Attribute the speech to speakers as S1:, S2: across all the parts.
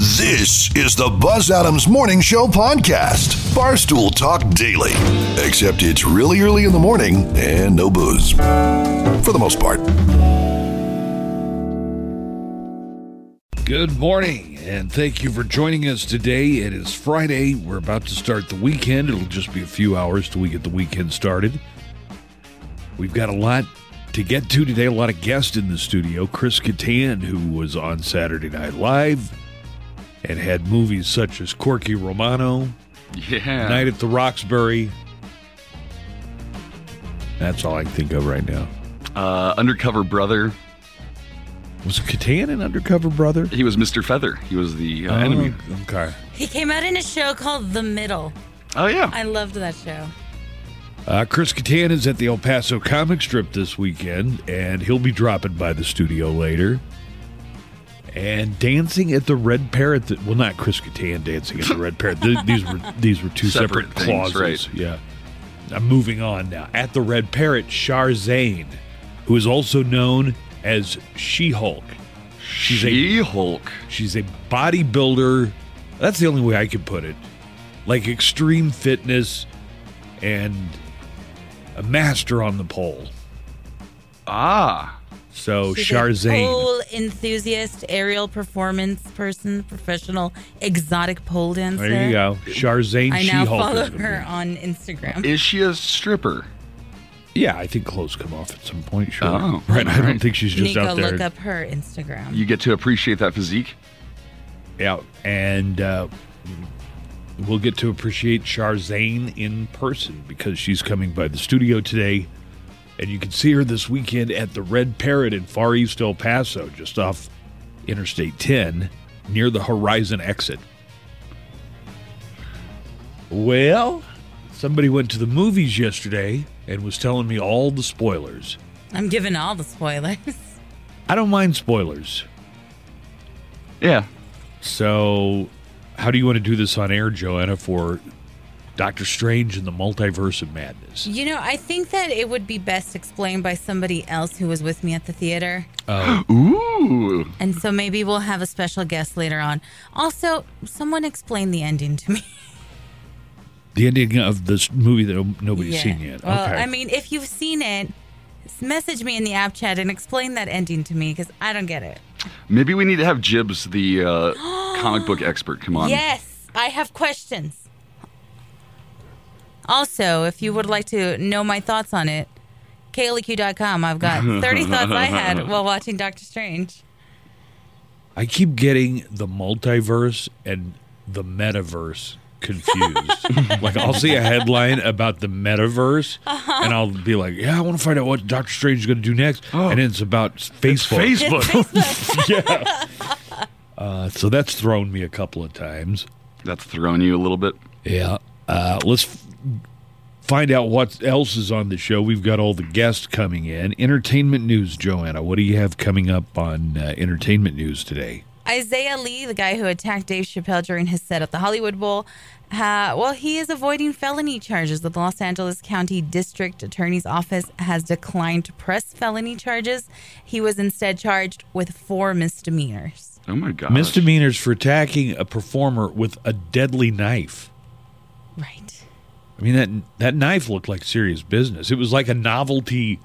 S1: This is the Buzz Adams Morning Show podcast. Barstool Talk Daily. Except it's really early in the morning and no booze. For the most part.
S2: Good morning, and thank you for joining us today. It is Friday. We're about to start the weekend. It'll just be a few hours till we get the weekend started. We've got a lot to get to today, a lot of guests in the studio. Chris Kattan, who was on Saturday Night Live and had movies such as Corky Romano,
S3: Yeah.
S2: Night at the Roxbury. That's all I can think of right now.
S3: Uh, undercover brother.
S2: Was Kattan an undercover brother?
S3: He was Mr. Feather. He was the uh, enemy.
S2: Oh, okay.
S4: He came out in a show called The Middle.
S3: Oh yeah.
S4: I loved that show.
S2: Uh, Chris Kattan is at the El Paso Comic Strip this weekend, and he'll be dropping by the studio later. And dancing at the Red Parrot. That, well, not Chris Kattan dancing at the Red Parrot. Th- these were these were two separate,
S3: Separate
S2: clauses.
S3: things, right.
S2: Yeah. I'm moving on now. At the Red Parrot, Sharzane, who is also known as She-Hulk. She's a
S3: She Hulk.
S2: She's a bodybuilder. That's the only way I could put it. Like extreme fitness and a master on the pole.
S3: Ah.
S2: So
S4: She's a
S2: Sharzane.
S4: Pole enthusiast, aerial performance person, professional, exotic pole dancer.
S2: There you go. Sharzane
S4: I
S2: She
S4: now
S2: Hulk.
S4: follow her on Instagram.
S3: Is she a stripper?
S2: Yeah, I think clothes come off at some point, sure.
S3: Oh,
S2: right. I don't
S3: alright.
S2: think she's just
S4: Nico,
S2: out there.
S4: look up her Instagram.
S3: You get to appreciate that physique.
S2: Yeah. And uh, we'll get to appreciate Sharzane in person because she's coming by the studio today. And you can see her this weekend at the Red Parrot in Far East El Paso, just off Interstate 10 near the Horizon exit. Well, somebody went to the movies yesterday and was telling me all the spoilers.
S4: I'm giving all the spoilers.
S2: I don't mind spoilers.
S3: Yeah.
S2: So, how do you want to do this on air, Joanna, for Doctor Strange and the Multiverse of Madness?
S4: You know, I think that it would be best explained by somebody else who was with me at the theater.
S2: Uh,
S3: Ooh.
S4: And so maybe we'll have a special guest later on. Also, someone explain the ending to me.
S2: The ending of this movie that nobody's
S4: Yeah.
S2: seen yet.
S4: Well,
S2: okay.
S4: I mean, if you've seen it, s- message me in the app chat and explain that ending to me because I don't get it.
S3: Maybe we need to have Jibs, the uh, comic book expert, come on.
S4: yes, I have questions. Also, if you would like to know my thoughts on it, KLEQ.com. I've got 30 thoughts I had while watching Doctor Strange.
S2: I keep getting the multiverse and the metaverse confused. like I'll see a headline about the metaverse,
S4: Uh-huh.
S2: and I'll be like, "Yeah, I want to find out what Doctor Strange is going to do next," and it's about Facebook.
S3: Oh. Facebook.
S2: yeah. Uh, so that's thrown me a couple of times.
S3: That's throwing you a little bit.
S2: Yeah. Uh, let's f- find out what else is on the show. We've got all the guests coming in. Entertainment news, Joanna. What do you have coming up on uh, entertainment news today?
S4: Isaiah Lee, the guy who attacked Dave Chappelle during his set at the Hollywood Bowl, uh, well, he is avoiding felony charges. The Los Angeles County District Attorney's Office has declined to press felony charges. He was instead charged with four misdemeanors.
S3: Oh my gosh.
S2: Misdemeanors for attacking a performer with a deadly knife.
S4: Right.
S2: I mean that that knife looked like serious business. It was like a novelty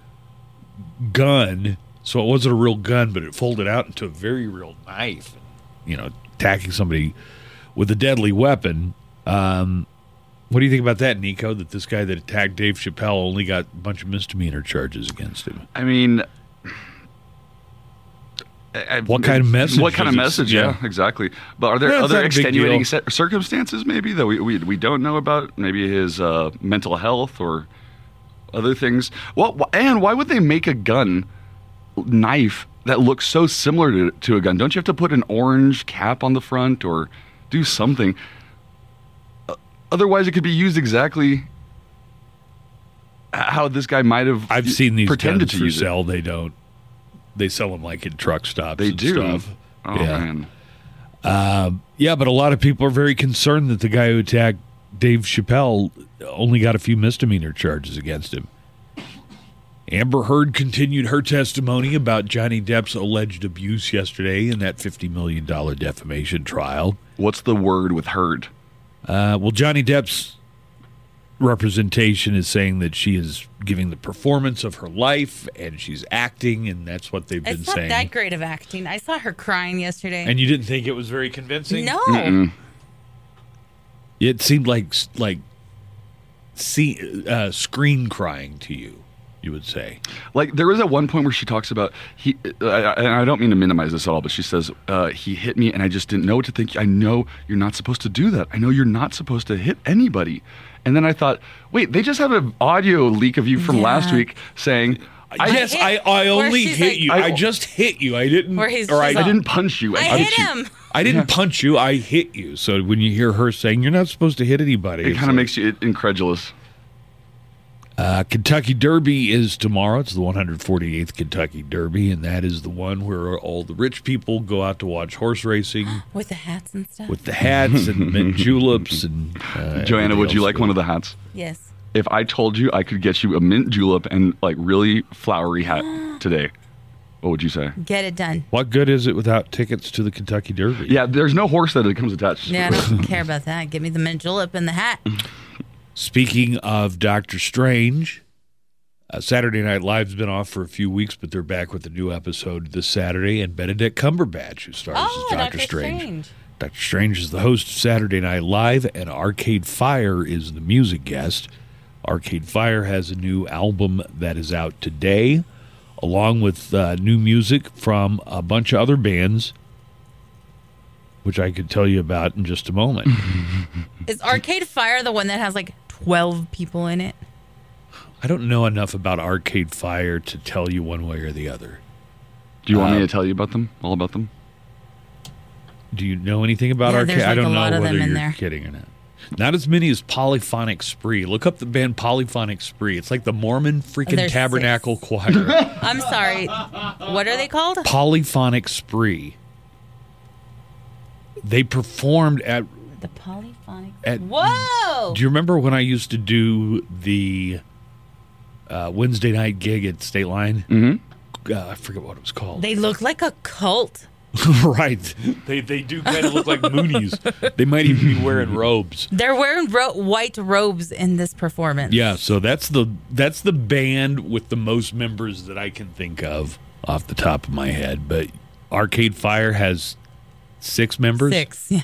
S2: gun, so it wasn't a real gun, but it folded out into a very real knife. You know, attacking somebody with a deadly weapon. Um, what do you think about that, Nico? That this guy that attacked Dave Chappelle only got a bunch of misdemeanor charges against him.
S3: I mean, I- I-
S2: What kind of message
S3: What kind of
S2: is it?
S3: message? Yeah,
S2: Yeah.
S3: exactly. But are there
S2: Yeah, it's
S3: other
S2: not a big
S3: extenuating
S2: deal.
S3: cir- circumstances, maybe that we, we we don't know about? Maybe his uh, mental health or other things. Well, wh- and why would they make a gun knife that looks so similar to, to a gun? Don't you have to put an orange cap on the front or do something? Uh, Otherwise, it could be used exactly h- how this guy might have.
S2: I've seen these
S3: pretended
S2: guns
S3: to
S2: for
S3: use it.
S2: sell. They don't. They sell them like at truck stops.
S3: They
S2: and
S3: do.
S2: Stuff.
S3: Oh
S2: Yeah. Uh,
S3: man.
S2: Yeah, but a lot of people are very concerned that the guy who attacked Dave Chappelle only got a few misdemeanor charges against him. Amber Heard continued her testimony about Johnny Depp's alleged abuse yesterday in that $50 million defamation trial.
S3: What's the word with heard?
S2: Uh, well, Johnny Depp's representation is saying that she is giving the performance of her life and she's acting, and that's what they've been
S4: It's not
S2: saying.
S4: that great of acting. I saw her crying yesterday.
S2: and you didn't think it was very convincing?
S4: no.
S2: It seemed like like see, uh, screen crying to you, you would say.
S3: Like there was at one point where she talks about he, uh, and I don't mean to minimize this at all, but she says uh, he hit me, and I just didn't know what to think. I know you're not supposed to do that. I know you're not supposed to hit anybody. And then I thought, wait, they just have an audio leak of you from last
S4: Yeah.
S3: week saying, I,
S2: yes,
S4: hit-
S2: I, I
S4: where
S2: only
S4: she's
S2: hit
S4: like-
S2: you. I,
S3: I-
S2: just hit you. I didn't.
S4: Where he's
S2: or I
S4: just
S3: I
S4: like-
S2: didn't.
S3: didn't punch you.
S4: I
S3: hit
S4: hit
S3: you."
S4: him.
S2: I didn't punch you. I hit you. So when you hear her saying you're not supposed to hit anybody,
S3: It
S2: it's
S3: kind of
S2: like-
S3: makes you incredulous.
S2: Uh, Kentucky Derby is tomorrow. It's the 148th Kentucky Derby, and that is the one where all the rich people go out to watch horse racing
S4: With the hats and stuff.
S2: with the hats and the mint juleps. And uh,
S3: Joanna, would you like one of
S2: the?
S3: the hats?
S4: yes.
S3: If I told you I could get you a mint julep and like really flowery hat today, what would you say?
S4: Get it done.
S2: What good is it without tickets to the Kentucky Derby?
S3: Yeah, there's no horse that it comes attached.
S4: Yeah, I don't care about that. Give me the mint julep and the hat.
S2: Speaking of Doctor Strange, uh, Saturday Night Live's been off for a few weeks, but they're back with a new episode this Saturday, and Benedict Cumberbatch, who stars
S4: Oh,
S2: as
S4: Doctor
S2: Doctor Strange.
S4: Strange.
S2: Doctor Strange is the host of Saturday Night Live, and Arcade Fire is the music guest. Arcade Fire has a new album that is out today, along with uh, new music from a bunch of other bands, which I could tell you about in just a moment.
S4: Is Arcade Fire the one that has like 12 people in it?
S2: I don't know enough about Arcade Fire to tell you one way or the other.
S3: Do you want
S2: Uh,
S3: me to tell you about them? All about them?
S2: Do you know anything about
S4: Yeah,
S2: Arcade?
S4: there's
S2: I
S4: like
S2: don't
S4: a
S2: know
S4: lot of
S2: whether
S4: them in
S2: you're
S4: there.
S2: kidding or not. Not as many as Polyphonic Spree. Look up the band Polyphonic Spree. It's like the Mormon freaking
S4: There's
S2: Tabernacle Choir.
S4: I'm sorry. What are they called?
S2: Polyphonic Spree. They performed at.
S4: The polyphonic.
S2: At-
S4: Whoa!
S2: Do you remember when I used to do the uh, Wednesday night gig at State Line? Mm-hmm. Uh, I forget what it was called.
S4: they look like a cult.
S2: right. They they do kind of look like Moonies. they might even be wearing robes.
S4: They're wearing ro- white robes in this performance.
S2: Yeah, so that's the that's the band with the most members that I can think of off the top of my head. But Arcade Fire has six members.
S4: Six. Yeah.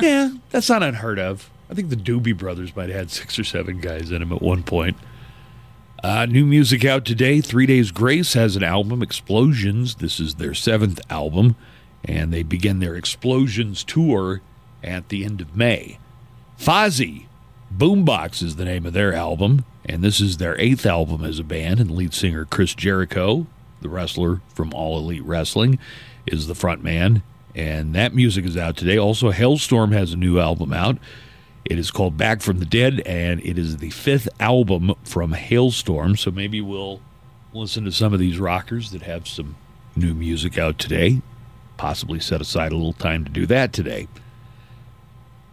S2: Yeah, that's not unheard of. I think the Doobie Brothers might have had six or seven guys in them at one point. Uh, new music out today. Three Days Grace has an album, Explosions. This is their seventh album, and they begin their Explosions tour at the end of May. Fozzy Boombox is the name of their album, and this is their eighth album as a band. And lead singer Chris Jericho, the wrestler from All Elite Wrestling, is the front man, and that music is out today. Also, Hailstorm has a new album out. It is called Back from the Dead, and it is the fifth album from Hailstorm. So maybe we'll listen to some of these rockers that have some new music out today. Possibly set aside a little time to do that today.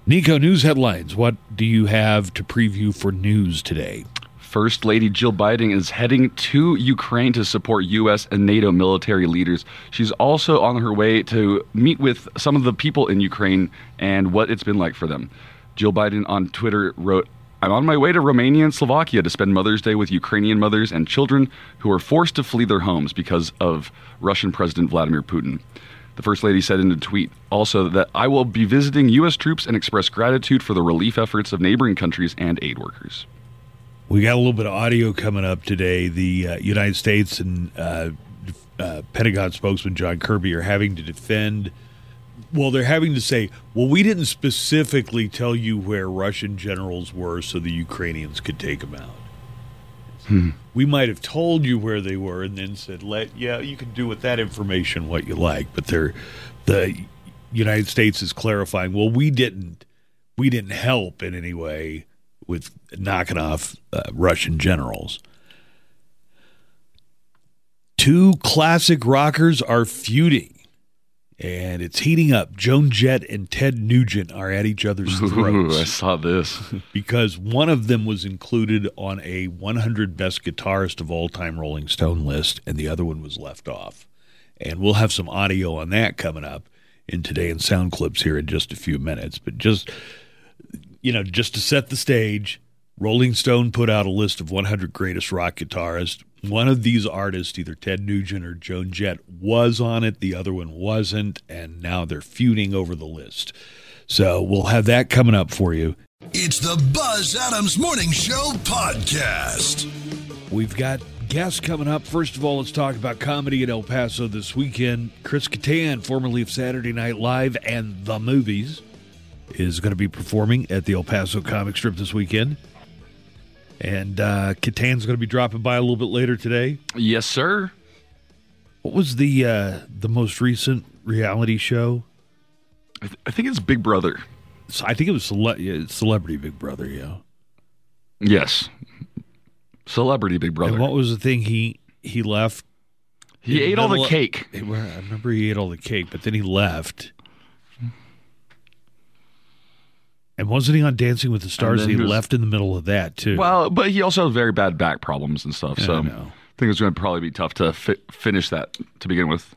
S2: Nico, news headlines. What do you have to preview for news today?
S3: First Lady Jill Biden is heading to Ukraine to support U.S. and NATO military leaders. She's also on her way to meet with some of the people in Ukraine and what it's been like for them. Jill Biden on Twitter wrote, I'm on my way to Romania and Slovakia to spend Mother's Day with Ukrainian mothers and children who are forced to flee their homes because of Russian President Vladimir Putin. The First Lady said in a tweet also that I will be visiting U.S. troops and express gratitude for the relief efforts of neighboring countries and aid workers.
S2: We got a little bit of audio coming up today. The uh, United States and uh, uh, Pentagon spokesman John Kirby are having to defend. Well, they're having to say, well, we didn't specifically tell you where Russian generals were so the Ukrainians could take them out. We might have told you where they were and then said, let, yeah, you can do with that information what you like. But they're, the United States is clarifying, well, we didn't we didn't help in any way with knocking off uh, Russian generals. Two classic rockers are feuding and it's heating up. Joan Jett and Ted Nugent are at each other's
S3: Ooh, I
S2: throats
S3: saw this.
S2: because one of them was included on a 100 best guitarist of all time Rolling Stone list, and the other one was left off. And we'll have some audio on that coming up in today in sound clips here in just a few minutes. But just, you know, just to set the stage, Rolling Stone put out a list of 100 greatest rock guitarists. One of these artists, either Ted Nugent or Joan Jett, was on it. The other one wasn't. And now they're feuding over the list. So we'll have that coming up for you
S1: It's the Buzz Adams Morning Show podcast.
S2: We've got guests coming up. First of all, let's talk about comedy in El Paso this weekend. Chris Kattan, formerly of Saturday Night Live and The Movies, is going to be performing at the El Paso Comic Strip this weekend. And uh, Kattan's going to be dropping by a little bit later today.
S3: Yes, sir.
S2: What was the uh, the most recent reality show?
S3: I, th- I think it's Big Brother.
S2: So I think it was cele- yeah, Celebrity Big Brother, yeah.
S3: Yes. Celebrity Big Brother.
S2: And what was the thing he he left?
S3: he
S2: in
S3: ate all the
S2: middle of-
S3: cake.
S2: I remember he ate all the cake, but then he left. And wasn't he on Dancing with the Stars?
S3: then
S2: He
S3: he was-
S2: left in the middle of that too.
S3: Well, but he also has very bad back problems and stuff. so
S2: I know.
S3: think it's going to probably be tough to fi- finish that to begin with.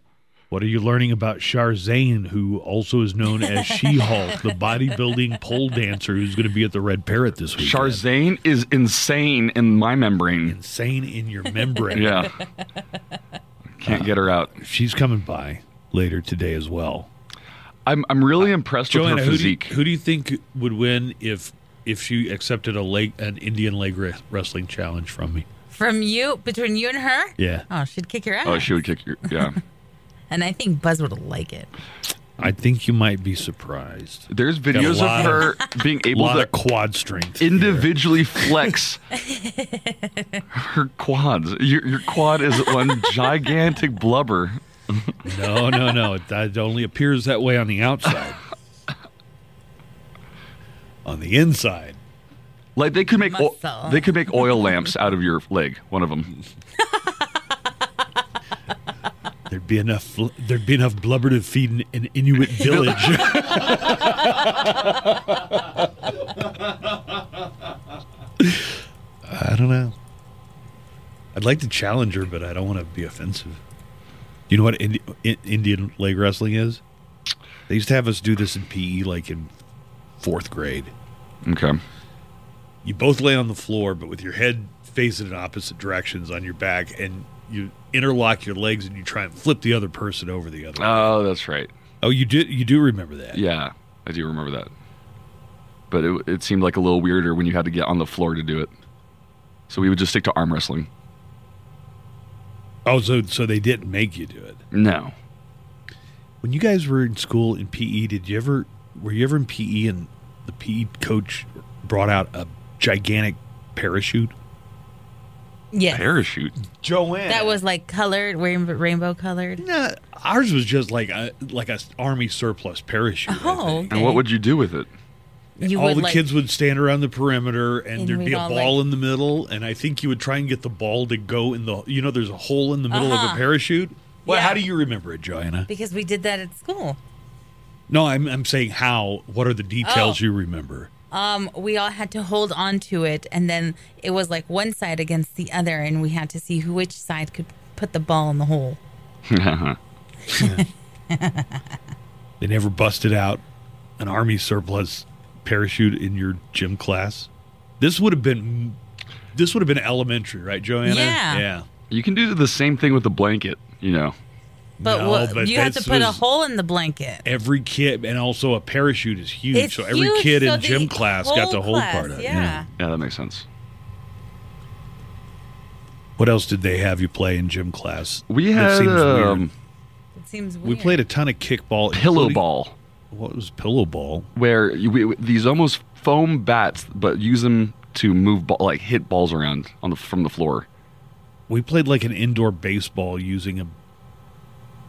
S2: What are you learning about Sharzane, who also is known as She-Hulk, the bodybuilding pole dancer who's going to be at the Red Parrot this week?
S3: Charzane is insane in my membrane.
S2: insane in your membrane.
S3: Yeah. Can't get her out.
S2: She's coming by later today as well.
S3: I'm I'm really impressed with
S2: Joanna,
S3: her
S2: who do, you,
S3: physique.
S2: who do you think would win if if she accepted a leg an Indian leg re- wrestling challenge from me?
S4: From you, between you and her?
S2: Yeah.
S4: Oh, she'd kick your ass.
S3: oh, she would kick your yeah.
S4: and I think Buzz would like it.
S2: I think you might be surprised.
S3: There's videos
S2: lot
S3: of
S2: of-
S3: her being
S2: A
S3: able
S2: lot
S3: to
S2: of quad strength.
S3: individually flex her quads. Your your quad is one gigantic blubber.
S2: here. No, no, no. It, it only appears that way on the outside. on the inside,
S3: Like they could make o-
S4: Muscle.
S3: they could make oil lamps out of your leg. One of them.
S2: there'd be enough. fl- There'd be enough blubber to feed an, an Inuit village. I don't know. I'd like to challenge her, but I don't want to be offensive. You know what Indi- I- Indian leg wrestling is? They used to have us do this in PE, like in fourth grade.
S3: Okay.
S2: you both lay on the floor, but with your head facing in opposite directions on your back, and you interlock your legs and you try and flip the other person over the other.
S3: Oh, that's right.
S2: oh, you did. You do remember that?
S3: Yeah, I do remember that. But it, it seemed like a little weirder when you had to get on the floor to do it. So we would just stick to arm wrestling.
S2: Oh, so so they didn't make you do it.
S3: No.
S2: When you guys were in school in PE, did you ever were you ever in PE and the PE coach brought out a gigantic parachute?
S4: Yeah.
S3: Parachute.
S2: Joanne,
S4: That was like colored, rainbow, rainbow colored.
S2: Nah, ours was just like a like a army surplus parachute. I
S4: Oh,
S2: think.
S3: And what would you do with it?
S4: You
S2: all
S4: would
S2: the
S4: like,
S2: kids would stand around the perimeter and,
S4: And
S2: there'd be
S4: we'd
S2: a
S4: all,
S2: ball
S4: like-
S2: in the middle and i think you would try and get the ball to go in the you know there's a hole in the middle of
S4: Uh-huh.
S2: a parachute well
S4: Yeah.
S2: how do you remember it joanna
S4: because we did that at school.
S2: no I'm, I'm saying how what are the details
S4: Oh.
S2: you remember
S4: Um, we all had to hold on to it, and then it was like one side against the other, and we had to see who which side could put the ball in the hole.
S2: they never busted out an army surplus parachute in your gym class this would have been this would have been elementary right joanna
S4: Yeah.
S2: yeah
S3: You can do the same thing with the blanket, you know.
S4: But,
S2: No,
S4: what,
S2: but
S4: you had to
S2: this
S4: put a
S2: was-
S4: hole in the blanket.
S2: every kid and also a parachute is huge
S4: It's
S2: so every
S4: huge,
S2: kid
S4: so
S2: in
S4: the
S2: gym class got
S4: whole
S2: the whole
S4: class,
S2: part of it
S4: yeah.
S3: Yeah, that makes sense.
S2: What else did they have you play in gym class?
S3: We
S2: That
S3: had
S2: seems weird.
S3: um,
S4: It seems weird.
S2: we played a ton of kickball,
S3: Oh, pillow
S2: including-
S3: ball
S2: What was pillow ball?
S3: where you, we, these almost foam bats, but use them to move ball, like hit balls around on the from the floor.
S2: We played like an indoor baseball using a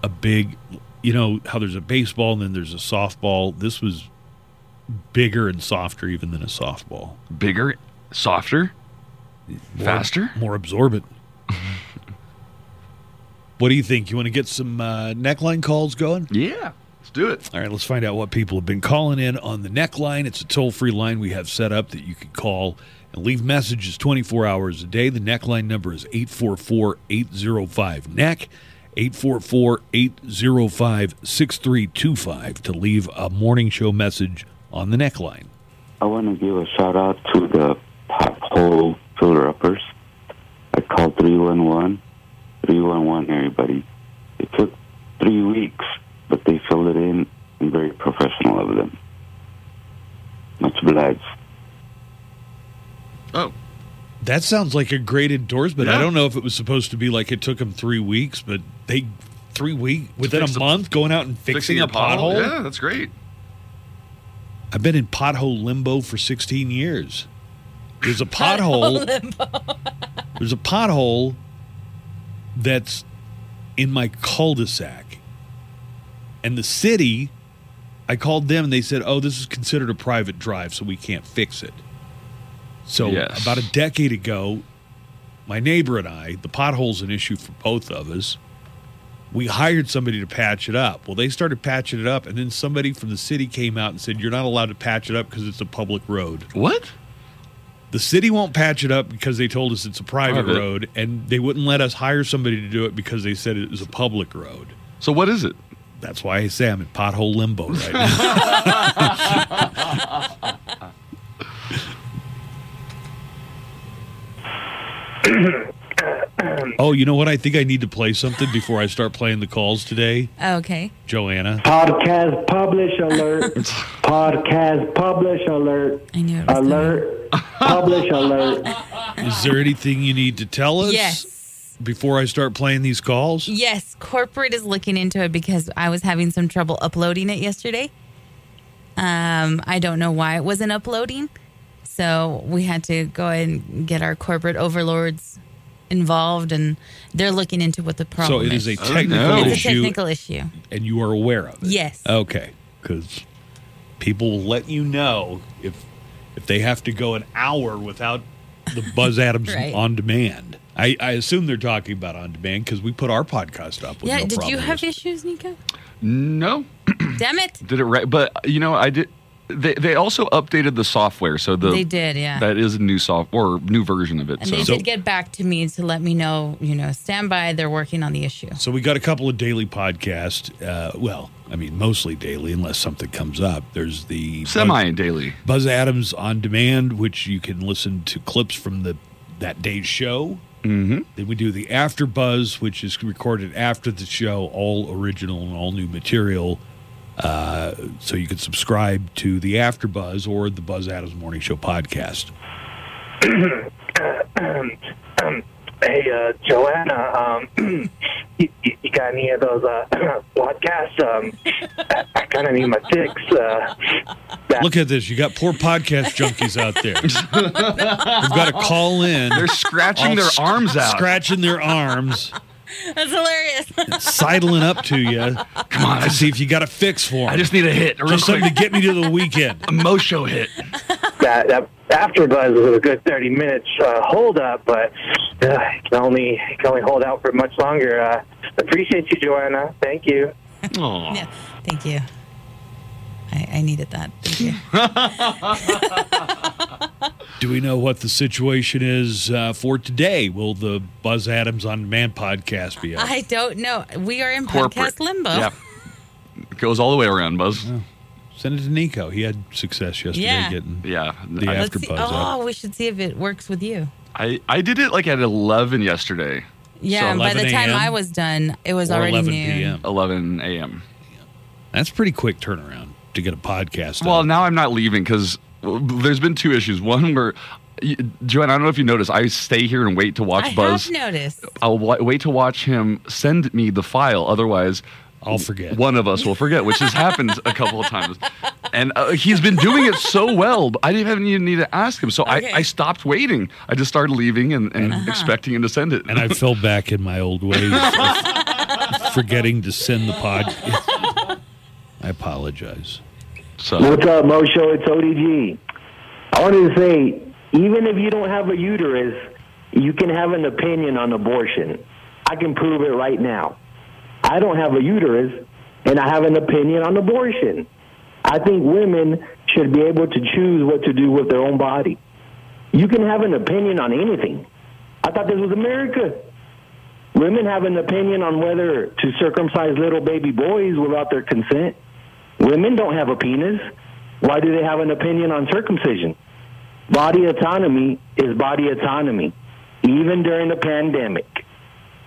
S2: a big, you know how there's a baseball and then there's a softball. This was bigger and softer even than a softball,
S3: Bigger, softer,
S2: More-
S3: faster.
S2: more absorbent. what do you think? You want to get some uh, neckline calls going?
S3: Yeah. Let's do it.
S2: All right, let's find out what people have been calling in on the neckline. It's a toll free line we have set up that you can call and leave messages 24 hours a day. The neckline number is 844 805 NECK, 844 805 6325 to leave a morning show message on the neckline.
S5: I want to give a shout out to the pothole filler uppers. I called 311. 311, everybody. It took three weeks, but they filled it in and very professional of them. Much obliged.
S3: Oh,
S2: That sounds like a great endorsement. I
S3: Yeah.
S2: don't know if it was supposed to be like it took them three weeks, but they three weeks within
S3: fix
S2: a
S3: the-
S2: month going out and fixing, a pothole.
S3: Yeah, that's great.
S2: I've been in pothole limbo for 16 years. There's a pothole. there's a pothole that's in my cul-de-sac, and the city. I called them and they said, "Oh, this is considered a private drive, so we can't fix it." So
S3: Yes.
S2: about a decade ago, my neighbor and I, the pothole's an issue for both of us. We hired somebody to patch it up. Well, they started patching it up, and then somebody from the city came out and said, You're not allowed to patch it up because it's a public road.
S3: What?
S2: The city won't patch it up because they told us it's a private,
S3: Private.
S2: road, and they wouldn't let us hire somebody to do it because they said it was a public road.
S3: So what is it?
S2: That's why I say I'm in pothole limbo right now. oh, you know what? I think I need to play something before I start playing the calls today,
S4: Okay.
S2: Joanna.
S6: Podcast publish alert. Podcast publish alert.
S4: I knew it was coming.
S6: Alert. Publish alert.
S2: Is there anything you need to tell us
S4: Yes.
S2: before I start playing these calls?
S4: Yes, corporate is looking into it because I was having some trouble uploading it yesterday. Um, I don't know why it wasn't uploading. So we had to go ahead and get our corporate overlords involved and they're looking into what the problem
S2: So it is
S4: is.
S2: a technical
S3: no.
S4: It's a
S2: issue,
S4: technical issue.
S2: and you are aware of it.
S4: Yes.
S2: Okay, because people will let you know if if they have to go an hour without the Buzz Adams
S4: Right.
S2: on demand. I, I assume they're talking about on demand because we put our podcast up. With
S4: yeah,
S2: no
S4: did you
S2: problem
S4: have
S2: with-
S4: issues, Nico?
S3: No,
S4: Damn it.
S3: did it right. But you know, I did. They they also updated the software, so the
S4: They did, yeah.
S3: That is a new soft or new version of it.
S4: and
S3: So
S4: they
S2: So-
S4: did get back to me to let me know, you know, stand by, they're working on the issue.
S2: So we got a couple of daily podcasts. Uh, well, I mean, mostly daily, unless something comes up. There's the Buzz-
S3: semi daily.
S2: Buzz Adams on demand, which you can listen to clips from the that day's show. Mm-hmm. Then we do the After Buzz, which is recorded after the show, all original and all new material. Uh, so you can subscribe to the After Buzz or the Buzz Adams Morning Show podcast.
S7: Hey, uh, Joanna, um, you, you you got any of those uh, podcasts? Um, I, I kind of need my fix. Uh, that,
S2: Look at this. You got poor podcast junkies out there. We've got to call in.
S3: They're scratching their arms out.
S2: Scratching their arms,
S4: That's hilarious.
S2: sidling up to you. Come on. see if you got a fix for them.
S3: I just need a hit, a real
S2: Just
S3: quick
S2: something to get me to the weekend.
S3: Mosho hit.
S7: that, that after buzz was a good 30 minutes uh, hold up, but uh, it can only it can only hold out for much longer. Uh, appreciate you, Joanna. Thank you.
S3: Aw.
S4: Yeah, thank you. I, I needed that. Thank you.
S2: Do we know what the situation is uh, for today? Will the Buzz Adams on Demand podcast be up?
S4: I don't know. We are in
S3: Corporate
S4: podcast limbo.
S3: Yeah. It goes all the way around, Buzz.
S2: Send it to Nico. He had success yesterday
S4: Yeah.
S2: getting.
S3: Yeah.
S2: The
S3: I,
S2: after
S4: Let's see.
S2: buzz
S4: Oh, we should see if it works with you.
S3: I, I did it like at 11 yesterday,
S4: Yeah,
S3: So
S4: and by the
S2: 11
S4: time
S2: a.m.
S4: I was done, it was
S2: or
S4: already
S2: 11
S4: noon.
S2: p.m.
S3: 11 a.m.
S2: That's pretty quick turnaround to get a podcast.
S3: Well,
S2: up.
S3: now I'm not leaving because there's been two issues. One where, y- Joanne, I don't know if you noticed, I stay here and wait to watch
S4: I
S3: Buzz.
S4: have noticed.
S3: I'll w- wait to watch him send me the file. Otherwise,
S2: I'll forget.
S3: One of us will forget, which has happened a couple of times. And uh, he's been doing it so well, but I didn't even need- need to ask him. So
S4: Okay. Uh-huh.
S3: I, I stopped waiting. I just started leaving and, and expecting him to send it.
S2: and I fell back in my old ways, of forgetting to send the pod. I apologize.
S3: so
S6: What's up, Mosho? It's ODG. I wanted to say, even if you don't have a uterus, you can have an opinion on abortion. I can prove it right now. I don't have a uterus,
S7: and I have an opinion on abortion. I think women should be able to choose what to do with their own body. You can have an opinion on anything. I thought this was America. Women have an opinion on whether to circumcise little baby boys without their consent. Women don't have a penis. Why do they have an opinion on circumcision? Body autonomy is body autonomy, even during the pandemic.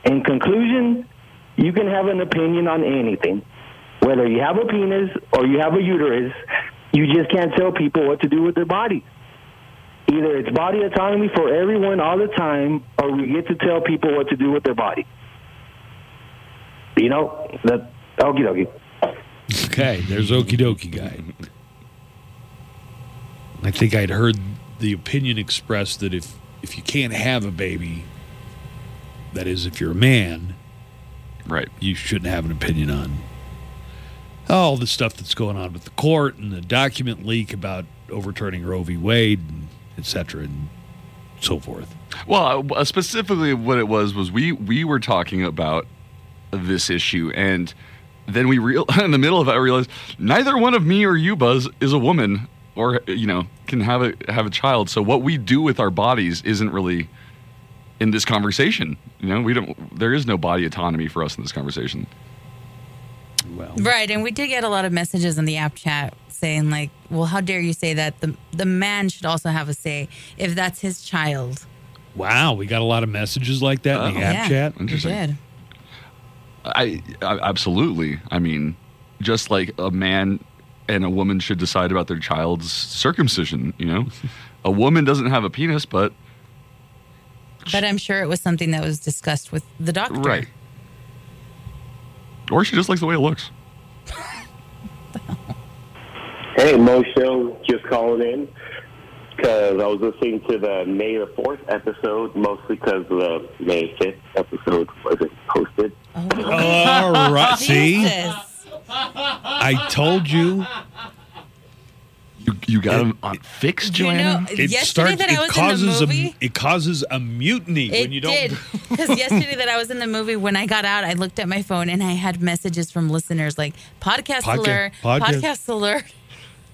S7: In conclusion, you can have an opinion on anything. Whether you have a penis or you have a uterus, you just can't tell people what to do with their bodies. Either it's body autonomy for everyone all the time, or we get to tell people what to do with their body. You know, that okie dokie.
S2: Okay, there's Okie Dokie Guy. I think I'd heard the opinion expressed that if, if you can't have a baby, that is, if you're a man,
S3: Right.
S2: you shouldn't have an opinion on all the stuff that's going on with the court and the document leak about overturning Roe v. Wade, and et cetera, and so forth.
S3: Well, uh, specifically, what it was was we we were talking about this issue, and then we real in the middle of it, I realized neither one of me or you, Buzz, is a woman, or you know, can have a have a child. So what we do with our bodies isn't really in this conversation. You know, we don't. There is no body autonomy for us in this conversation.
S2: Well,
S4: Right, and we did get a lot of messages in the app chat saying like, "Well, how dare you say that? The the man should also have a say if that's his child."
S2: wow, we got a lot of messages like that in the
S3: Oh.
S2: app
S4: yeah,
S2: chat.
S4: we
S3: Interesting.
S4: did.
S3: I, I absolutely. I mean, just like a man and a woman should decide about their child's circumcision. You know, a woman doesn't have a penis, but
S4: But I'm sure it was something that was discussed with the doctor.
S3: Right. Or she just likes the way it looks.
S8: Hey, Mo Show, just calling in because I was listening to the May the 4th episode, mostly because the May 5th episode wasn't posted.
S2: All right, see,
S4: Jesus.
S2: I told you.
S3: You, you got him on fixed,
S4: You know,
S3: Joanna?
S2: It
S4: yesterday
S2: starts.
S4: that
S2: it
S4: I was in the
S2: causes
S4: movie.
S2: a it causes a mutiny
S4: It
S2: when you don't.
S4: did. Because yesterday that I was in the movie, when I got out, I looked at my phone and I had messages from listeners like podcast
S2: Podca-
S4: alert,
S2: podcast.
S4: podcast, alert.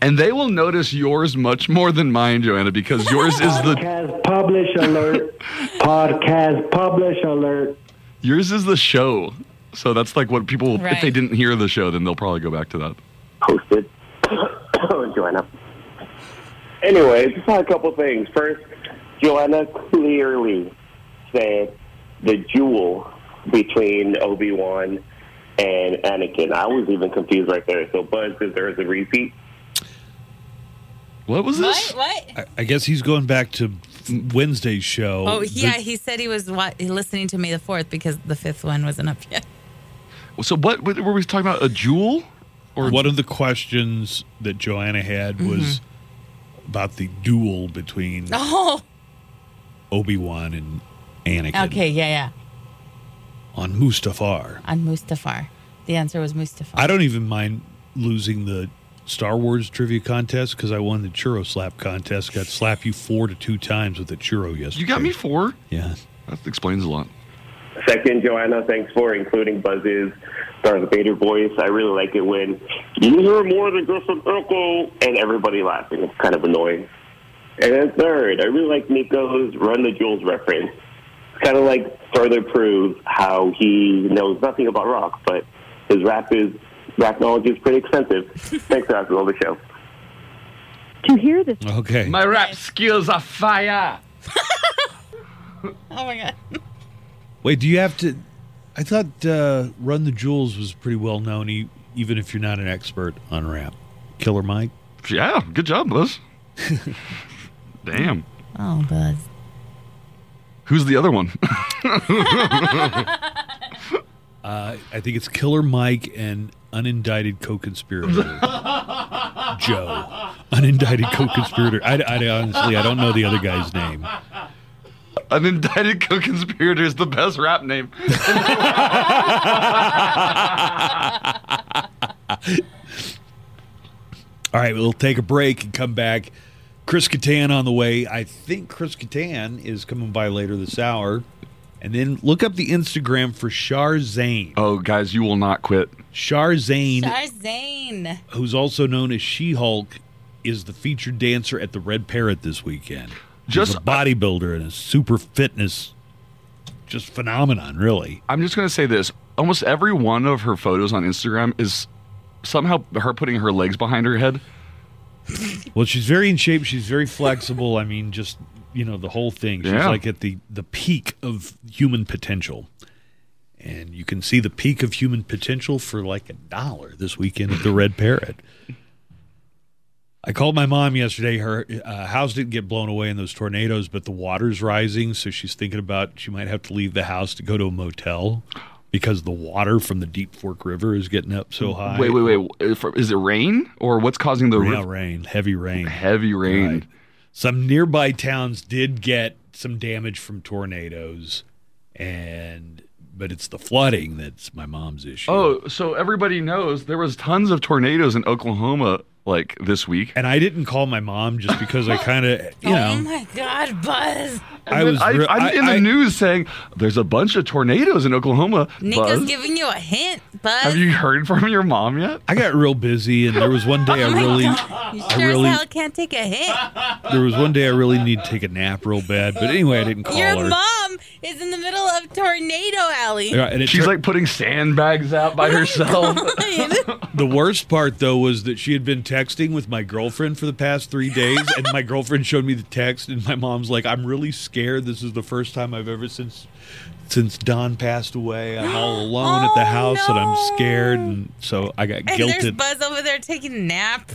S3: and they will notice yours much more than mine, Joanna, because yours is the
S7: Podcast publish alert. Podcast publish alert.
S3: yours is the show. So that's like what people. will If they
S4: Right.
S3: didn't hear the show, then they'll probably go back to that.
S8: Posted. Joanna. Anyway, just a couple things. First, Joanna clearly said the jewel between Obi Wan and Anakin. I was even confused right there. So, Buzz, is there a repeat?
S3: What was this?
S4: What?
S2: I, I guess he's going back to Wednesday's show.
S4: Oh, yeah.
S2: The-
S4: He said he was wa- listening to May the 4th because the fifth one wasn't up yet.
S3: So what, what were we talking about? A jewel?
S2: or one of the questions that Joanna
S4: Mm-hmm.
S2: had was about the duel between
S4: Oh,
S2: Obi Wan and Anakin
S4: okay. Yeah, yeah.
S2: on Mustafar.
S4: On Mustafar. The answer was Mustafar.
S2: I don't even mind losing the Star Wars trivia contest because I won the churro slap contest. Got slap you four to two times with a churro yesterday.
S3: You got me four.
S2: Yeah.
S3: That explains a lot.
S8: Second, Joanna, thanks for including Buzz's Darth Vader voice. I really like it when you are more than Griffin Urkel and everybody laughing. It's kind of annoying. And then third, I really like Nico's Run the Jewels reference. It's kind of like further proves how he knows nothing about rock, but his rap is rap knowledge is pretty extensive. thanks, guys, for all the show.
S9: To hear this
S2: Okay.
S3: rap skills are fire.
S4: oh, my God.
S2: Wait, do you have to? I thought uh, Run the Jewels was pretty well known, e- even if you're not an expert on rap. Killer Mike.
S3: Yeah, good job, Buzz. Damn.
S4: Oh, Buzz.
S3: Who's the other one?
S2: Uh, I think it's Killer Mike and unindicted co-conspirator Joe. Unindicted co-conspirator. I, I honestly, I don't know the other guy's name.
S3: An indicted co-conspirator is the best rap name.
S2: All right, we'll take a break and come back. Chris Kattan on the way. I think Chris Kattan is coming by later this hour. And then look up the Instagram for Shar Zane.
S3: Oh, guys, you will not quit.
S2: Shar Zane,
S4: Tarzane.
S2: who's also known as She Hulk, is the featured dancer at the Red Parrot this weekend. Just
S3: Just-
S2: a bodybuilder and a super fitness, just phenomenon, really.
S3: I'm just going to say this. Almost every one of her photos on Instagram is somehow her putting her legs behind her head.
S2: Well, she's very in shape. She's very flexible. I mean, just you know the whole thing. She's
S3: Yeah.
S2: like at the the peak of human potential, and you can see the peak of human potential for like a dollar this weekend at the Red Parrot. I called my mom yesterday. Her uh, house didn't get blown away in those tornadoes, but the water's rising, so she's thinking about she might have to leave the house to go to a motel because the water from the Deep Fork River is getting up so high.
S3: Wait, wait, wait. If- Is it rain or what's causing the
S2: Yeah,
S3: riv-
S2: rain, heavy rain.
S3: heavy rain?
S2: Right. Some nearby towns did get some damage from tornadoes, and but it's the flooding that's my mom's issue.
S3: Oh, so everybody knows there was tons of tornadoes in Oklahoma like this week.
S2: and I didn't call my mom just because I kind of
S4: Oh
S2: you know
S4: my God, Buzz.
S2: I was
S3: I,
S2: re-
S3: I'm
S2: I-
S3: in the
S2: I-
S3: news saying there's a bunch of tornadoes in Oklahoma.
S4: Nico's
S3: Buzz,
S4: giving you a hint, Buzz.
S3: have you heard from your mom yet?
S2: I got real busy, and there was one day I
S4: Oh my
S2: really
S4: God. You sure
S2: really-
S4: as hell can't take a hint.
S2: there was one day I really need to take a nap real bad. But anyway, I didn't call
S4: Your
S2: her.
S4: mom is in the middle of Tornado Alley.
S2: Yeah, and it
S3: She's
S2: tur-
S3: like putting sandbags out by herself.
S2: The worst part, though, was that she had been texting with my girlfriend for the past three days, and my girlfriend showed me the text, and my mom's like, "I'm really scared. This is the first time I've ever since since Don passed away. I'm all alone at the
S4: Oh,
S2: house, and I'm
S4: no.
S2: scared." And so I got
S4: and there's
S2: guilted.
S4: Buzz over there taking a nap.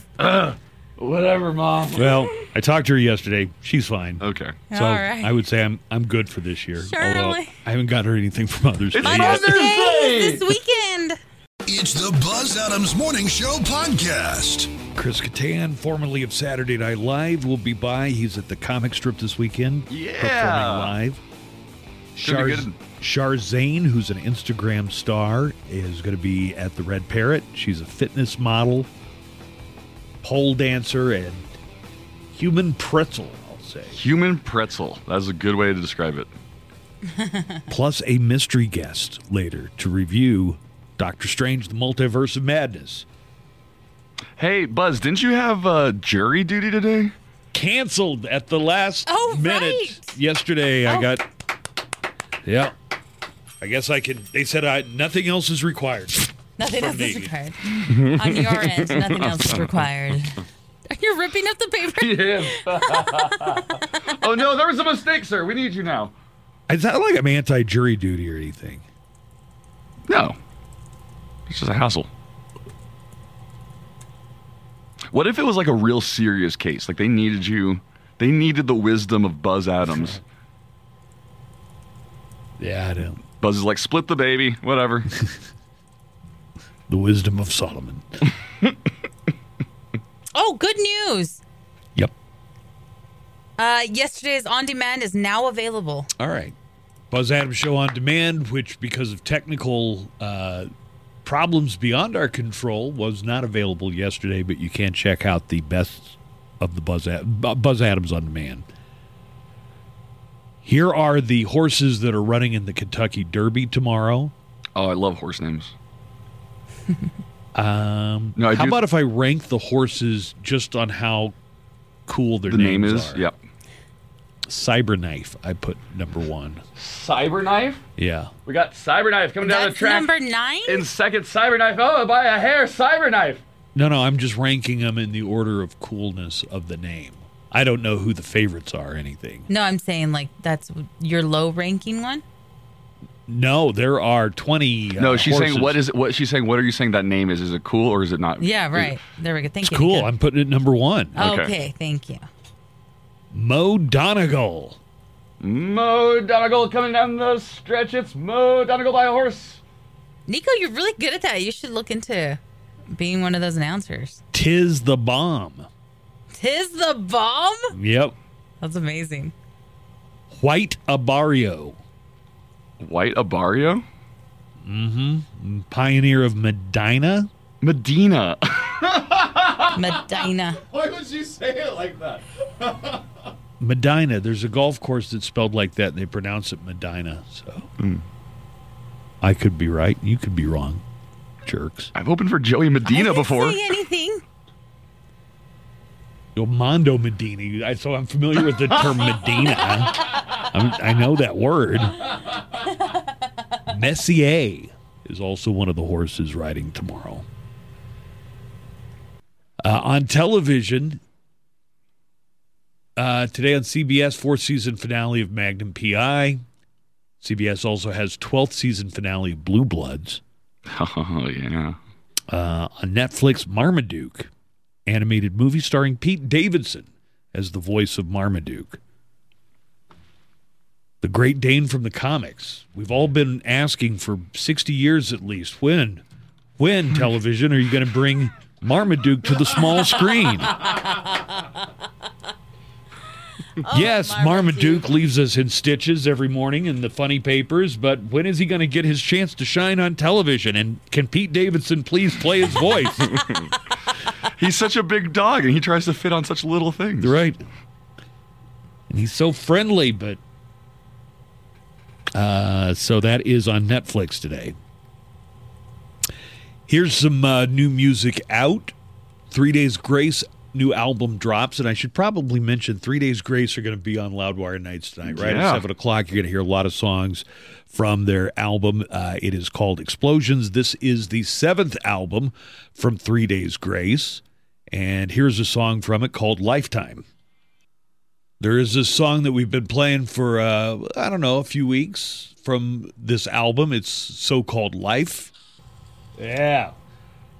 S3: Whatever, mom.
S2: well, I talked to her yesterday. She's fine.
S3: Okay.
S2: So
S4: All right.
S2: I would say I'm I'm good for this year.
S4: Sure,
S2: although
S4: Emily.
S2: I haven't got her anything for Mother's Day
S3: Mother's
S2: yet.
S4: Mother's Day
S3: Thursday.
S4: is this weekend.
S1: It's the Buzz Adams Morning Show podcast.
S2: Chris Kattan, formerly of Saturday Night Live, will be by. He's at the comic strip this weekend.
S3: Yeah.
S2: Performing live.
S3: Should
S2: Shar,
S3: be good.
S2: Shar Zane, who's an Instagram star, is going to be at the Red Parrot. She's a fitness model, pole dancer, and human pretzel, I'll say.
S3: Human pretzel. That's a good way to describe it.
S2: Plus a mystery guest later to review Doctor Strange, the Multiverse of Madness.
S3: Hey, Buzz, didn't you have uh, jury duty today?
S2: Canceled at the last
S4: Oh,
S2: minute
S4: right.
S2: yesterday. I
S4: Oh.
S2: got. Yeah. I guess I can. They said I, nothing else is required.
S4: Nothing else is
S2: me.
S4: required. On your end, nothing else is required. You're ripping up the paper.
S3: Yeah. oh no, there was a mistake, sir. We need you now.
S2: It's not like I'm anti jury duty or anything.
S3: No. It's just a hassle. What if it was like a real serious case? Like they needed you. They needed the wisdom of Buzz Adams.
S2: Yeah, I don't.
S3: Buzz is like, split the baby, whatever.
S2: The wisdom of Solomon.
S4: Oh, good news.
S2: Yep.
S4: Uh, yesterday's on demand is now available.
S2: All right. Buzz Adams Show on Demand, which because of technical uh, problems beyond our control, was not available yesterday, but you can check out the best of the Buzz, Ad- Bu- Buzz Adams on Demand. Here are the horses that are running in the Kentucky Derby tomorrow.
S3: oh, I love horse names.
S2: Um,
S3: No, I
S2: how
S3: do-
S2: about if I rank the horses just on how cool their
S3: The name
S2: names
S3: is
S2: are?
S3: yep.
S2: Cyberknife. I put number one.
S3: Cyberknife.
S2: Yeah.
S3: We got Cyberknife coming
S4: That's number nine.
S3: second, Cyberknife. Oh, by a hair, Cyberknife.
S2: No, no, I'm just ranking them in the order of coolness of the name. I don't know who the favorites are or anything.
S4: No, I'm saying like that's your low ranking one.
S2: No, there are 20. uh,
S3: No, she's
S2: horses.
S3: saying what is it? What she's saying? What are you saying? That name is? Is it cool or is it not?
S4: Yeah, right. There we go. Thank
S2: It's
S4: you.
S2: cool.
S4: Nico.
S2: I'm putting it number one.
S4: Okay.
S3: Okay.
S4: thank you.
S2: Mo Donegal.
S3: Mo Donegal coming down the stretch. It's Mo Donegal by a horse.
S4: Nico, you're really good at that. You should look into being one of those announcers.
S2: Tis the bomb.
S4: Tis the bomb?
S2: Yep.
S4: That's amazing.
S2: White Abario.
S3: White Abario?
S2: Mm-hmm. Pioneer of Medina.
S3: Medina.
S4: Medina.
S10: Why would you say it like that?
S2: Medina. There's a golf course that's spelled like that, and they pronounce it Medina. So
S3: Hmm.
S2: I could be right. You could be wrong. Jerks.
S3: I've opened for Joey Medina before.
S4: See anything?
S2: Yo, Mondo Medina. You- I, so I'm familiar with the term Medina. I'm, I know that word. Messier is also one of the horses riding tomorrow. Uh, on television, uh, today on CBS, fourth season finale of Magnum PI. CBS also has 12th season finale of Blue Bloods.
S3: Oh yeah.
S2: Uh, on Netflix, Marmaduke, animated movie starring Pete Davidson as the voice of Marmaduke. The Great Dane from the comics. We've all been asking for 60 years at least when, when television are you going to bring Marmaduke to the small screen? yes, Marmaduke. Oh, leaves us in stitches every morning in the funny papers, but when is he going to get his chance to shine on television? And can Pete Davidson please play his voice?
S3: He's such a big dog, and he tries to fit on such little things.
S2: right. And he's so friendly, but. Uh, so that is on Netflix today. Here's some uh, new music out. Three Days Grace new album drops, and I should probably mention Three Days Grace are going to be on Loudwire Nights tonight, right
S3: Yeah.
S2: at seven o'clock. You're going to hear a lot of songs from their album. Uh, it is called Explosions. This is the seventh album from Three Days Grace, and here's a song from it called Lifetime. There is this song that we've been playing for uh, I don't know a few weeks from this album. It's so-called Life. Yeah.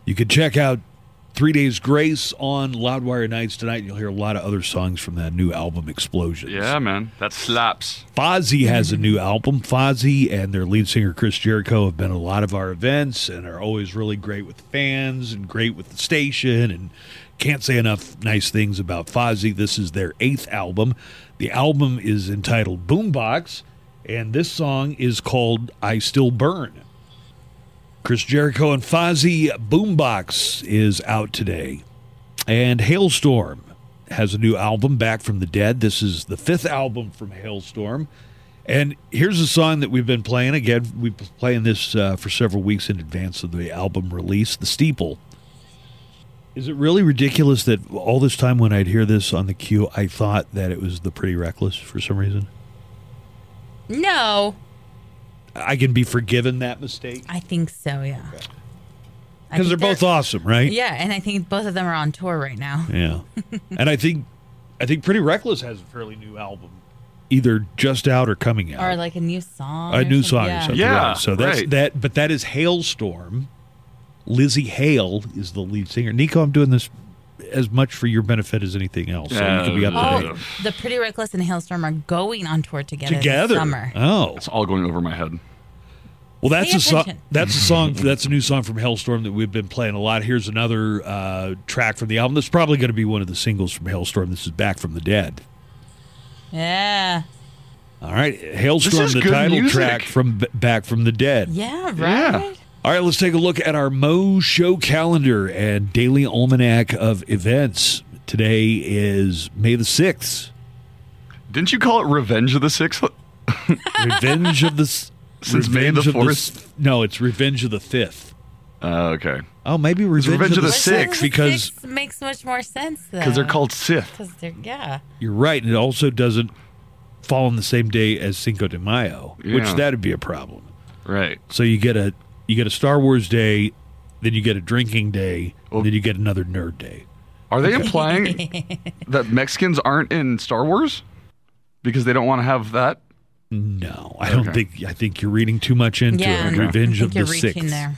S2: You can check out Three Days Grace on Loudwire Nights tonight. You'll hear a lot of other songs from that new album, Explosions.
S3: Yeah, man. That slaps.
S2: Fozzy has a new album. Fozzy and their lead singer, Chris Jericho, have been at a lot of our events and are always really great with fans and great with the station. And can't say enough nice things about Fozzy. This is their eighth album. The album is entitled Boombox, and this song is called I Still Burn. Chris Jericho and Fozzy Boombox is out today. And Hailstorm has a new album, Back from the Dead. This is the fifth album from Hailstorm. And here's a song that we've been playing. Again, we've been playing this uh, for several weeks in advance of the album release, The Steeple. Is it really ridiculous that all this time when I'd hear this on the queue, I thought that it was The Pretty Reckless for some reason?
S4: No,
S2: I can be forgiven that mistake
S4: I think so. Yeah, I
S2: because they're
S4: think
S2: both awesome, right?
S4: Yeah, and I think both of them are on tour right now.
S2: Yeah. and I think I think Pretty Reckless has a fairly new album either just out or coming out.
S4: Or like a new song.
S2: a
S4: or something.
S2: new song or
S4: Oh, Yeah.
S2: something.
S3: Yeah,
S2: right. So that's
S3: right.
S2: that but that is Hailstorm. Lizzie Hale is the lead singer. Nico, I'm doing this as much for your benefit as anything else. So you can be up to
S3: Yeah.
S2: date.
S4: Oh, the Pretty Reckless and Hailstorm are going on tour together.
S2: Together.
S4: This summer.
S2: Oh.
S3: It's all going over my head.
S2: Well, that's
S4: Pay
S2: a song.
S4: attention.
S2: That's a song. That's a new song from Hellstorm that we've been playing a lot. Here's another uh, track from the album. That's probably going to be one of the singles from Hellstorm. This is "Back from the Dead."
S4: Yeah.
S2: All right, Hailstorm,
S3: is
S2: the
S3: good
S2: title
S3: music.
S2: track from B- Back from the Dead.
S4: Yeah, right?
S3: Yeah.
S2: All right, let's take a look at our Mo Show calendar and daily almanac of events. Today is May the 6th,
S3: Didn't you call it Revenge of the Sixth?
S2: Revenge of the s-
S3: Since May the
S2: Revenge of s-
S3: 4th?
S2: no, it's Revenge of the 5th.
S3: Uh, okay.
S2: Oh, maybe Revenge,
S3: Revenge of the
S4: Which
S3: Sixth,
S4: one of the
S2: because
S4: six makes much more sense though.
S3: Because they're called Sith.
S4: Because they're yeah.
S2: you're right, and it also doesn't fall on the same day as Cinco de Mayo, which
S3: Yeah.
S2: that'd be a problem.
S3: Right.
S2: So you get a you get a Star Wars day, then you get a drinking day,
S3: Well-
S2: then you get another nerd day.
S3: Are they implying that Mexicans aren't in Star Wars because they don't want to have that?
S2: No, I don't
S3: Okay.
S2: think. I think you're reading too much into
S4: Yeah.
S2: it. Revenge
S4: I think
S2: of the
S4: you're reaching
S2: Sixth.
S4: there.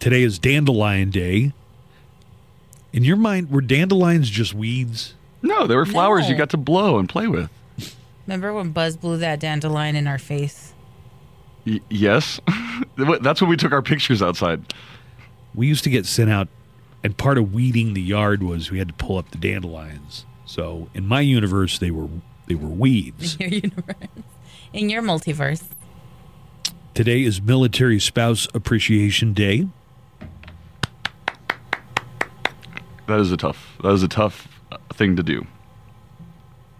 S2: Today is Dandelion Day. In your mind, were dandelions just weeds?
S3: No, they were flowers you
S4: No.
S3: got to blow and play with.
S4: Remember when Buzz blew that dandelion in our face?
S3: Y- yes. That's when we took our pictures outside.
S2: We used to get sent out, and part of weeding the yard was we had to pull up the dandelions. So in my universe, they were they were weeds.
S4: Your universe. In your multiverse.
S2: Today is Military Spouse Appreciation Day.
S3: That is a tough. That is a tough uh, thing to do.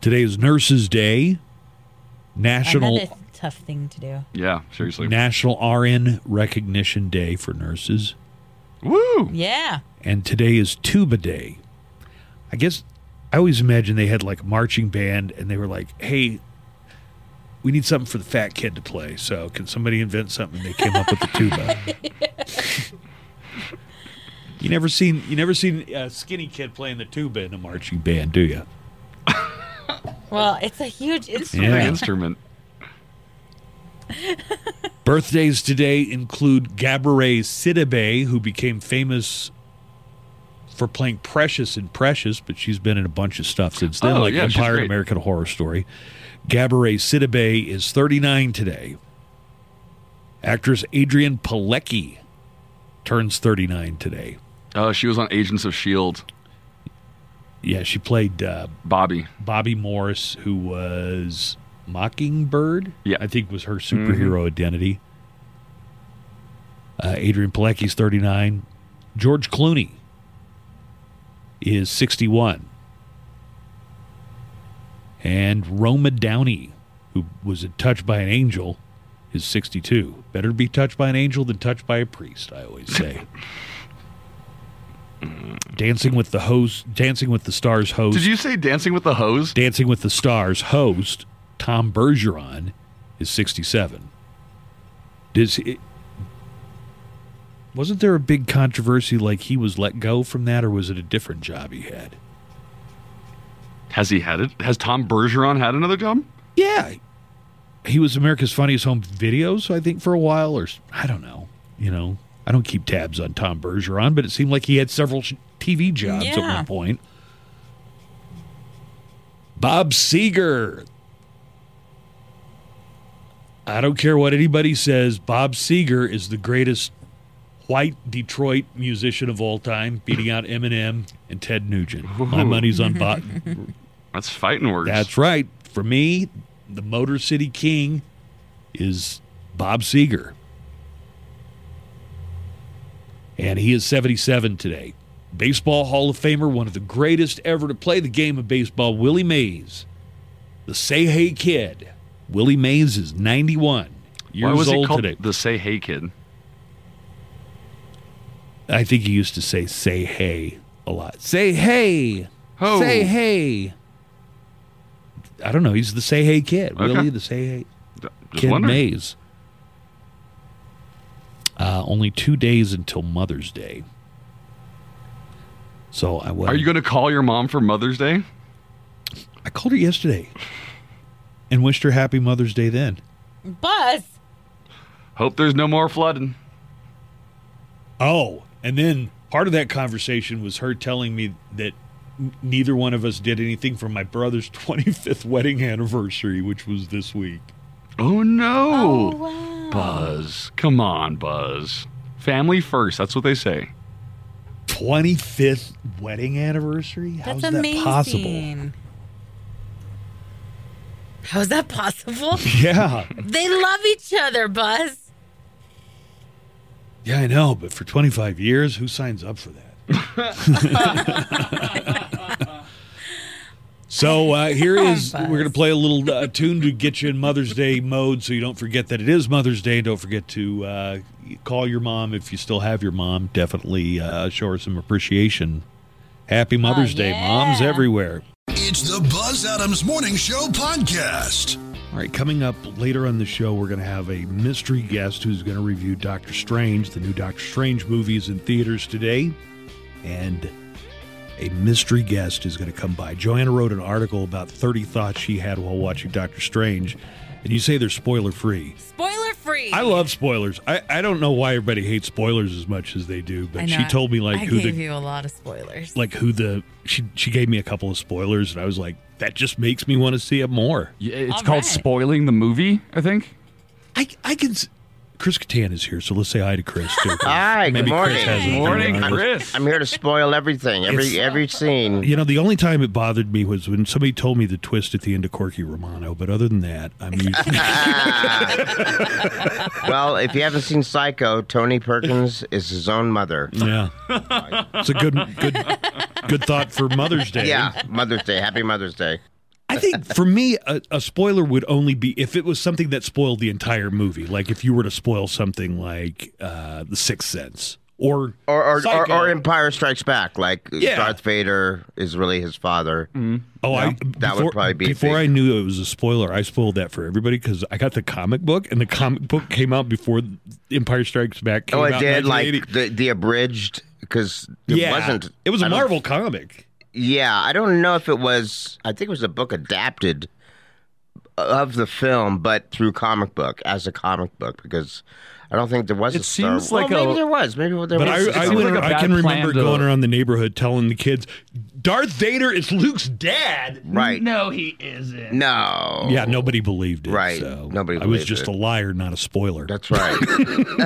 S2: Today is Nurses Day, National
S4: Another tough thing to do.
S3: Yeah, seriously.
S2: National RN Recognition Day for nurses,
S3: Woo!
S4: Yeah.
S2: and today is Tuba Day. I guess I always imagine they had like a marching band, and they were like, "Hey, we need something for the fat kid to play. So can somebody invent something?" They came up with the tuba. you never seen you never seen a skinny kid playing the tuba in a marching band, do you?
S4: Well, it's a huge instrument.
S3: Big
S2: Yeah.
S3: instrument.
S2: Birthdays today include Gabourey Sidibe, who became famous for playing Precious in Precious, but she's been in a bunch of stuff since then,
S3: Oh,
S2: like
S3: yeah, she's
S2: Empire and
S3: great.
S2: American Horror Story. Gabourey Sidibe is 39 today. Actress Adrienne Pilecki turns 39 today.
S3: Oh, she was on Agents of Shield.
S2: Yeah, she played uh,
S3: Bobby.
S2: Bobby Morris, who was Mockingbird.
S3: Yeah.
S2: I think was her superhero
S3: Mm-hmm.
S2: identity. Uh, Adrian Pilecki's 39. George Clooney is 61. And Roma Downey, who was touched by an angel, is 62. Better be touched by an angel than touched by a priest, I always say. Dancing with the host, Dancing with the Stars host.
S3: Did you say Dancing with the Hose?
S2: Dancing with the Stars host Tom Bergeron is 67. Does it, wasn't there a big controversy like he was let go from that, or was it a different job he had?
S3: Has he had it? Has Tom Bergeron had another job?
S2: Yeah, he was America's Funniest Home Videos, I think, for a while, or s-
S3: Mm-hmm.
S2: I don't know. You know, I don't keep tabs on Tom Bergeron, but it seemed like he had several sh- TV jobs at
S4: Yeah.
S2: one point. Bob Seeger. I don't care what anybody says. Bob Seeger is the greatest white Detroit musician of all time, beating out Eminem and Ted Nugent. My money's on Bob.
S3: That's fighting words.
S2: That's right. For me, the Motor City King is Bob Seeger. And he is 77 today. Baseball Hall of Famer, one of the greatest ever to play the game of baseball, Willie Mays. The Say Hey Kid. Willie Mays is 91 years
S3: Why was
S2: old
S3: it called
S2: today.
S3: the Say Hey Kid?
S2: I think he used to say "say hey" a lot. Say hey,
S3: Ho.
S2: say hey. I don't know. He's the say hey kid.
S3: Okay.
S2: Really, the say hey
S3: Just
S2: kid
S3: wondering.
S2: Mays. Uh, only two days until Mother's Day, so I was.
S3: Are you going to call your mom for Mother's Day?
S2: I called her yesterday, and wished her happy Mother's Day. Then
S4: Buzz.
S3: Hope there's no more flooding.
S2: Oh, and then part of that conversation was her telling me that n- neither one of us did anything for my brother's 25th wedding anniversary, which was this week.
S3: Oh
S4: Oh,
S3: no.
S4: wow.
S3: Buzz. Come on, Buzz. Family first. That's what they say.
S2: 25th wedding anniversary?
S4: That's
S2: How's
S4: amazing.
S2: that possible?
S4: How is that possible?
S2: Yeah.
S4: they love each other, Buzz.
S2: Yeah, I know, but for 25 years, who signs up for that? so uh, here is, we're going to play a little uh, tune to get you in Mother's Day mode so you don't forget that it is Mother's Day. Don't forget to uh, call your mom if you still have your mom. Definitely uh, show her some appreciation. Happy Mother's Day,
S4: Ah, yeah.
S2: moms everywhere.
S1: It's the Buzz Adams Morning Show podcast.
S2: All right, coming up later on the show, we're going to have a mystery guest who's going to review Doctor Strange. The new Doctor Strange movie is in theaters today, and a mystery guest is going to come by. Joanna wrote an article about 30 thoughts she had while watching Doctor Strange, and you say they're spoiler free.
S4: Spoiler free.
S2: I love spoilers. I, I don't know why everybody hates spoilers as much as they do,
S4: I
S2: but
S4: know.
S2: she told me like
S4: I
S2: who
S4: gave
S2: the
S4: you a lot of spoilers.
S2: like who the she she gave me a couple of spoilers, and I was like, that just makes me want to see it more.
S3: Yeah, it's
S4: All
S3: called
S4: right.
S3: spoiling the movie, I think.
S2: I, I can. s- Chris Kattan is here, so let's say hi to Chris. too.
S10: Hi, good
S2: Maybe
S10: morning.
S2: Chris has a
S10: Good
S2: thing
S3: Morning,
S2: on this.
S3: Chris.
S10: I'm here to spoil everything, every
S2: It's-
S10: every scene.
S2: You know, the only time it bothered me was when somebody told me the twist at the end of Corky Romano. But other than that, I'm usually
S10: Ah. Well, if you haven't seen Psycho, Tony Perkins is his own mother.
S2: yeah. It's a good good good thought for Mother's Day.
S10: Yeah, Mother's Day. Happy Mother's Day.
S2: I think for me, a, a spoiler would only be if it was something that spoiled the entire movie. Like if you were to spoil something like uh, The Sixth Sense or
S10: Or or, or,
S2: Psycho.
S10: or Empire Strikes Back, like
S2: Yeah.
S10: Darth Vader is really his father.
S3: Mm-hmm.
S2: Oh, I,
S10: that would probably be a
S2: before
S10: big-
S2: I knew it was a spoiler. I spoiled that for everybody because I got the comic book, and the comic book came out before Empire Strikes Back. Came
S10: Oh,
S2: out
S10: I
S2: in
S10: did
S2: 1980.
S10: like the the abridged because it
S2: Yeah.
S10: wasn't.
S2: It was
S10: a
S2: a Marvel comic.
S10: Yeah, I don't know if it was. I think it was a book adapted of the film, but through comic book as a comic book because I don't think there was.
S2: It
S10: a Star-
S2: seems
S10: Well,
S2: like
S10: maybe
S2: a-
S10: there was. Maybe there
S2: But
S10: was.
S2: I, I,
S10: Star
S2: went-
S10: Wars.
S2: I can remember going around the neighborhood telling the kids, "Darth Vader is Luke's dad."
S10: Right?
S11: No, he isn't.
S10: No.
S2: Yeah, nobody believed it.
S10: Right.
S2: so
S10: Nobody
S2: I was
S10: believed
S2: just
S10: it.
S2: a liar, not a spoiler.
S10: That's right.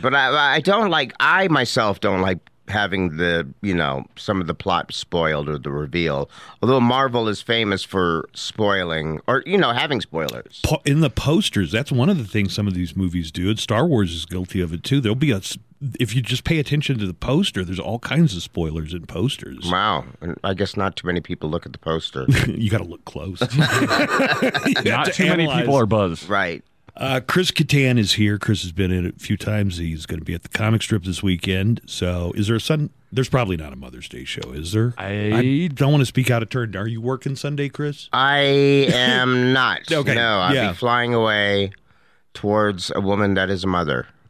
S10: but I, I don't like. I myself don't like having the you know some of the plot spoiled or the reveal. Although Marvel is famous for spoiling or you know having spoilers.
S2: po- in the posters. That's one of the things some of these movies do, and Star Wars is guilty of it too. There'll be a s- if you just pay attention to the poster. There's all kinds of spoilers in posters.
S10: Wow. And I guess not too many people look at the poster.
S2: you got to look close.
S3: Not too many people are buzzed.
S10: Right.
S2: Uh, Chris Kattan is here. Chris has been in it a few times. He's going to be at the comic strip this weekend. So, is there a Sun? There's probably not a Mother's Day show, is there? I, don't want to speak out of turn. Are you working Sunday, Chris?
S10: I am not.
S2: Okay,
S10: No, I'll
S2: yeah.
S10: be flying away towards a woman that is a mother.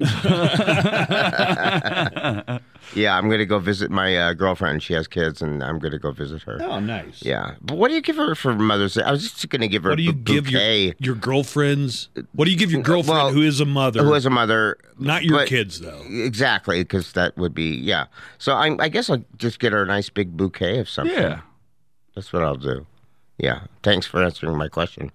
S10: yeah, I'm going to go visit my uh, girlfriend. She has kids, and I'm going to go visit her.
S2: Oh, nice.
S10: Yeah. But what do you give her for Mother's Day? I was just going to give her
S2: What do
S10: a
S2: you
S10: bu-
S2: give your,
S10: bouquet.
S2: your girlfriends? What do you give your girlfriend who is a mother?
S10: Who is a mother?
S2: Not your
S10: but-
S2: kids, though.
S10: Exactly, because that would be yeah. So I, I guess I'll just get her a nice big bouquet of something.
S3: Yeah.
S10: that's what I'll do. Yeah, thanks for answering my question.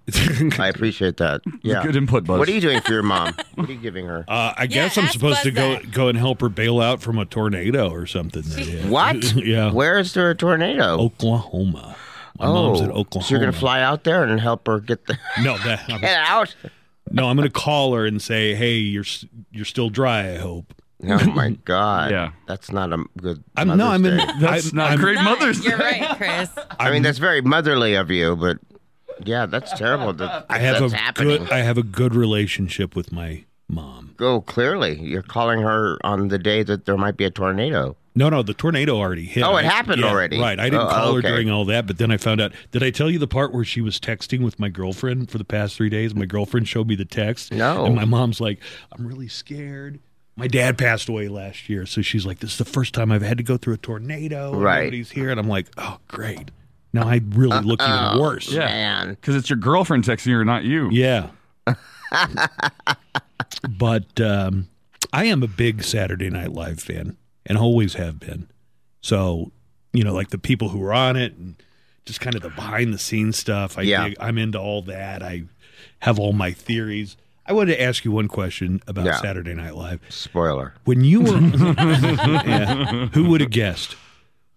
S10: I appreciate that. Yeah,
S3: Good input, Buzz.
S10: What are you doing for your mom? What are you giving her?
S2: Uh, I guess I'm supposed to go go and help her bail out from a tornado or something. Yeah.
S10: What?
S2: yeah.
S10: Where is there a tornado? Oh,
S2: Oklahoma. My mom's in Oklahoma.
S10: So you're gonna fly out there and help her get the
S2: No, that, I'm,
S10: get out?
S2: no, I'm going to call her and say, "Hey, you're s- you're still dry. I hope."
S10: Oh my god.
S3: Yeah.
S10: that's not a good.
S2: I'm no, I'm
S10: Mother's
S2: in.
S10: Day.
S3: That's
S2: I'm,
S3: not
S2: I'm-
S3: great mother's
S4: You're right, Chris.
S10: I mean, that's very motherly of you, but yeah, that's terrible. That,
S2: I have
S10: that's
S2: a
S10: happening.
S2: good. I have a good relationship with my mom.
S10: Oh, clearly, you're calling her on the day that there might be a tornado.
S2: No, no, the tornado already hit.
S10: Oh, it
S2: I-
S10: happened already.
S2: Right. I didn't
S10: Oh,
S2: call
S10: okay.
S2: her during all that, but then I found out. Did I tell you the part where she was texting with my girlfriend for the past three days? My girlfriend showed me the text.
S10: No.
S2: And my mom's like, I'm really scared. My dad passed away last year. So she's like, This is the first time I've had to go through a tornado. and
S10: Right.
S2: Nobody's here. And I'm like, Oh, great. Now I really look even worse.
S3: Yeah.
S10: Man,
S3: Because it's your girlfriend texting you, not you.
S2: Yeah. but um, I am a big Saturday Night Live fan and always have been. So, you know, like the people who are on it and just kind of the behind the scenes stuff. I
S10: Yeah.
S2: dig- I'm into all that. I have all my theories. I wanted to ask you one question about
S10: Yeah.
S2: Saturday Night Live.
S10: spoiler.
S2: When you were, Yeah. who would have guessed?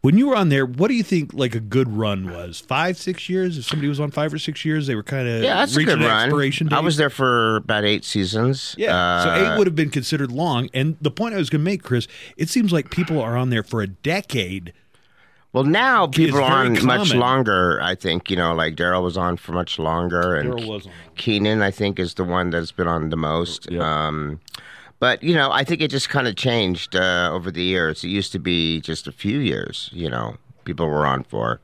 S2: When you were on there, what do you think like a good run was? Five, six years? If somebody was on five or six years, they were kind of
S10: Yeah, that's a
S2: reaching
S10: good
S2: uh, an
S10: run.
S2: expiration date.
S10: I was there for about eight seasons.
S2: Yeah. so
S10: Uh,
S2: eight would have been considered long. And the point I was going to make, Chris, it seems like people are on there for a decade.
S10: Well, now people
S2: very
S10: are on much
S2: common.
S10: longer. I think you know, like Daryl was on for much longer, and
S2: Daryl was on.
S10: Keenan, I think, is the one that's been on the most. Um, but you know, I think it just kind of changed uh, over the years. It used to be just a few years. You know, people were on for. Um,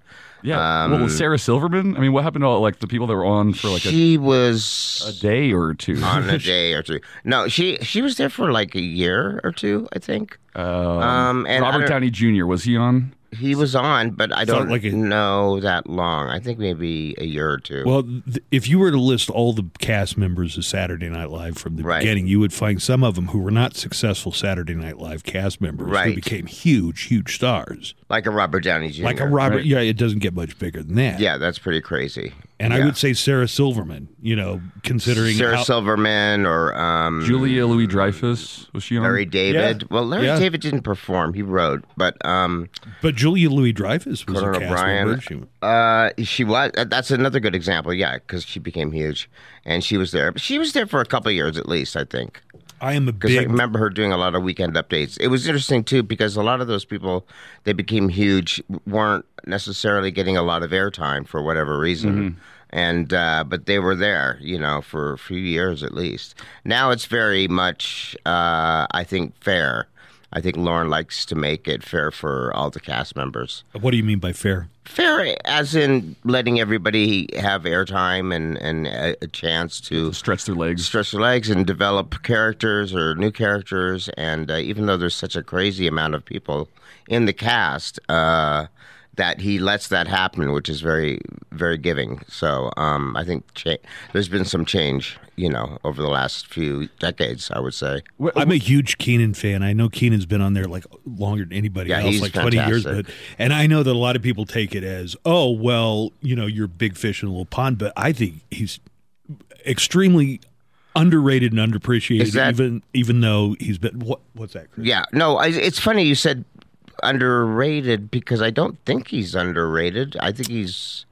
S3: Yeah. what was Sarah Silverman? I mean, what happened to all, like the people that were on for like a,
S10: she
S3: a
S10: was
S3: day or two?
S10: on a day or two. No, she she was there for like a year or two, I think.
S3: Um,
S10: and I
S3: Robert
S10: don't-
S3: Downey Jr. was he on?
S10: He was on, but I
S2: Felt
S10: don't
S2: like it-
S10: know that long. I think maybe a year or two.
S2: Well, th- if you were to list all the cast members of Saturday Night Live from the
S10: Right.
S2: beginning, you would find some of them who were not successful Saturday Night Live cast members who
S10: Right.
S2: became huge, huge stars.
S10: like a Robert Downey Jr.
S2: Like a Robert, yeah, it doesn't get much bigger than that.
S10: Yeah, that's pretty crazy.
S2: And I
S10: Yeah.
S2: would say Sarah Silverman, you know, considering
S10: Sarah
S2: how-
S10: Silverman or um,
S3: Julia Louis Dreyfus was she on?
S10: Larry David.
S2: Yeah.
S10: Well, Larry
S2: Yeah.
S10: David didn't perform; he wrote, but um,
S2: but Julia Louis Dreyfus was
S10: Conan
S2: a cast
S10: O'Brien.
S2: member. She-
S10: Uh, she was. uh, That's another good example. Yeah, because she became huge, and she was there. But she was there for a couple of years at least, I think.
S2: I am a
S10: Because I
S2: big-
S10: remember her doing a lot of weekend updates. It was interesting too because a lot of those people they became huge weren't necessarily getting a lot of airtime for whatever reason.
S2: Mm-hmm.
S10: And uh, but they were there, you know, for a few years at least. Now it's very much, uh, I think, fair. I think Lauren likes to make it fair for all the cast members.
S2: What do you mean by fair?
S10: Fair, as in letting everybody have airtime and and a, a chance to
S3: stretch their legs,
S10: stretch their legs, and develop characters or new characters. And uh, even though there's such a crazy amount of people in the cast, uh, that he lets that happen, which is very very giving. So um, I think cha- there's been some change, you know, over the last few decades. I would say.
S2: I'm a huge Keenan fan. I know Keenan's been on there like longer than anybody
S10: Yeah,
S2: else,
S10: he's
S2: like 20 years.
S10: fantastic.
S2: But and I know that a lot of people take it as, oh well, you know, you're a big fish in a little pond. But I think he's extremely underrated and underappreciated,
S10: Is that-
S2: even even though he's been what what's that? Chris?
S10: Yeah, no, I, it's funny you said underrated because I don't think he's underrated. I think he's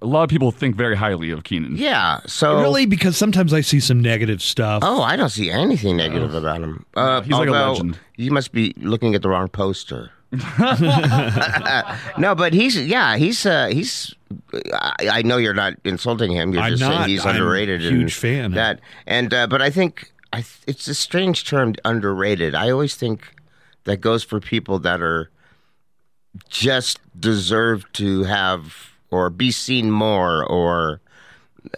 S3: a lot of people think very highly of Keenan.
S10: Yeah, Uh, so
S2: really, because sometimes I see some negative stuff.
S10: Oh, I don't see anything negative about him. Uh,
S2: Oh. he's like a
S10: although,
S2: legend.
S10: You must be looking at the wrong poster. no, but he's yeah, he's uh, he's. I, I know you're not insulting him. You're
S2: I'm
S10: just
S2: not.
S10: saying he's
S2: I'm
S10: underrated.
S2: a
S10: and
S2: huge fan.
S10: That and uh, but I think I th- it's a strange term, underrated. I always think that goes for people that are just deserve to have or be seen more or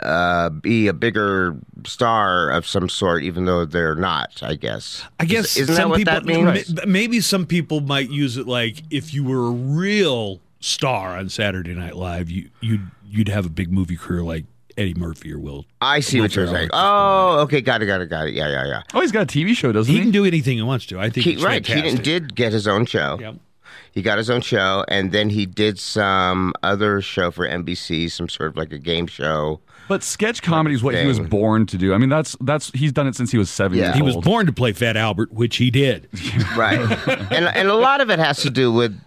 S10: uh, be a bigger star of some sort, even though they're not. I guess.
S2: I guess
S10: Is- isn't
S2: some
S10: that what
S2: people,
S10: that means?
S2: m- Maybe some people might use it like if you were a real star on Saturday Night Live, you you'd you'd have a big movie career like Eddie Murphy or Will.
S10: I see
S2: Will
S10: what you're
S2: Ferrell.
S10: saying. Oh, okay, got it, got it, got it. Yeah, yeah, yeah.
S3: Oh, he's got a TV show, doesn't
S2: He can do anything he wants to. I think
S10: He,
S2: it's
S10: right, Keaton
S2: fantastic.
S10: did get his own show.
S2: Yep.
S10: He got his own show, and then he did some other show for NBC, some sort of like a game show.
S3: But sketch comedy is what he was
S10: Thing.
S3: born to do. I mean, that's that's he's done it since he was seven
S10: Yeah.
S3: years
S2: He
S3: old.
S2: was born to play Fat Albert, which he did.
S10: right and and a lot of it has to do with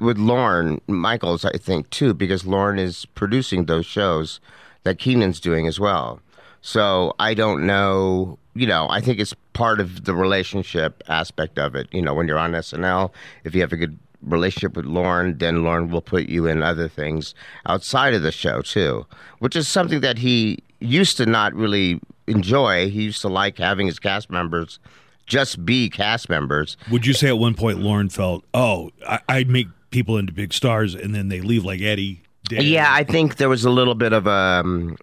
S10: with Lauren Michaels I think too because Lauren is producing those shows that Keenan's doing as well so I don't know you know I think it's part of the relationship aspect of it you know when you're on SNL if you have a good relationship with Lauren then Lauren will put you in other things outside of the show too which is something that he used to not really enjoy he used to like having his cast members just be cast members
S2: Would you say at one point Lauren felt, oh, I, I make people into big stars, and then they leave like Eddie did?
S10: Yeah, I think there was a little bit of um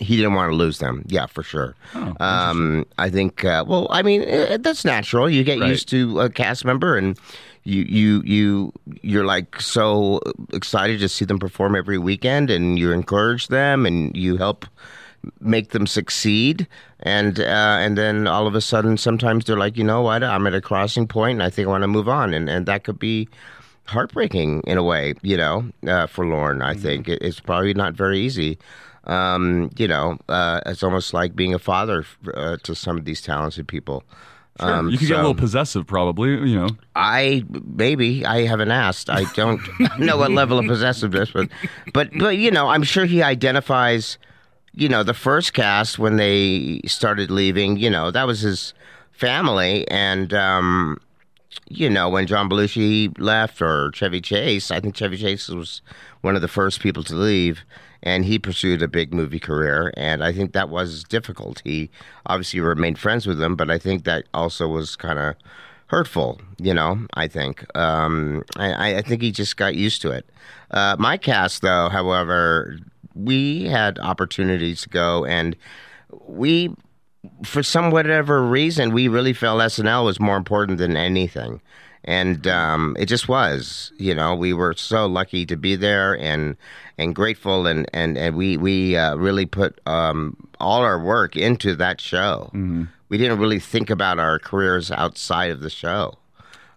S10: he didn't want to lose them. Yeah, for sure. um, I think. Uh, well, I mean, eh, that's natural. You get
S3: Right.
S10: used to a cast member, and you you you you're like so excited to see them perform every weekend, and you encourage them, and you help make them succeed and uh, and then all of a sudden sometimes they're like you know what I'm at a crossing point and I think I want to move on and and that could be heartbreaking in a way you know uh, for Lauren
S3: Mm-hmm.
S10: I think it, it's probably not very easy um, you know uh, it's almost like being a father uh, to some of these talented people Um,
S3: Sure. you could get a little possessive, probably. You know,
S10: I maybe I haven't asked. I don't know what level of possessiveness, but but but you know, I'm sure he identifies. You know, the first cast when they started leaving, you know, that was his family, and um, you know, when John Belushi left or Chevy Chase, I think Chevy Chase was one of the first people to leave, and he pursued a big movie career. And I think that was difficult. He obviously remained friends with them, but I think that also was kind of hurtful, you know, I think. Um, I- I, I think he just got used to it. Uh, my cast, though, however, we had opportunities to go and we for some whatever reason, we really felt SNL was more important than anything, and um, it just was. You know, we were so lucky to be there and and grateful, and and and we we uh, really put um, all our work into that show. We didn't really think about our careers outside of the show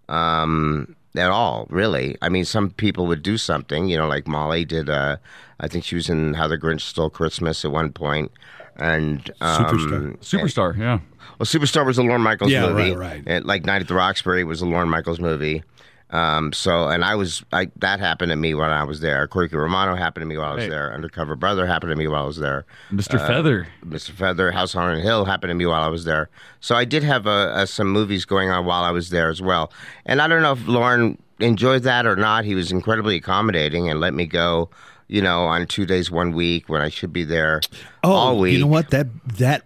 S10: um, at all, really. I mean, some people would do something, you know, like Molly did. Uh, I think she was in How the Grinch Stole Christmas at one point, and um,
S3: superstar, superstar, yeah.
S10: well, Superstar was a Lorne Michaels
S2: Yeah,
S10: movie.
S2: right, right.
S10: And, like Night at the Roxbury was a Lorne Michaels movie. Um, so, and I was, I, that happened to me when I was there. Corky Romano happened to me while I was
S11: Right.
S10: there. Undercover Brother happened to me while I was there.
S11: Mr. Feather.
S10: Mr. Feather, House on a Hill happened to me while I was there. So I did have uh uh some movies going on while I was there as well. And I don't know if Lauren enjoyed that or not. He was incredibly accommodating and let me go, you know, on two days, one week when I should be there
S2: Oh,
S10: all week.
S2: you know what? That that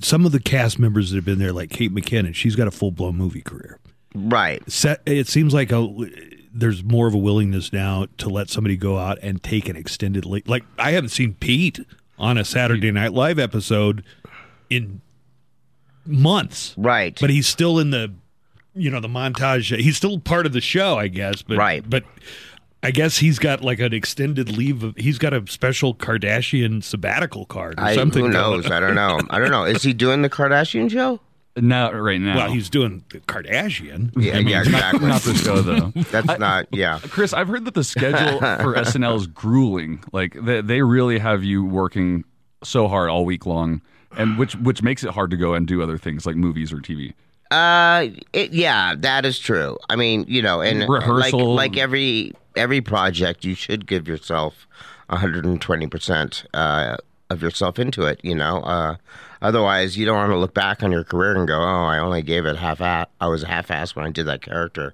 S2: some of the cast members that have been there, like Kate McKinnon, she's got a full blown movie career.
S10: Right.
S2: Set, it seems like a there's more of a willingness now to let somebody go out and take an extended le Like I haven't seen Pete on a Saturday Night Live episode in months.
S10: Right.
S2: But he's still in the you know the montage. He's still part of the show, I guess. But right. But I guess he's got like an extended leave. Of, he's got a special Kardashian sabbatical card or
S10: I,
S2: something.
S10: who
S2: going
S10: knows?
S2: on.
S10: I don't know. I don't know. Is he doing the Kardashian show?
S3: Not right now.
S2: Well, he's doing the Kardashian.
S10: Yeah,
S3: I mean,
S10: yeah,
S3: not-
S10: exactly.
S3: not the show, though.
S10: That's not, yeah.
S3: Chris, I've heard that the schedule for SNL is grueling. Like they, they really have you working so hard all week long, and which which makes it hard to go and do other things like movies or TV.
S10: Uh, it, yeah, that is true. I mean, you know, and uh,
S3: Rehearsal.
S10: like, like every every project, you should give yourself 120 uh, percent of yourself into it. You know, uh, otherwise, you don't want to look back on your career and go, "Oh, I only gave it half. a- I was half-assed when I did that character."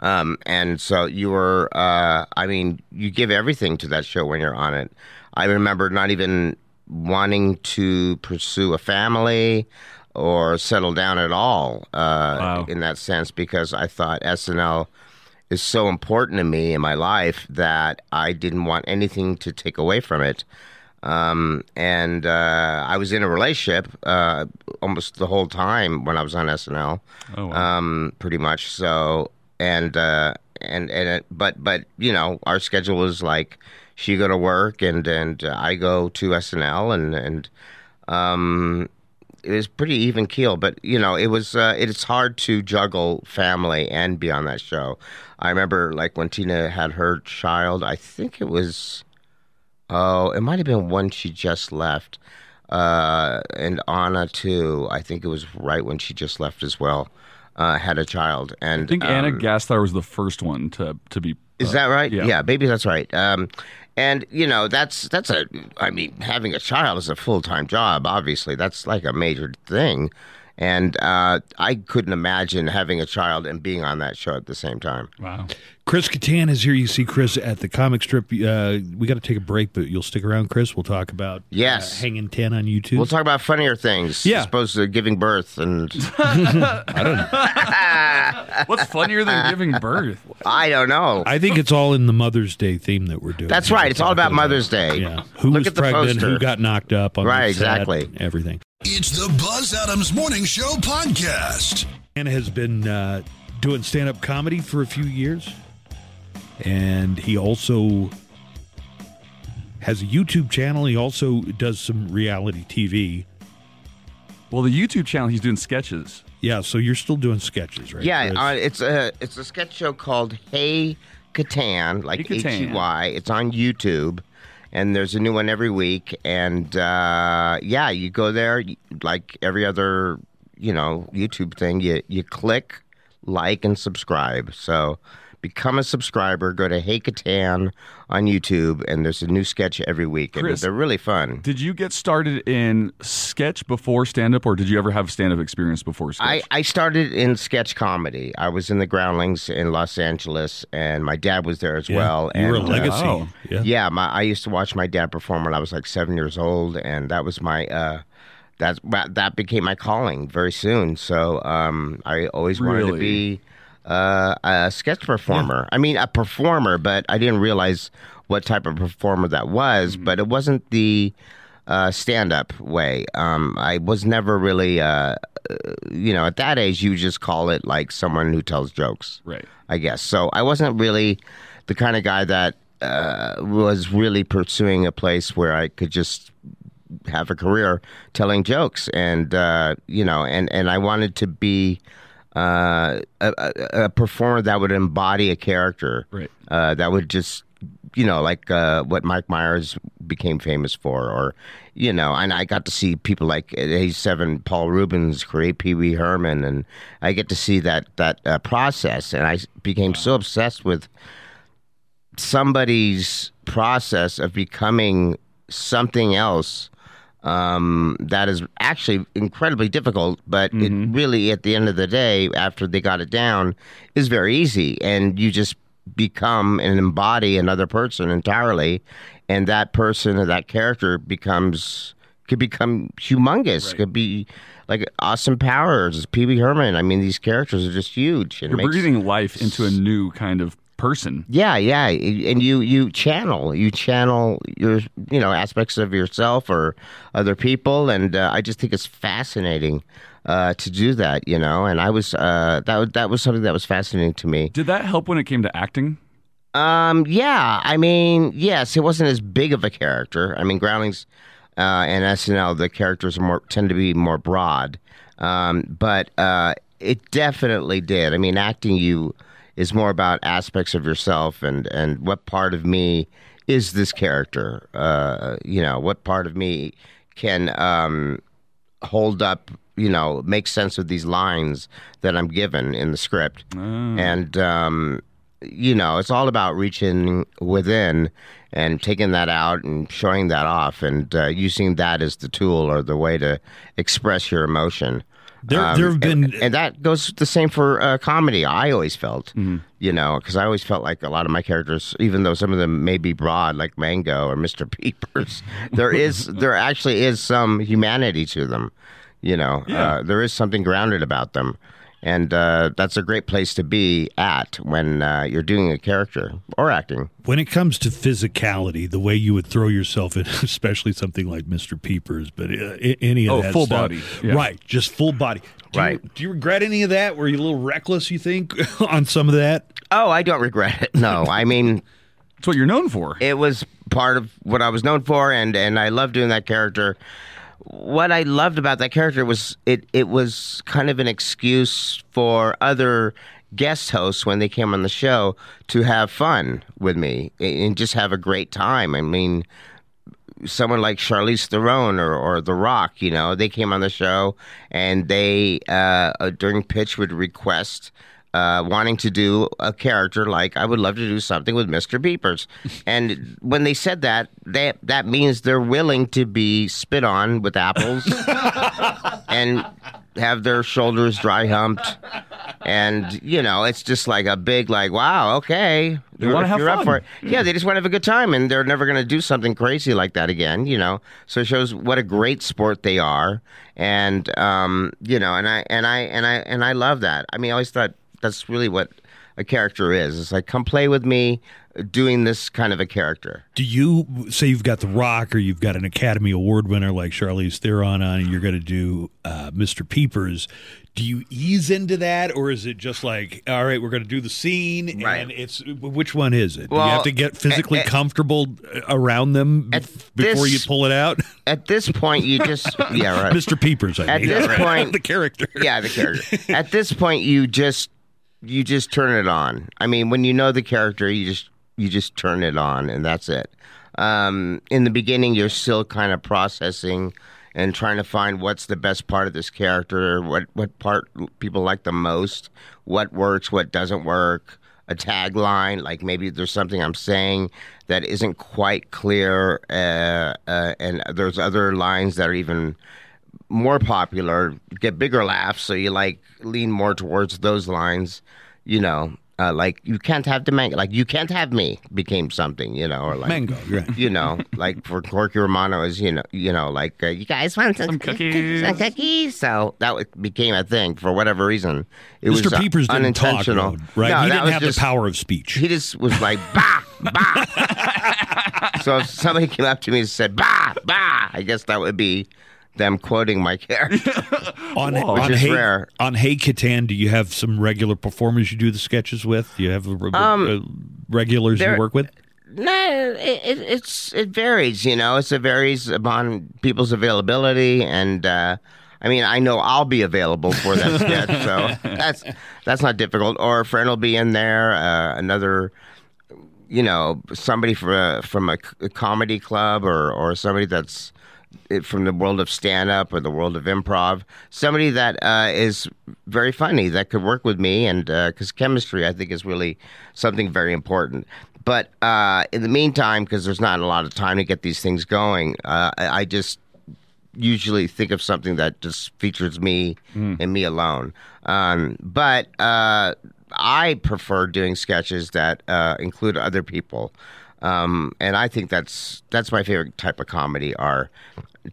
S10: Um, and so you were. Uh, I mean, you give everything to that show when you're on it. I remember not even wanting to pursue a family or settle down at all uh, in that sense because I thought SNL is so important to me in my life that I didn't want anything to take away from it. Um, and uh, I was in a relationship uh, almost the whole time when I was on SNL,
S3: oh,
S10: um, pretty much. So and uh, and and it, but but you know our schedule is like she go to work and and I go to SNL and and um, it was pretty even keel, but you know, it was uh, it's hard to juggle family and be on that show. I remember like when Tina had her child, I think it was oh, it might have been when she just left. Uh, and Anna too, I think it was right when she just left as well. Uh, had a child and
S3: I think Anna
S10: um,
S3: Gastar was the first one to to be. uh,
S10: is that right?
S3: yeah.
S10: Yeah. maybe that's right. Um, and you know, that's that's a. I mean, having a child is a full time job. Obviously, that's like a major thing. And uh, I couldn't imagine having a child and being on that show at the same time.
S3: Wow.
S2: Chris Kattan is here. You see Chris at the comic strip. Uh, we got to take a break, but you'll stick around, Chris. We'll talk about
S10: Yes.
S2: uh, hanging ten on YouTube.
S10: We'll talk about funnier things
S2: Yeah.
S10: as opposed to giving birth. And
S2: I don't know.
S3: What's funnier than giving birth?
S10: I don't know.
S2: I think it's all in the Mother's Day theme that we're doing.
S10: That's right. It's all about Mother's Day.
S2: Yeah. Who
S10: Look
S2: was
S10: at the
S2: pregnant? Who
S10: poster.
S2: got knocked up? On
S10: Right,
S2: the set,
S10: exactly.
S2: Everything.
S1: It's the Buzz Adams Morning Show podcast.
S2: Anna has been uh, doing stand up comedy for a few years. And he also has a YouTube channel. He also does some reality TV.
S3: Well, the YouTube channel he's doing sketches.
S2: Yeah, so you're still doing sketches, right?
S10: Yeah,
S2: Chris?
S10: uh, it's a it's a sketch show called Hey Catan, like
S3: Hey
S10: H
S3: Catan.
S10: E Y. It's on YouTube, and there's a new one every week. And uh, yeah, you go there y- like every other you know YouTube thing. You you click like and subscribe. So become a subscriber. Go to Hey Catan on YouTube, and there's a new sketch every week, and
S3: Chris.
S10: they're really fun.
S3: Did you get started in sketch before stand up, or did you ever have stand up experience before sketch?
S10: I, I started in sketch comedy. I was in the Groundlings in Los Angeles, and my dad was there as
S2: Yeah,
S10: well.
S2: you were
S10: and,
S2: a legacy.
S10: oh.
S2: Yeah.
S10: yeah, my I used to watch my dad perform when I was like seven years old, and that was my uh, that that became my calling very soon. So um, I always wanted to
S3: Really?
S10: be uh, a sketch performer. I mean, a performer, but I didn't realize what type of performer that was. But it wasn't the uh, stand-up way. Um, I was never really, uh, uh, you know, at that age, you just call it like someone who tells jokes,
S3: right.
S10: I guess. So I wasn't really the kind of guy that uh, was really pursuing a place where I could just have a career telling jokes and uh, you know and and I wanted to be uh, a, a, a performer that would embody a character
S3: Right.
S10: uh, that would just you know like uh, what Mike Myers became famous for, or you know, and I got to see people like at age seven, Paul Rubens create Pee Wee Herman, and I get to see that that uh, process, and I s- became so obsessed with somebody's process of becoming something else um, that is actually incredibly difficult, but
S3: Mm-hmm.
S10: it really, at the end of the day, after they got it down, is very easy. And you just become and embody another person entirely. And that person or that character becomes. Could become humongous. Could be like Austin Powers, Pee Wee Herman. I mean, these characters are just huge. It
S3: You're
S10: makes-
S3: breathing life into a new kind of person.
S10: yeah, yeah, and you you channel you channel your you know aspects of yourself or other people, and uh, I just think it's fascinating uh, to do that, you know. And I was uh, that was- that was something that was fascinating to me.
S3: Did that help when it came to acting?
S10: Um, yeah, I mean, yes, it wasn't as big of a character. I mean, Groundlings uh, and SNL, the characters are more tend to be more broad, um, but uh, it definitely did. I mean, acting you is more about aspects of yourself and and what part of me is this character. Uh, you know, what part of me can um, hold up, you know, make sense of these lines that I'm given in the script.
S2: Ah.
S10: And, um, you know, it's all about reaching within and taking that out and showing that off and uh, using that as the tool or the way to express your emotion. Um,
S2: There- there have
S10: and- and, that goes the same for uh, comedy. I always felt, you know, because I always felt like a lot of my characters, even though some of them may be broad, like Mango or Mr. Peepers, there is there actually is some humanity to them. You know, uh, there is something grounded about them, and uh, that's a great place to be at when uh, you're doing a character or acting.
S2: When it comes to physicality, the way you would throw yourself in, especially something like Mr. Peepers, but uh, a- any of
S3: Oh,
S2: that
S3: full
S2: stuff-
S3: body, yeah.
S2: right? Just full body, do You,
S10: Right.
S2: do you regret any of that? Were you a little reckless? You think on some of that?
S10: Oh, I don't regret it. No, I mean.
S3: It's what you're known for.
S10: It was part of what I was known for, and and I loved doing that character. What I loved about that character was it it was kind of an excuse for other guest hosts when they came on the show to have fun with me a- and just have a great time. I mean, someone like Charlize Theron or, or The Rock, you know, they came on the show and they, uh, uh, during pitch, would request uh, wanting to do a character like I would love to do something with Mr. Beepers. and when they said that, that that means they're willing to be spit on with apples and have their shoulders dry humped. And you know, it's just like a big like, wow, okay,
S3: They wanna
S10: if
S3: have
S10: you're up
S3: fun.
S10: for it. Yeah, they just want to have a good time, and they're never going to do something crazy like that again. You know, so it shows what a great sport they are, and um, you know, and I and I and I and I love that. I mean, I always thought that's really what a character is. It's like come play with me, doing this kind of a character.
S2: Do you say you've got The Rock or you've got an Academy Award winner like Charlize Theron on, and you're going to do uh, Mr. Peepers? Do you ease into that, or is it just like, all right, we're going to do the scene,
S10: Right.
S2: and it's which one is it? do you
S10: Well,
S2: have to get physically
S10: a- a-
S2: comfortable uh, around them
S10: At
S2: bef- before
S10: this-
S2: you pull it out,
S10: At this point, you just yeah right.
S2: Mr. Peepers? I
S10: At
S2: mean.
S10: this
S2: Yeah, right.
S10: point,
S2: the character.
S10: yeah the character at this point you just you just turn it on i mean when you know the character you just you just turn it on and that's it um, in the beginning you're still kind of processing and trying to find what's the best part of this character what what part people like the most what works what doesn't work a tagline like maybe there's something i'm saying that isn't quite clear uh, uh, and there's other lines that are even more popular, get bigger laughs, so you like lean more towards those lines, you know. Uh, like you can't have the mango, like you can't have me became something, you know, or like
S2: Mango, you're right.
S10: you know, like for Corky Romano is you know, you know, like uh, you guys want some,
S3: Some cookies.
S10: some cookies, so that w- became a thing for whatever reason. It was
S2: Mr.
S10: uh,
S2: Peepers didn't talk,
S10: unintentional,
S2: though, right?
S10: No,
S2: he
S10: that
S2: didn't
S10: was
S2: have
S10: just-
S2: the power of speech.
S10: he just was like bah bah. so if somebody came up to me and said bah bah, I guess that would be them quoting my character.
S2: on
S10: which
S2: Oh, on
S10: is
S2: hey,
S10: rare.
S2: on Hey Catan, do you have some regular performers you do the sketches with? Do you have uh, uh, regulars you
S10: Um, there-
S2: work with?
S10: No, it, it, it's it varies. You know, it's, it varies upon people's availability, and uh, I mean, I know I'll be available for that sketch, so that's that's not difficult. Or a friend will be in there. Uh, another you know, somebody from a, from a, c- a comedy club or, or somebody that's eh, from the world of stand up or the world of improv, somebody that uh, is very funny that could work with me. And because chemistry, I think, is really something very important. But uh, in the meantime, because there's not a lot of time to get these things going, uh, I, I just usually think of something that just features me and me alone. Um, but uh, I prefer doing sketches that uh, include other people, um, and I think that's that's my favorite type of comedy. Are